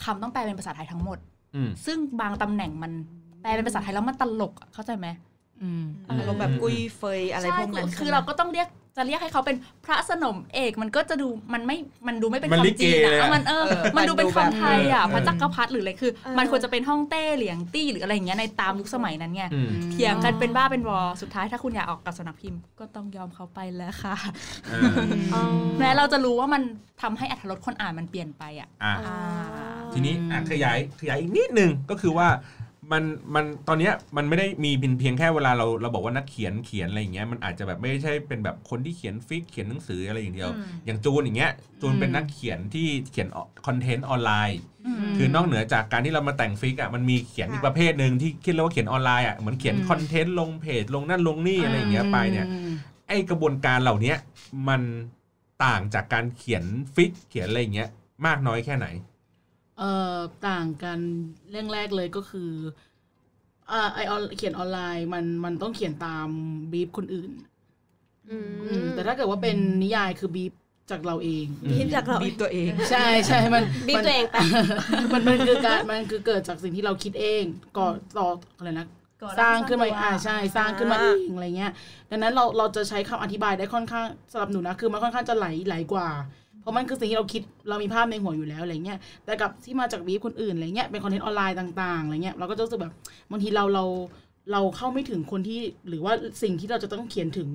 [SPEAKER 5] คำต้องแปลเป็นภาษาไทยทั้งหมด
[SPEAKER 1] อืม
[SPEAKER 5] ซึ่งบางตำแหน่งมันแปลเป็นภาษาไทยแล้วมันตลกอะเข้าใจไหม
[SPEAKER 4] อืม
[SPEAKER 6] อารมณ์แบบกุ้ยเฟยอะไรพวกนั้น
[SPEAKER 5] ใช่
[SPEAKER 6] ใช่ไหม
[SPEAKER 5] คือคือเราก็ต้องเรียกจะเรียกให้เขาเป็นพระสนมเอกมันก็จะดูมันไม่มันดูไม่เป็น
[SPEAKER 1] มันลิ
[SPEAKER 5] คำจีน
[SPEAKER 1] เก
[SPEAKER 5] อะ
[SPEAKER 1] เลยอะ
[SPEAKER 5] เอามันเออ
[SPEAKER 6] เออ
[SPEAKER 5] มันดูเป็น
[SPEAKER 6] มันดูแบบ
[SPEAKER 5] คำไทยอ่ะ
[SPEAKER 1] เออ
[SPEAKER 5] พระจักรพรรดิหรืออะไรคือ
[SPEAKER 2] เออ
[SPEAKER 5] มันควรจะเป็นห้องเต้เหลียงตี้หรืออะไรอย่างเงี้ยในตามยุคสมัยนั้นไง
[SPEAKER 1] อืม
[SPEAKER 5] เถียงกันเป็นบ้าเป็นวอสุดท้ายถ้าคุณอยากออกกับสำนักพิมพ์ก็ต้องยอมเขาไปแล้วค่ะ
[SPEAKER 1] อ่า
[SPEAKER 2] อ๋อ
[SPEAKER 5] แม้เราจะรู้ว่ามันทำให้อัธรสคนอ่านมันเปลี่ยนไปอ่ะ
[SPEAKER 1] อ่ะ
[SPEAKER 2] อ่า
[SPEAKER 1] ทีนี้อ่ะขยายขยายอีกนิดนึงก็คือว่ามันมันตอนเนี้ยมันไม่ได้มีเพียงเพียงแค่เวลาเราเราบอกว่านักเขียนเขียนอะไรอย่างเงี้ยมันอาจจะแบบไม่ใช่เป็นแบบคนที่เขียนฟิกเขียนหนังสืออะไรอย่างเดียว
[SPEAKER 5] อืม
[SPEAKER 1] อย่างจูนอย่างเงี้ยจูน
[SPEAKER 4] อืม
[SPEAKER 1] เป็นนักเขียนที่เขียนคอนเทนต์ออนไลน์
[SPEAKER 5] ม
[SPEAKER 1] คือนอกเหนือจากการที่เรามาแต่งฟิกอ่ะมันมีเขียนอีกประเภทหนึ่งที่คิดแล้วว่าเขียนออนไลน์อ่ะเหมือนเขียน
[SPEAKER 4] อืม
[SPEAKER 1] คอนเทนต์ลงเพจลงนั่นลงนี่อะไรอย่างเงี้ยไปเนี่ย ไอกระบวนการเหล่าเนี้ยมันต่างจากการเขียนฟิกเขียนอะไรอย่างเงี้ยมากน้อยแค่ไหน
[SPEAKER 4] เอ่อต่างกันเรื่องแรกเลยก็คืออ่าไอออนเขียนออนไลน์มันมันต้องเขียนตามบีบคนอื่น อืมแต่ถ้าเกิดว่าเป็นนิยายคือบีบจากเราเอง
[SPEAKER 1] อืม
[SPEAKER 2] บีบจากเรา
[SPEAKER 6] บีบตัวเอง
[SPEAKER 4] ใช่ใช่มัน
[SPEAKER 2] บีบ
[SPEAKER 4] มัน
[SPEAKER 2] ตัวเองไป
[SPEAKER 4] มันมันคือการมันคือเกิดจากสิ่งที่เราคิดเองก่อต่ออะไรนะ
[SPEAKER 5] ก่อร่าง
[SPEAKER 4] สร้างขึ้นมา
[SPEAKER 5] สร้างตัว
[SPEAKER 4] อ่าใช่สร้างขึ้นมาเองอะไรเงี้ยดังนั้นเราเราจะใช้คำอธิบายได้ค่อนข้างสำหรับหนูนะคือมันค่อนข้างจะไหลไหลกว่า เพราะมันคือสิ่งที่เราคิดเรามีภาพในหัวอยู่แล้วอะไรเงี้ยแต่กับที่มาจากวีฟคนอื่นอะไรเงี้ยเป็นคอนเทนต์ออนไลน์ต่างๆอะไรเงี้ยเราก็จะรู้สึกแบบบางทีเราเราเราเข้าไม่ถึงคนที่หรือว่าสิ่งที่เราจะต้องเขียนถึง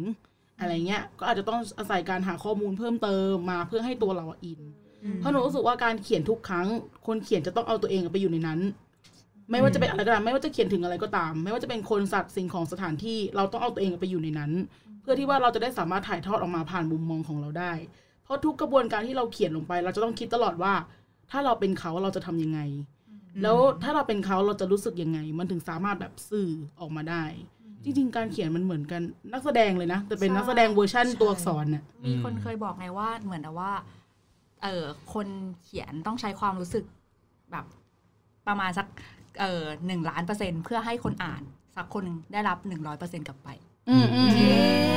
[SPEAKER 4] อะไรเงี้ยก็อาจจะต้องอาศัยการหาข้อมูลเพิ่มเติมมาเพื่อให้ตัวเราอะอิน เพราะหนูรู้สึกว่าการเขียนทุกครั้ง คนเขียนจะต้องเอาตัวเองไปอยู่ในนั้น ไม่ว่าจะเป็นอะไรก็ตามไม่ว่าจะเขียนถึงอะไรก็ตาม ไม่ว่าจะเป็นคนสัตว์สิ่งของสถานที่เราต้องเอาตัวเองไปอยู่ในนั้น เพื่อที่ว่าเราจะได้สามารถถ่ายทอดออกมาผ่านมุมมองของเราได้ เพราะทุกกระบวนการที่เราเขียนลงไป เราจะต้องคิดตลอดว่า ถ้าเราเป็นเขาเราจะทำยังไง แล้วถ้าเราเป็นเขาเราจะรู้สึกยังไง มันถึงสามารถแบบสื่อออกมาได้ จริงๆ การเขียนมันเหมือนกันนักแสดงเลยนะ แต่เป็นนักแสดงเวอร์ชั่นตัวอักษรน่ะ
[SPEAKER 5] มีคนเคยบอกไงว่าเหมือนกับว่า เออคนเขียนต้องใช้ความรู้สึกแบบประมาณสัก เออหนึ่งล้านเปอร์เซ็นต์เพื่อให้คนอ่าน สักคนหนึ่งได้รับหนึ่งร้อยเปอร์เซ็นต์กลับไป
[SPEAKER 4] อืมอืมอืม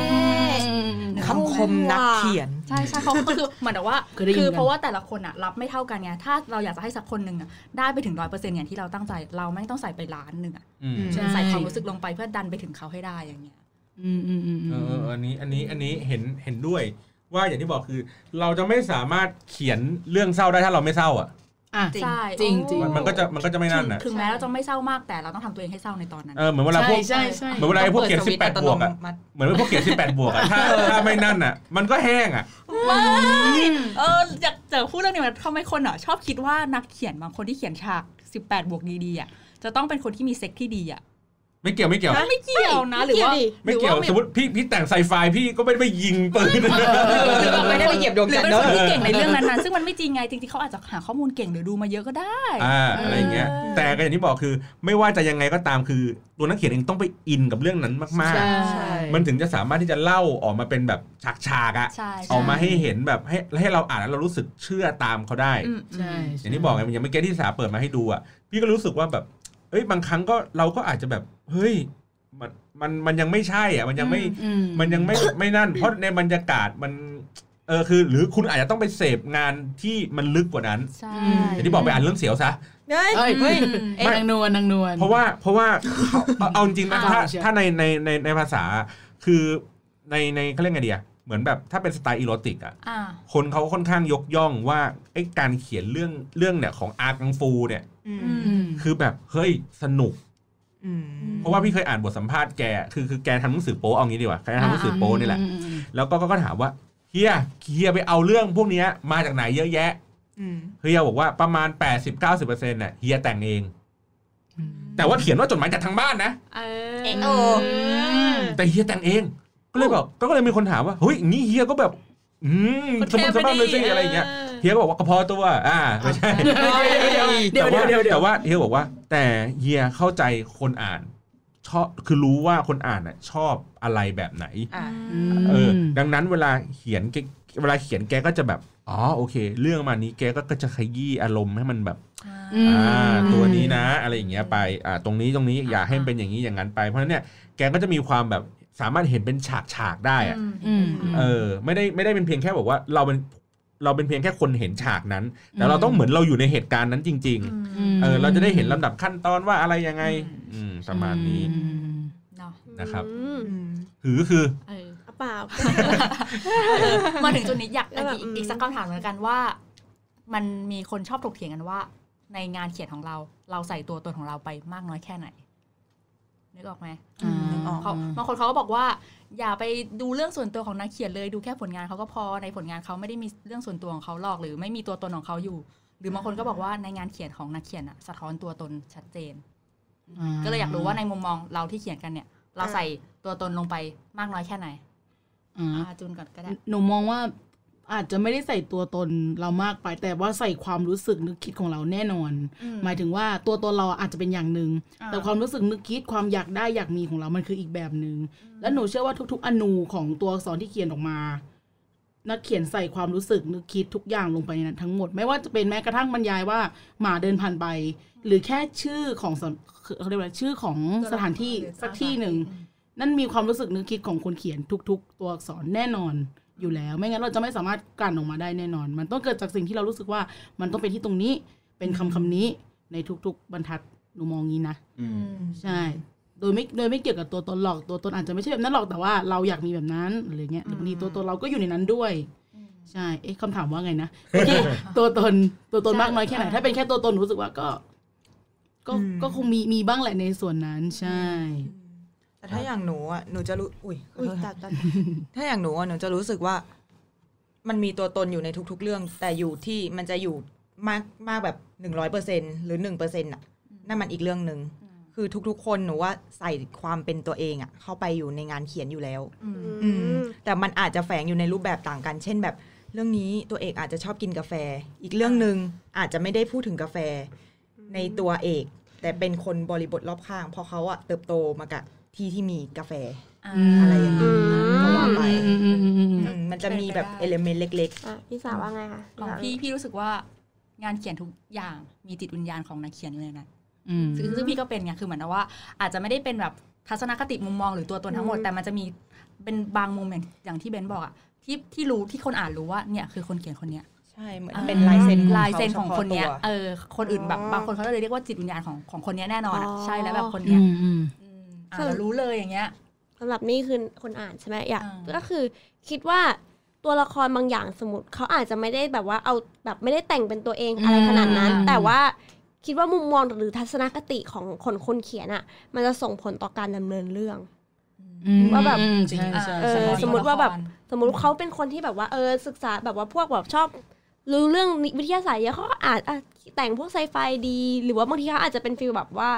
[SPEAKER 6] คำคมนักเขียน
[SPEAKER 5] ใช่ใช่เขาก็คือเหมือนแบบว่า
[SPEAKER 4] เคยได้ยิน
[SPEAKER 5] คือ
[SPEAKER 4] กัน
[SPEAKER 5] เพราะว่าแต่ละคนอะรับไม่เท่ากันไงถ้าเราอยากจะให้สักคนหนึ่งอะได้ไปถึงร้อยเปอร์เซ็นต์อย่างที่เราตั้งใจเราแม่งต้องใส่ไปล้านหนึ่งอะ
[SPEAKER 1] อืม
[SPEAKER 4] ใช่
[SPEAKER 5] ใส่ความรู้สึกลงไปเพื่อดันไปถึงเขาให้ได้อย่างเงี้ย
[SPEAKER 4] อืมอืมอืม
[SPEAKER 1] เอ
[SPEAKER 4] อื
[SPEAKER 1] อเออ
[SPEAKER 4] ม
[SPEAKER 1] อันนี้อันนี้อันนี้เห็นเห็นด้วย ว่าอย่างที่บอกคือ เราจะไม่สามารถเขียนเรื่องเศร้าได้ถ้าเราไม่เศร้าอ่ะ
[SPEAKER 4] อ่ะ
[SPEAKER 5] ใช่
[SPEAKER 4] จริงจริง
[SPEAKER 1] มันมันก็จะมันก็จะไม่นั่นอ่ะ
[SPEAKER 5] ถึงแม้เราจะไม่เศร้ามากแต่เราต้องทำตัวเองให้เศร้าในตอนนั้น
[SPEAKER 1] เออเหมือนเวลาพวก
[SPEAKER 4] ใช่ใช่
[SPEAKER 1] เหมือนเวลาไอ้พวกเขียน
[SPEAKER 6] ต้องปิดสวิตช์
[SPEAKER 1] 18บวกอะ
[SPEAKER 6] อัตโนมัติ
[SPEAKER 1] เหมือนไอ้พวกเขียน18บวกอะถ้าถ้าไม่นั่นอ่ะ มันก็แห้งอ่ะ
[SPEAKER 5] เอออยากจะพูดเรื่องนี้มันทำไมคนอ่ะชอบคิดว่านักเขียนบางคนที่เขียนฉาก 18 บวกดีๆอ่ะจะต้องเป็นคนที่มีเซ็กที่ดีอ่ะ
[SPEAKER 1] ไม่เกี่ยวไม่เกี่ยว
[SPEAKER 5] ไม่เกี่ยวนะหรือว่า
[SPEAKER 1] ไม่เกี่ยวสมมติพี่พี่แต่งไซไฟพี่ก็ไม่ได้ไปยิงปืน
[SPEAKER 6] หรือว่าไม่ได้ไปเหยียบดวง
[SPEAKER 5] หรือ
[SPEAKER 6] จันทร์
[SPEAKER 5] เป็น
[SPEAKER 6] เนอะ
[SPEAKER 5] คนที่เก่งในเรื่องนั้นๆซึ่งมันไม่จริงไงจริงๆเขาอาจจะหาข้อมูลเก่งหรือดูมาเยอะก็ได้
[SPEAKER 1] อ่าอะไรอย่างเงี้ย
[SPEAKER 5] เออ
[SPEAKER 1] แต่ก็อย่างที่บอกคือ ไม่ว่าจะยังไงก็ตามคือ ตัวนักเขียนเองต้องไปอินกับเรื่องนั้นมาก
[SPEAKER 4] ใช่
[SPEAKER 1] ๆ มันถึงจะสามารถที่จะเล่าออกมาเป็นแบบฉากๆอะ
[SPEAKER 5] ใช่
[SPEAKER 1] ออกมาให้เห็นแบบให้ให้เราอ่านแล้วเรารู้สึกเชื่อตามเขาได้
[SPEAKER 5] อืม
[SPEAKER 4] ใช่
[SPEAKER 1] อย่างที่บอกไงมันยังไม่แก้ที่สาเปิดมาให้ดูอ่ะพี่ก็รู้สึกว่าแบบเอ้ยบางครั้งก็เราก็อาจจะแบบเฮ้ยมันมันมันยังไม่ใช่อ่ะมันยังไม่
[SPEAKER 4] อื
[SPEAKER 1] มันยังไม่ไม่นั่น เพราะในบรรยากาศมันเออคือ หรือคุณอาจจะต้องไปเสพงานที่มันลึกกว่านั้น
[SPEAKER 5] ใช่
[SPEAKER 1] อย่างที่บอกไปอ่านเรื่องเสียวซะ
[SPEAKER 6] เฮ้ย
[SPEAKER 4] เอ้ย
[SPEAKER 6] เฮ้ย
[SPEAKER 4] เอ้ยนางนวลนางนวล
[SPEAKER 1] เพราะว่าเพราะว่าเอาเอาจริงๆนะ
[SPEAKER 4] อ่า
[SPEAKER 1] ถ้า
[SPEAKER 4] เชื่อ
[SPEAKER 1] ถ้าในในในในภาษาคือในในเขาเรียกไงเดียเหมือนแบบถ้าเป็นสไตล์อีโรติกอ่ะ
[SPEAKER 5] อ่า
[SPEAKER 1] คนเขาค่อนข้างยกย่องว่าไอ้การเขียนเรื่องเรื่องเนี่ยของอากังฟูเนี่ย
[SPEAKER 4] อืม
[SPEAKER 1] คือแบบเฮ้ยสนุก เพราะว่าพี่เคยอ่านบทสัมภาษณ์แกคือคือแกทำหนังสือโป๊เอางี้ดีกว่าแกทำหนังสือโป๊นี่แหละแล้วก็ก็ก็ถามว่าเฮียเฮียไปเอาเรื่องพวกเนี้ยมาจากไหนเยอะแยะเฮียบอกว่าประมาณ 80-90%น่ะเฮียแต่งเอง
[SPEAKER 4] อืม
[SPEAKER 1] แต่ว่าเขียนว่าจดหมายจากทางบ้านนะ
[SPEAKER 5] เออ
[SPEAKER 6] เอ็ง
[SPEAKER 5] เอ
[SPEAKER 6] โอ
[SPEAKER 5] อ
[SPEAKER 1] แต่เฮียแต่งเอง ก็เลยบอกก็เลยมีคนถามว่าเฮ้ยอย่างนี้เฮียก็แบบ อืมสมบูรณ์สมบัติเลยสิอะไรอย่างเงี้ยเฮียก็บอกว่ากระเพอตัว อ่าไม่ใช่
[SPEAKER 4] เดี๋ยว
[SPEAKER 1] แต่า
[SPEAKER 4] เดี๋ยวเดี๋ยว
[SPEAKER 1] แต่ว่าเฮียบอกว่า แต่เฮียเข้าใจคนอ่านชอบคือรู้ว่าคนอ่านน่ะชอบอะไรแบบไหน
[SPEAKER 6] อ่ะ
[SPEAKER 1] เออ ดังนั้นเวลาเขียนแกเวลาเขียนแกก็จะแบบอ๋อโอเค เรื่องมานี้แกก็ก็จะขยี้อารมณ์ให้มันแบบ
[SPEAKER 4] อืม
[SPEAKER 1] อ่าตัวนี้นะอะไรอย่างเงี้ยไปอ่าตรงนี้ตรงนี้อย่าให้มันเป็นอย่างนี้อย่างนั้นไปเพราะฉะนั้นเนี่ยแกก็จะมีความแบบสามารถเห็นเป็นฉากฉากๆได้อะ
[SPEAKER 5] อืม
[SPEAKER 4] อืม
[SPEAKER 1] เออไม่ได้ไม่ได้เป็นเพียงแค่บอกว่าเราเป็นเราเป็นเพียงแค่คนเห็นฉากนั้น แต่เราต้องเหมือนเราอยู่ในเหตุการณ์นั้นจริง
[SPEAKER 5] อืม
[SPEAKER 1] ๆเออเราจะได้เห็นลำดับขั้นตอนว่าอะไรยังไงอืมประมาณนี้
[SPEAKER 4] อืม
[SPEAKER 5] เนาะ
[SPEAKER 1] นะครับ
[SPEAKER 2] อืม
[SPEAKER 1] หือคือ
[SPEAKER 5] เออ
[SPEAKER 2] เอาเปล่า
[SPEAKER 5] มาถึงจุดนี้อยาก
[SPEAKER 2] แล้วแบบ
[SPEAKER 5] อีก
[SPEAKER 2] อืม
[SPEAKER 5] อีกสักคำถามเหมือนกันว่า มันมีคนชอบถกเถียงกันว่า ในงานเขียนของเรา เราใส่ตัวตนของเราไปมากน้อยแค่ไหนนึกออกไหม
[SPEAKER 4] อืม
[SPEAKER 6] นึกออก
[SPEAKER 5] เขาบางคนเขาก็บอกว่า อย่าไปดูเรื่องส่วนตัวของนักเขียนเลยดูแค่ผลงานเขาก็พอในผลงานเขาไม่ได้มีเรื่องส่วนตัวของเขาหรอกหรือไม่มีตัวตนของเขาอยู่ หรือบางคนก็บอกว่าในงานเขียนของนักเขียนอะสะท้อนตัวตนชัดเจน ก็เลยอยากรู้ว่าในมุมมองเราที่เขียนกันเนี่ย เราใส่ตัวตนลงไปมากน้อยแค่ไหน
[SPEAKER 4] อ่า
[SPEAKER 5] อาจูนก่อนก็ได้
[SPEAKER 4] หนูมองว่าอาจจะไม่ได้ใส่ตัวตนเรามากไป แต่ว่าใส่ความรู้สึกนึกคิดของเราแน่นอน หมายถึงว่าตัวตนเราอาจจะเป็นอย่างหนึ่ง
[SPEAKER 5] อ่า
[SPEAKER 4] แต่ความรู้สึกนึกคิดความอยากได้อยากมีของเรามันคืออีกแบบหนึง่งและหนูเชื่อว่าทุก ๆ อนูของตัวอักษรที่เขียนออกมา นักเขียนใส่ความรู้สึกนึกคิดทุกอย่างลงไปในนั้นทั้งหมด ไม่ว่าจะเป็นแม้กระทั่งบรรยายว่าหมาเดินผ่านไป หรือแค่ชื่อของสำเขาเรียกว่าชื่อของสถานที่สักที่หนึ่ง นั่นมีความรู้สึกนึกคิดของคนเขียนทุก ๆ ตัวอักษรแน่นอนอยู่แล้ว ไม่งั้นเราจะไม่สามารถกลั่นออกมาได้แน่นอน มันต้องเกิดจากสิ่งที่เรารู้สึกว่ามันต้องเป็นที่ตรงนี้เป็นคำคำนี้ในทุก ๆ บรรทัดหนูมองงี้นะใช่ โดยไม่โดยไม่เกี่ยวกับตัวตนหรอกตัวตนอาจจะไม่ใช่แบบนั้นหรอกแต่ว่าเราอยากมีแบบนั้นหรืออย่างเงี้ยหรือบางทีตัวตนเราก็อยู่ในนั้นด้วย ใช่เอ๊ะคำถามว่าไงนะ ตัวตนตัวตนมากน้อยแค่ไหนถ้าเป็นแค่ตัวตนหนูรู้สึกว่าก็ ก็
[SPEAKER 6] อืม
[SPEAKER 4] ก็คงมีมีบ้างแหละในส่วนนั้นใช่
[SPEAKER 6] แต่ถ้าอย่างหนูอ่ะหนูจะรู้อุ้ยขอ
[SPEAKER 2] อุ๊ย
[SPEAKER 6] โทษค่ะ
[SPEAKER 2] ตัดตัด
[SPEAKER 6] ถ้าอย่างหนูอ่ะหนูจะรู้สึกว่า มันมีตัวตนอยู่ในทุก ๆ เรื่อง แต่อยู่ที่มันจะอยู่มากมากแบบหนึ่งร้อยเปอร์เซ็นหรือหนึ่งเปอร์เซ็นอ่ะนั่นมันอีกเรื่องหนึ่งคือทุก ๆ คนหนูว่าใส่ความเป็นตัวเองอ่ะ เข้าไปอยู่ในงานเขียนอยู่แล้ว
[SPEAKER 2] อื
[SPEAKER 6] อื
[SPEAKER 2] ม
[SPEAKER 6] มแต่มันอาจจะแฝงอยู่ในรูปแบบต่างกัน เช่นแบบ เรื่องนี้ตัวเอกอาจจะชอบกินกาแฟ อีกเรื่องหนึ่งอาจจะไม่ได้พูดถึงกาแฟในตัวเอก แต่เป็นคนบริบทรอบข้างเพราะเขาอะเติบโตมากับที่ที่มีกาแฟ อะไรอย่างเงี้ย ก็ว่าไป
[SPEAKER 4] อืมอืมอืมอืมอืม
[SPEAKER 6] อืมมันจะมีแบบเอลเมนต์เล็ก
[SPEAKER 2] อ่ะพี่สาวว่าไงคะ
[SPEAKER 5] ของพี่พี่รู้สึกว่างานเขียนทุกอย่างมีจิตวิญญาณของนักเขียนอยู่ในนั้น
[SPEAKER 4] อืม
[SPEAKER 5] ซึ่งซึ่งพี่ก็เป็นไงคือเหมือนกับว่า อาจจะไม่ได้เป็นแบบ ทัศนคติมุมมองหรือตัวตนทั้งหมด
[SPEAKER 2] อืม
[SPEAKER 5] แต่มันจะมีเป็นบางมุมอย่างอย่างที่เบนบอกอะที่ที่รู้ที่คนอ่านรู้ว่าเนี่ยคือคนเขียนคนเนี้ย
[SPEAKER 6] ใช่เหมือน
[SPEAKER 5] อ่า
[SPEAKER 6] เป็นลายเซ็น
[SPEAKER 5] ลายเซ็นของคนเนี้ย
[SPEAKER 6] ขาฉพาะตัว
[SPEAKER 5] เออคนอื่นแบ
[SPEAKER 2] อ๋อบ
[SPEAKER 5] บางคนเขาเลยเรียกว่าจิตวิญญาณของของคนเนี้ยแน่นอนอะ
[SPEAKER 2] อ๋อ
[SPEAKER 5] ใช่แล้วแบบคน
[SPEAKER 4] อื
[SPEAKER 5] เนี้ย
[SPEAKER 4] มอืม
[SPEAKER 5] อืมอ่านแล้วรู้เลยอย่างเงี้ย
[SPEAKER 2] สำหรับนี่คือคนอ่านใช่ไหมอยาก
[SPEAKER 5] อ่า
[SPEAKER 2] ก็คือคิดว่าตัวละครบางอย่างสมมติเขาอาจจะไม่ได้แบบว่าเอาแบบไม่ได้แต่งเป็นตัวเองอะไรขนาดนั้น
[SPEAKER 4] อืม
[SPEAKER 2] แต่ว่าคิดว่ามุมมองหรือทัศนคติของคนคนเขียนอะ่ะ มันจะส่งผลต่อการดำเนินเรื่อง
[SPEAKER 4] อืม
[SPEAKER 2] ว่าแบบ
[SPEAKER 4] อืมใช่ใช่
[SPEAKER 2] เอ
[SPEAKER 4] ใช่
[SPEAKER 2] อ
[SPEAKER 5] ใช่
[SPEAKER 2] สมมุติว่าแบบ
[SPEAKER 5] ละคร
[SPEAKER 2] สมมติเขาเป็นคนที่แบบว่าเออศึกษาแบบว่าพวกแบบชอบรู้เรื่องวิทยาศาสตร์เยอะเขาก็อาจอ่ะแต่งพวกไซไฟดี หรือว่าบางทีเขาอาจจะเป็นฟีลแบบว่า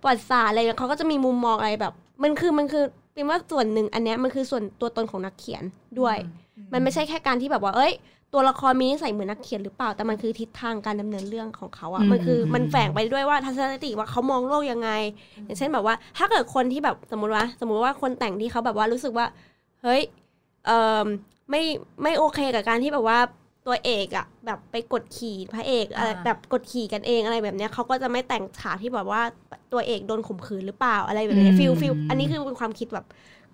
[SPEAKER 2] ประวัติศาสตร์อะไรเนี่ยเขาก็จะมีมุมมองอะไรแบบ มันคือมันคือเป็นว่าส่วนหนึ่งอันเนี้ยมันคือส่วนตัวตนของนักเขียนด้วย มันไม่ใช่แค่การที่แบบว่า เอ้ย ตัวละครมีนิสัยเหมือนนักเขียนหรือเปล่า แต่มันคือทิศทางการดำเนินเรื่องของเขาอะมันคือมันแฝงไปด้วยว่าทัศนคติว่าเขามองโลกยังไง อย่างเช่นแบบว่า ถ้าเกิดคนที่แบบสมมติว่า สมมติว่าคนแต่งที่เขาแบบว่ารู้สึกว่า เฮ้ย เออไม่ไม่โอเคกับการที่แบบว่าตัวเอกอะแบบไปกดขี่พระเอกอะไร
[SPEAKER 5] อ่า
[SPEAKER 2] แบบกดขี่กันเองอะไรแบบเนี้ยเขาก็จะไม่แต่งฉากที่แบบว่าตัวเอกโดนข่มขืนหรือเปล่าอะไรแบบเนี้ยฟิลฟิลอันนี้คือเป็นความคิดแบบ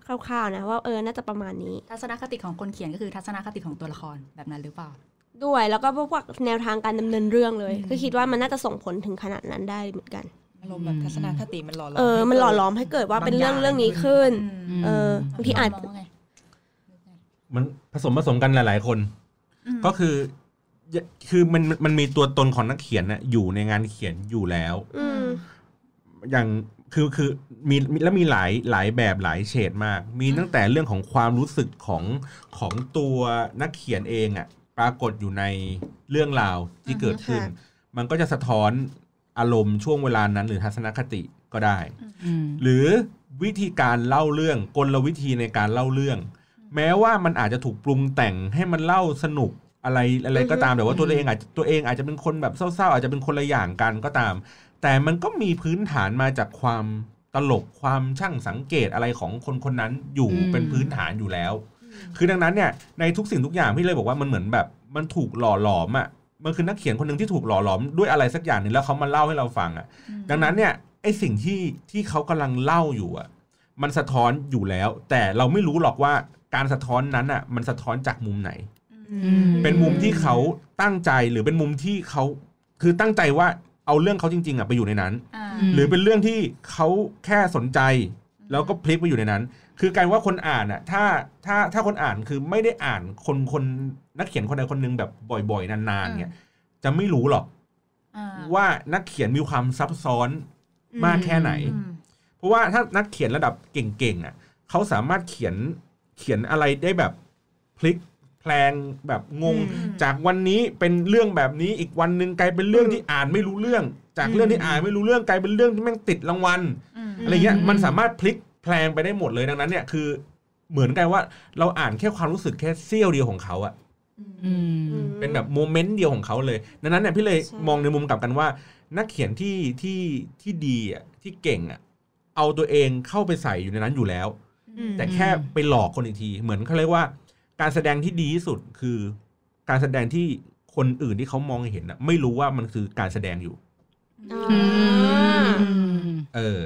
[SPEAKER 2] คร่าวๆนะว่าเออน่าจะประมาณนี้
[SPEAKER 5] ทัศนคติของคนเขียนก็คือทัศนคติของตัวละครแบบนั้นหรือเปล่า
[SPEAKER 2] ด้วยแล้วก็พวกแนวทางการดำเนินเรื่องเลย
[SPEAKER 5] อืม
[SPEAKER 2] คือคิดว่ามันน่าจะส่งผลถึงขนาดนั้นได้เหมือนกัน
[SPEAKER 6] อารมณ์แบบทัศนคติมันหล่อหลอม
[SPEAKER 2] เออ มันหล่อหล้อมให้เกิดว่าเป็นเรื่องเรื่องนี้ขึ้น เออ
[SPEAKER 5] ม
[SPEAKER 2] บางทีอาจ
[SPEAKER 5] มงว่ไง
[SPEAKER 1] มันผสมผสมกันหลาย ๆ คน
[SPEAKER 5] ม
[SPEAKER 1] ก็คือ คือมันมันมีตัวตนของนักเขียนน่ะอยู่ในงานเขียนอยู่แล้ว
[SPEAKER 2] อืม
[SPEAKER 1] อย่างคือคือมีมีแล้วมีหลายหลายแบบหลายเฉดมาก มีตั้งแต่เรื่องของความรู้สึกของของตัวนักเขียนเองอะ่ะปรากฏอยู่ในเรื่องราวที่เกิดขึ้น
[SPEAKER 2] อือฮึ
[SPEAKER 1] มันก็จะสะท้อนอารมณ์ช่วงเวลานั้นหรือทัศนคติก็ได้
[SPEAKER 4] อืม
[SPEAKER 1] หรือวิธีการเล่าเรื่องกลวิธีในการเล่าเรื่อง แม้ว่ามันอาจจะถูกปรุงแต่งให้มันเล่าสนุกอะไรอะไรก็ตามแต่ว่าตัวเองอาจจะตัวเองอาจจะเป็นคนแบบเศร้าๆอาจจะเป็นคนละอย่างกันก็ตาม แต่มันก็มีพื้นฐานมาจากความตลกความช่างสังเกตอะไรของคนคนนั้นอยู่
[SPEAKER 4] อืม
[SPEAKER 1] เป็นพื้นฐานอยู่แล้ว คือดังนั้นเนี่ยในทุกสิ่งทุกอย่างพี่เลยบอกว่ามันเหมือนแบบมันถูกหล่อหลอมอะ่ะมันคือนักเขียนคนหนึ่งที่ถูกหล่อหลอมด้วยอะไรสักอย่างหนึ่งแล้วเขามาเล่าให้เราฟังอ่ะ ดังนั้นเนี่ยไอสิ่งที่ที่เขากำลังเล่าอยู่อ่ะมันสะท้อนอยู่แล้ว แต่เราไม่รู้หรอกว่าการสะท้อนนั้นอ่ะมันสะท้อนจากมุมไหน
[SPEAKER 4] อืม
[SPEAKER 1] เป็นมุมที่เขาตั้งใจหรือเป็นมุมที่เขาคือตั้งใจว่าเอาเรื่องเขาจริงๆอ่ะไปอยู่ในนั้น
[SPEAKER 5] อ่า
[SPEAKER 4] ม
[SPEAKER 1] หรือเป็นเรื่องที่เขาแค่สนใจ แล้วก็พลิกไปอยู่ในนั้น คือกลารว่าคนอ่านอ่ะถ้าถ้าถ้าคนอ่านคือไม่ได้อ่านคนคนนักเขียนคนใดคนหนึ่งแบบบ่อยๆนานๆเนี่ยจะไม่รู้หรอก
[SPEAKER 5] อ่า
[SPEAKER 1] ว่านักเขียนมีความซับซ้อนมากแค่ไหน
[SPEAKER 5] อืม
[SPEAKER 1] เพราะว่าถ้านักเขียนระดับเก่งๆอ่ะเขาสามารถเขียนเขียนอะไรได้แบบพลิกแพลงแบบงง จากวันนี้เป็นเรื่องแบบนี้อีกวันหนึ่งกลายเป็นเรื่องที่อ่านไม่รู้เรื่อง จากเรื่องที่อ่านไม่รู้เรื่องกลายเป็นเรื่องที่แม่งติดรางวัล
[SPEAKER 5] อืม
[SPEAKER 1] อะไรเงี้ยมันสามารถพลิกแพลงไปได้หมดเลยดังนั้นเนี่ยคือเหมือนกันว่าเราอ่านแค่ความรู้สึกแค่เสี้ยวเดียวของเขาอะ
[SPEAKER 4] อืม
[SPEAKER 1] เป็นแบบโมเมนต์เดียวของเขาเลยดังนั้นเนี่ยพี่เลย
[SPEAKER 2] ใช่
[SPEAKER 1] มองในมุมกลับกันว่า นักเขียนที่ที่ที่ดีอ่ะที่เก่งอ่ะเอาตัวเองเข้าไปใส่อยู่ในนั้นอยู่แล้ว แต่แค่ไปหลอกคนอีกที เหมือนเขาเรียกว่า การแสดงที่ดีที่สุดคือ การแสดงที่คนอื่นที่เขามองเห็นอ่ะไม่รู้ว่ามันคือการแสดงอยู่
[SPEAKER 4] อืม
[SPEAKER 1] เออ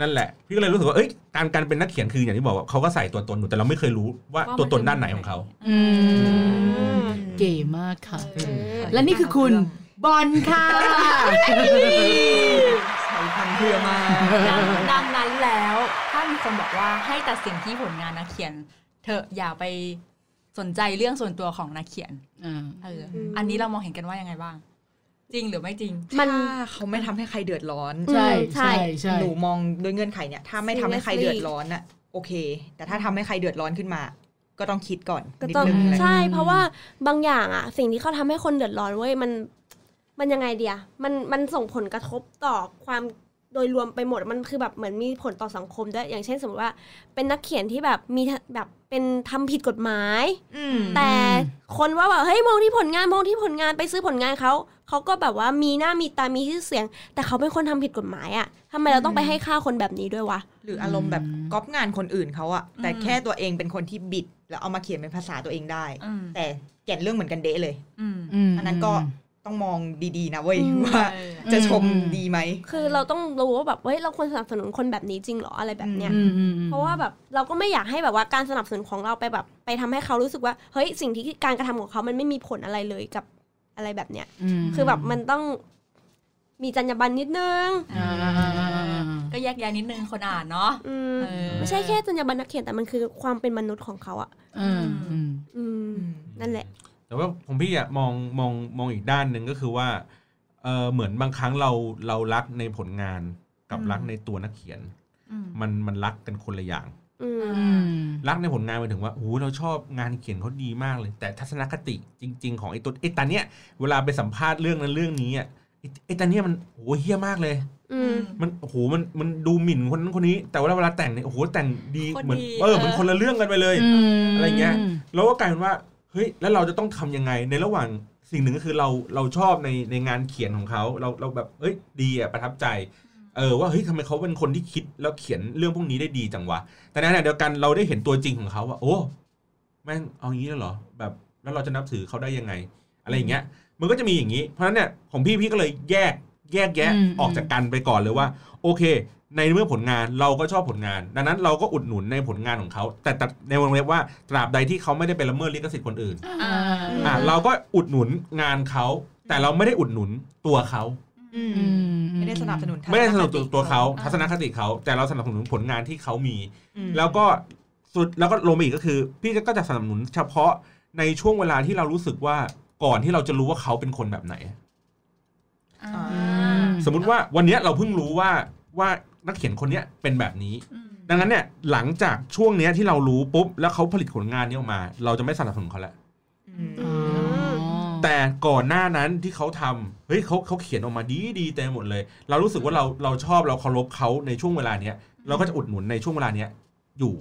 [SPEAKER 1] นั่นแหละ พี่ก็เลยรู้สึกว่าเอ้ยการการเป็นนักเขียนคืออย่างที่บอกว่าเขาก็ใส่ตัวตนอยู่แต่เราไม่เคยรู้ว่าตัวตนด้านไหนของเขา
[SPEAKER 4] อืม เก๋มากค่ะ และนี่คือคุณบอลค่ะ
[SPEAKER 6] ใส่พันเพื่อมาก
[SPEAKER 5] ดังนั้นแล้วถ้ามีคนบอกว่าให้ตัดสินที่ผลงานนักเขียนเถอะอย่าไปสนใจเรื่องส่วนตัวของนักเขียน
[SPEAKER 4] อ่า
[SPEAKER 5] เออออันนี้เรามองเห็นกันว่ายังไงบ้าง จริงหรือไม่จริง
[SPEAKER 2] มัน
[SPEAKER 6] ถ้าเขาไม่ทำให้ใครเดือดร้อน
[SPEAKER 4] ใช่
[SPEAKER 2] อืมใช่
[SPEAKER 4] ใช่ใช่
[SPEAKER 6] หนูมองด้วยเงื่อนไขเนี่ย ถ้าไม่ทำให้ใคร
[SPEAKER 2] Seriously
[SPEAKER 6] เดือดร้อนอะโอเค แต่ถ้าทำให้ใครเดือดร้อนขึ้นมา ก็ต้องคิดก่อน
[SPEAKER 2] ก็
[SPEAKER 6] นิด
[SPEAKER 2] ต้อง
[SPEAKER 6] นึงอะไร
[SPEAKER 2] ใช่เพราะว่าบางอย่างอะสิ่งที่เขาทำให้คนเดือดร้อนเว้ยมันมันยังไงเดียมันมันส่งผลกระทบต่อความโดยรวมไปหมดมันคือแบบเหมือนมีผลต่อสังคมด้วยอย่างเช่นสมมติว่า เป็นนักเขียนที่แบบมีแบบเป็นทำผิดกฎหมาย
[SPEAKER 6] อืม
[SPEAKER 2] แต่คนว่าแบบเฮ้ยมองที่ผลงานมองที่ผลงานไปซื้อผลงานเขาเขาก็แบบว่ามีหน้ามีตามีชื่อเสียง แต่เขาเป็นคนทำผิดกฎหมายอะทำไมเราต้องไปให้ค่าคนแบบนี้ด้วยวะ
[SPEAKER 6] หรืออารมณ์แบบก๊อปงานคนอื่นเขาอะแต่แค่ตัวเองเป็นคนที่บิด แล้วเอามาเขียนเป็นภาษาตัวเองได้
[SPEAKER 5] อืม
[SPEAKER 6] แต่แก่นเรื่องเหมือนกันเดะเลย
[SPEAKER 5] อืม
[SPEAKER 6] อันนั้นก็ ต้องมองดีๆนะเว้ย
[SPEAKER 2] อืม
[SPEAKER 6] ว่า จะชม
[SPEAKER 4] อืม
[SPEAKER 6] ดีไหม
[SPEAKER 2] คือเราต้องรู้ว่าแบบเฮ้ยเราควรสนับสนุนคนแบบนี้จริงเหรออะไรแบบเนี้ย
[SPEAKER 4] อืมอืมอืม
[SPEAKER 2] เพราะว่าแบบเราก็ไม่อยากให้แบบว่าการสนับสนุนของเราไปแบบ ไปทำให้เขารู้สึกว่าเฮ้ยสิ่งที่การกระทำของเขามันไม่มีผลอะไรเลยกับอะไรแบบเนี้ย
[SPEAKER 4] ม
[SPEAKER 2] คือแบบมันต้องมีจรรยาบรรณนิดนึง
[SPEAKER 4] อ่า
[SPEAKER 5] ก็แยกแยะนิดนึงคนอ่านเนาะ
[SPEAKER 2] อืม
[SPEAKER 5] เออ
[SPEAKER 2] ไม่ใช่แค่จรรยาบรรณนักเขียนแต่มันคือความเป็นมนุษย์ของเขาอะ
[SPEAKER 4] อืมอืม
[SPEAKER 2] อืม นั่นแหละ
[SPEAKER 1] แต่ว่าผมพี่อะมองมองมองอีกด้านหนึ่งก็คือว่าเออเหมือนบางครั้งเราเรารักในผลงานกับ
[SPEAKER 6] อืม
[SPEAKER 1] รักในตัวนักเขียน
[SPEAKER 5] อืม
[SPEAKER 1] มันมันรักกันคนละอย่าง
[SPEAKER 2] อืม
[SPEAKER 4] อืม
[SPEAKER 1] รักในผลงานหมายถึงว่าโอ้โหเราชอบงานเขียนเขาดีมากเลย แต่ทัศนคติจริง ๆ ของไอ้ตัวไอ้ตาเนี้ยเวลาไปสัมภาษณ์เรื่องนั้นเรื่องนี้อ่ะไอ้ไอ้ตาเนี้ยมันโอ้โหเฮี้ยมากเลย
[SPEAKER 2] อืม
[SPEAKER 1] มันโอ้โหมันมันดูหมิ่นคนนั้นคนนี้ แต่ว่าเวลาแต่งเนี่ยโอ้โหแต่งดี
[SPEAKER 5] คน
[SPEAKER 1] เหมือน
[SPEAKER 5] ดี
[SPEAKER 1] เออ
[SPEAKER 5] เออ
[SPEAKER 1] เหมือนคนละเรื่องกันไปเลย อะไรเงี้ย แล้วก็กลายเป็นว่าเฮ้ยแล้วเราจะต้องทำยังไงในระหว่างสิ่งหนึ่งก็คือเราเราชอบในในงานเขียนของเขาเราเราแบบเฮ้ยดีอ่ะประทับใจเออว่าเฮ้ยทำไมเขาเป็นคนที่คิดแล้วเขียนเรื่องพวกนี้ได้ดีจังวะแต่ในขณะเดียวกันเราได้เห็นตัวจริงของเขาว่าโอ้แม่งเอางี้แล้วเหรอแบบแล้วเราจะนับถือเขาได้ยังไง อะไรอย่างเงี้ย มันก็จะมีอย่างนี้ เพราะฉะนั้นเนี่ยของพี่พี่ก็เลยแยกแยกแยะ
[SPEAKER 4] อืม
[SPEAKER 1] ออกจากกันไปก่อนเลยว่า โอเค ในเมื่อผลงานเราก็ชอบผลงาน ดังนั้นเราก็อุดหนุนในผลงานของเขา แต่แต่ในวงเล็บว่าตราบใดที่เขาไม่ได้ไปละเมิดลิขสิทธิ์คนอื่น
[SPEAKER 4] อ่า
[SPEAKER 1] อ่ะเราก็อุดหนุนงานเขา แต่เราไม่ได้อุดหนุนตัวเขา
[SPEAKER 6] อืม
[SPEAKER 4] อืม
[SPEAKER 6] ไม่ได้สนับสนุน
[SPEAKER 1] ไม่ได้สนับสนุนตัวเขา
[SPEAKER 5] อ่า
[SPEAKER 1] ทัศนคติเขา แต่เราสนับสนุนผลงานที่เขามี
[SPEAKER 6] อืม
[SPEAKER 1] แล้วก็สุดแล้วก็ลงมาอีกก็คือ พี่ก็จะสนับสนุนเฉพาะในช่วงเวลาที่เรารู้สึกว่าก่อนที่เราจะรู้ว่าเขาเป็นคนแบบไหน
[SPEAKER 5] อ่า
[SPEAKER 1] สมมุติว่าวันเนี้ยเราเพิ่งรู้ว่าว่านักเขียนคนเนี้ยเป็นแบบนี้
[SPEAKER 5] อืม
[SPEAKER 1] ดังนั้นเนี่ยหลังจากช่วงเนี้ยที่เรารู้ปุ๊บแล้วเขาผลิตผลงานนี้ออกมา เราจะไม่สนับสนุนเขาแล้ว
[SPEAKER 6] อืม
[SPEAKER 4] อ๋อ
[SPEAKER 1] แต่ก่อนหน้านั้นที่เขาทำเฮ้ยเขาเขาเขียนออกมาดีดีเต็มหมดเลย เรารู้สึกว่าเราเราชอบเราเคารพเขาในช่วงเวลาเนี้ยเราก็จะอุดหนุนในช่วงเวลาเนี้ยอยู่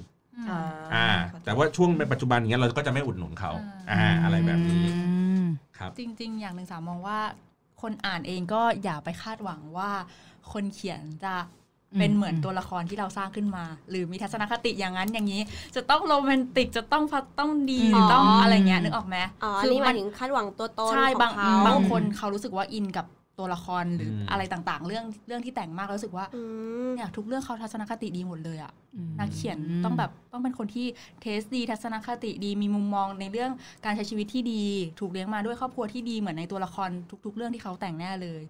[SPEAKER 1] อ่า แต่ว่าช่วงในปัจจุบันเนี้ยเราก็จะไม่อุดหนุนเขาอ่าอะไรแบบนี้
[SPEAKER 4] อืม
[SPEAKER 1] ครับ
[SPEAKER 5] จริง ๆ อย่างหนึ่งสามมองว่าคนอ่านเองก็อย่าไปคาดหวังว่า คนเขียนจะเป็นเหมือนตัวละครที่เราสร้างขึ้นมา หรือมีทัศนคติอย่างนั้นอย่างนี้ จะต้องโรแมนติกจะต้องพัดต้องดีหรือต้อง
[SPEAKER 4] อ๋ออ
[SPEAKER 5] อะไรเงี้ยนึกออกไหม
[SPEAKER 2] อ๋ออัน
[SPEAKER 5] คื
[SPEAKER 2] นี่หมาย
[SPEAKER 5] น
[SPEAKER 2] ถึงคาดหวังตัวตนขอบ
[SPEAKER 5] ใช่าง
[SPEAKER 2] งเขา
[SPEAKER 5] บางคนเขารู้สึกว่าอินกับตัวละครหรืออ
[SPEAKER 1] ม
[SPEAKER 5] อะไรต่างๆ เรื่องเรื่องที่แต่งมากแล้วรู้สึกว่า
[SPEAKER 2] อืม
[SPEAKER 5] เนี่ยทุกเรื่องเขาทัศนคติดีหมดเลยอะ
[SPEAKER 4] อืม
[SPEAKER 5] นักเขียนต้องแบบต้องเป็นคนที่เทสดี ทัศนคติดีมีมุมมองในเรื่องการใช้ชีวิตที่ดี ถูกเลี้ยงมาด้วยครอบครัวที่ดีเหมือนในตัวละครทุก ๆ เรื่องที่เขาแต่งแน่เลย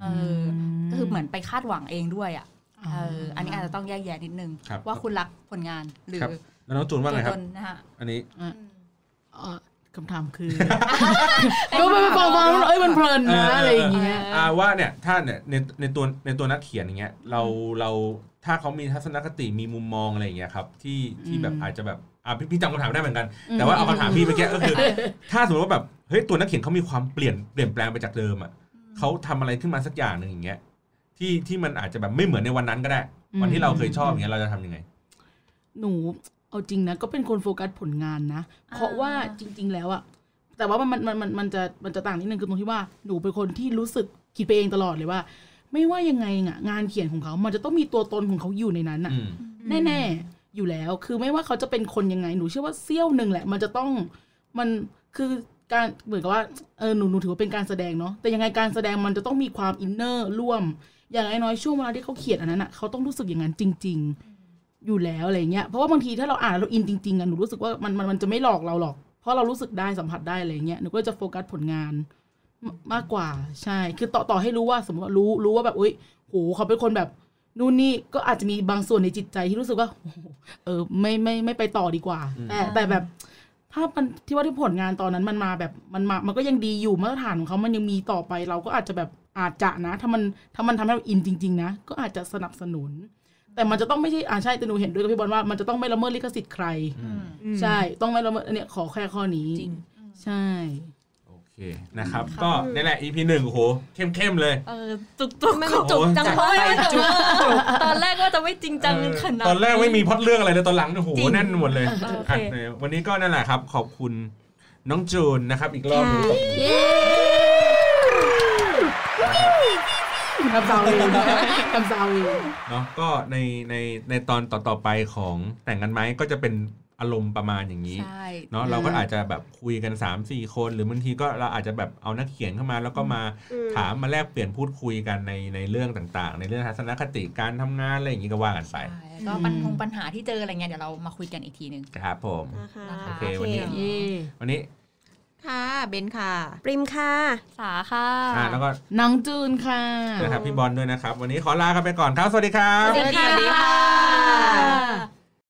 [SPEAKER 5] เอออก็คือเหมือนไปคาดหวังเองด้วยอะเอออันนี้อาจจะต้องแยกแยะนิดนึง
[SPEAKER 1] ครับ
[SPEAKER 5] ว่าคุณรักผลงานหรือ
[SPEAKER 1] ครับ แล้วน้องจูนว่าไงค
[SPEAKER 5] ตั
[SPEAKER 1] รั
[SPEAKER 5] ว
[SPEAKER 1] บ
[SPEAKER 5] ตนนะฮะ
[SPEAKER 1] อันนี้
[SPEAKER 4] เอ่อคำถามคือ ก็ไปฟังฟังๆเอ้ยมันเพลินนะ
[SPEAKER 1] เอออ
[SPEAKER 4] อะไรอย่างเงี้ย
[SPEAKER 1] อาว่าเนี่ยถ้าเนี่ยในในตัวในตัวนักเขียนอย่างเงี้ยเราเราถ้าเขามีทัศนคติมีมุมมองอะไรอย่างเงี้ยครับที่ที่แบบ
[SPEAKER 4] อืม
[SPEAKER 1] อาจจะแบบอ่ะพี่พี่จำคำถามได้เหมือนกัน
[SPEAKER 4] อืม
[SPEAKER 1] แต่ว่าเอาคำถามพี่เมื่อกี้ก็คือ ถ้าสมมติว่าแบบเฮ้ยตัวนักเขียนเขามีความเปลี่ยนเปลี่ยนแปลงไปจากเดิมอ่ะเขาทำอะไรขึ้นมาสักอย่างหนึ่งอย่างเงี้ยที่ที่มันอาจจะแบบไม่เหมือนในวันนั้นก็ได้ วันที่เราเคยชอบอย่างเงี้ยเราจะทำยังไง
[SPEAKER 4] หนูเอาจริงนะก็เป็นคนโฟกัสผลงานนะ
[SPEAKER 5] อ่า
[SPEAKER 4] เพราะว่าจริง ๆ แล้วอะแต่ว่ามันมันมันมันจะมันจะต่างนิดนึงคือตรงที่ว่าหนูเป็นคนที่รู้สึกคิดไปเองตลอดเลยว่า ไม่ว่ายังไงอะงานเขียนของเขา มันจะต้องมีตัวตนของเขาอยู่ในนั้นอะ
[SPEAKER 1] อืม
[SPEAKER 4] แน่ๆอยู่แล้วคือไม่ว่าเขาจะเป็นคนยังไงหนูเชื่อว่าเสี้ยวหนึ่งแหละ มันจะต้องมันคือการเหมือนกับว่าเออหนูหนูถือว่าเป็นการแสดงเนาะแต่ยังไงการแสดงมันจะต้องมีความอินเนอร์ร่วม อย่างน้อยๆช่วงเวลาที่เขาเขียนอันนั้นอะเขาต้องรู้สึกอย่างนั้นจริง ๆ อยู่แล้วอะไรเงี้ย เพราะว่าบางทีถ้าเราอ่านแล้วเราอินจริงๆอะหนูรู้สึกว่ามันมันมันจะไม่หลอกเราหรอก เพราะเรารู้สึกได้สัมผัสได้อะไรเงี้ย หนูก็จะโฟกัสผลงานมมากกว่า ใช่ คือต่อต่อให้รู้ว่าสมมติว่ารู้รู้ว่าแบบอุ้ยโหเขาเป็นคนแบบนู่นนี่ ก็อาจจะมีบางส่วนในจิตใจที่รู้สึกว่าโอ้โหเออไม่ไม่ไม่ไปต่อดีกว่า
[SPEAKER 1] อืม
[SPEAKER 4] แต่แต่แบบ ถ้ามันที่ว่าที่ผลงานตอนนั้นมันมาแบบมันมา มันก็ยังดีอยู่มาตรฐานของเขามันยังมีต่อไป เราก็อาจจะแบบอาจจะนะ ถ้ามันถ้ามันทำให้เราอินจริง ๆ นะ ก็อาจจะสนับสนุน แต่มันจะต้องไม่ใช่อ่าใช่แต่หนูเห็นด้วยกับพี่บอลว่ามันจะต้องไม่ละเมิดลิขสิทธิ์ใคร
[SPEAKER 1] อืม
[SPEAKER 6] อืม
[SPEAKER 4] ใช่ต้องไม่ละเมิดอันเนี้ยขอแค่ข้อนี้
[SPEAKER 6] จริง
[SPEAKER 4] ใช่
[SPEAKER 1] โอเคนะครับ ก็นี่แหละ EP หนึ่งโอ้โหเข้มเข้มๆเลย
[SPEAKER 5] เออจุกจุก
[SPEAKER 2] ทำไมมันจุกจัง
[SPEAKER 1] โอ้
[SPEAKER 2] เพราะ
[SPEAKER 5] ตอนแรกว่าจะไม่จริงจังขนาด
[SPEAKER 1] ตอนแรกไม่มีพล็อดเรื่องอะไรเลยตอนหลังเนี่ยโอ้โห
[SPEAKER 5] จริง
[SPEAKER 1] แน่นหมดเลย
[SPEAKER 5] เออโอเค
[SPEAKER 1] อัดเลยวันนี้ก็นั่นแหละครับ ขอบคุณน้องจูนนะครับ อีกรอบหนึงขอบคุณ
[SPEAKER 4] คำสาวเองคำสาวเอง
[SPEAKER 1] เนาะก็ในในในตอนต่อๆไปของแต่งกันไหมก็จะเป็น อารมณ์ประมาณอย่างนี้
[SPEAKER 5] ใช่
[SPEAKER 1] เนาะเราก็อาจจะแบบคุยกัน 3 4 คน หรือบางทีก็เราอาจจะแบบเอานักเขียนเข้ามา แล้วก็มา
[SPEAKER 2] อืม
[SPEAKER 1] ถามมาแลกเปลี่ยนพูดคุยกันในในเรื่องต่างๆ ในเรื่องทัศนคติการทำงานอะไรอย่างนี้ก็ว่ากันไป
[SPEAKER 5] ใช่แล้วก็ปัญหาปัญหาที่เจออะไรเงี้ยเดี๋ยวเรามาคุยกันอีกทีหนึ่ง
[SPEAKER 1] ครับผม
[SPEAKER 2] นะคะ
[SPEAKER 5] โอเค
[SPEAKER 1] วันนี้
[SPEAKER 4] เย่
[SPEAKER 1] วันนี้
[SPEAKER 3] ค่ะเบนค่ะ
[SPEAKER 2] ปริมค่ะ
[SPEAKER 5] สาค่ะ
[SPEAKER 1] อ่าแล้วก็
[SPEAKER 4] น้องจูนค่ะ
[SPEAKER 1] นะครับพี่บอลด้วยนะครับ วันนี้ขอลากันไปก่อนครับ สวัสดีครับ
[SPEAKER 5] สวัสดีค่ะ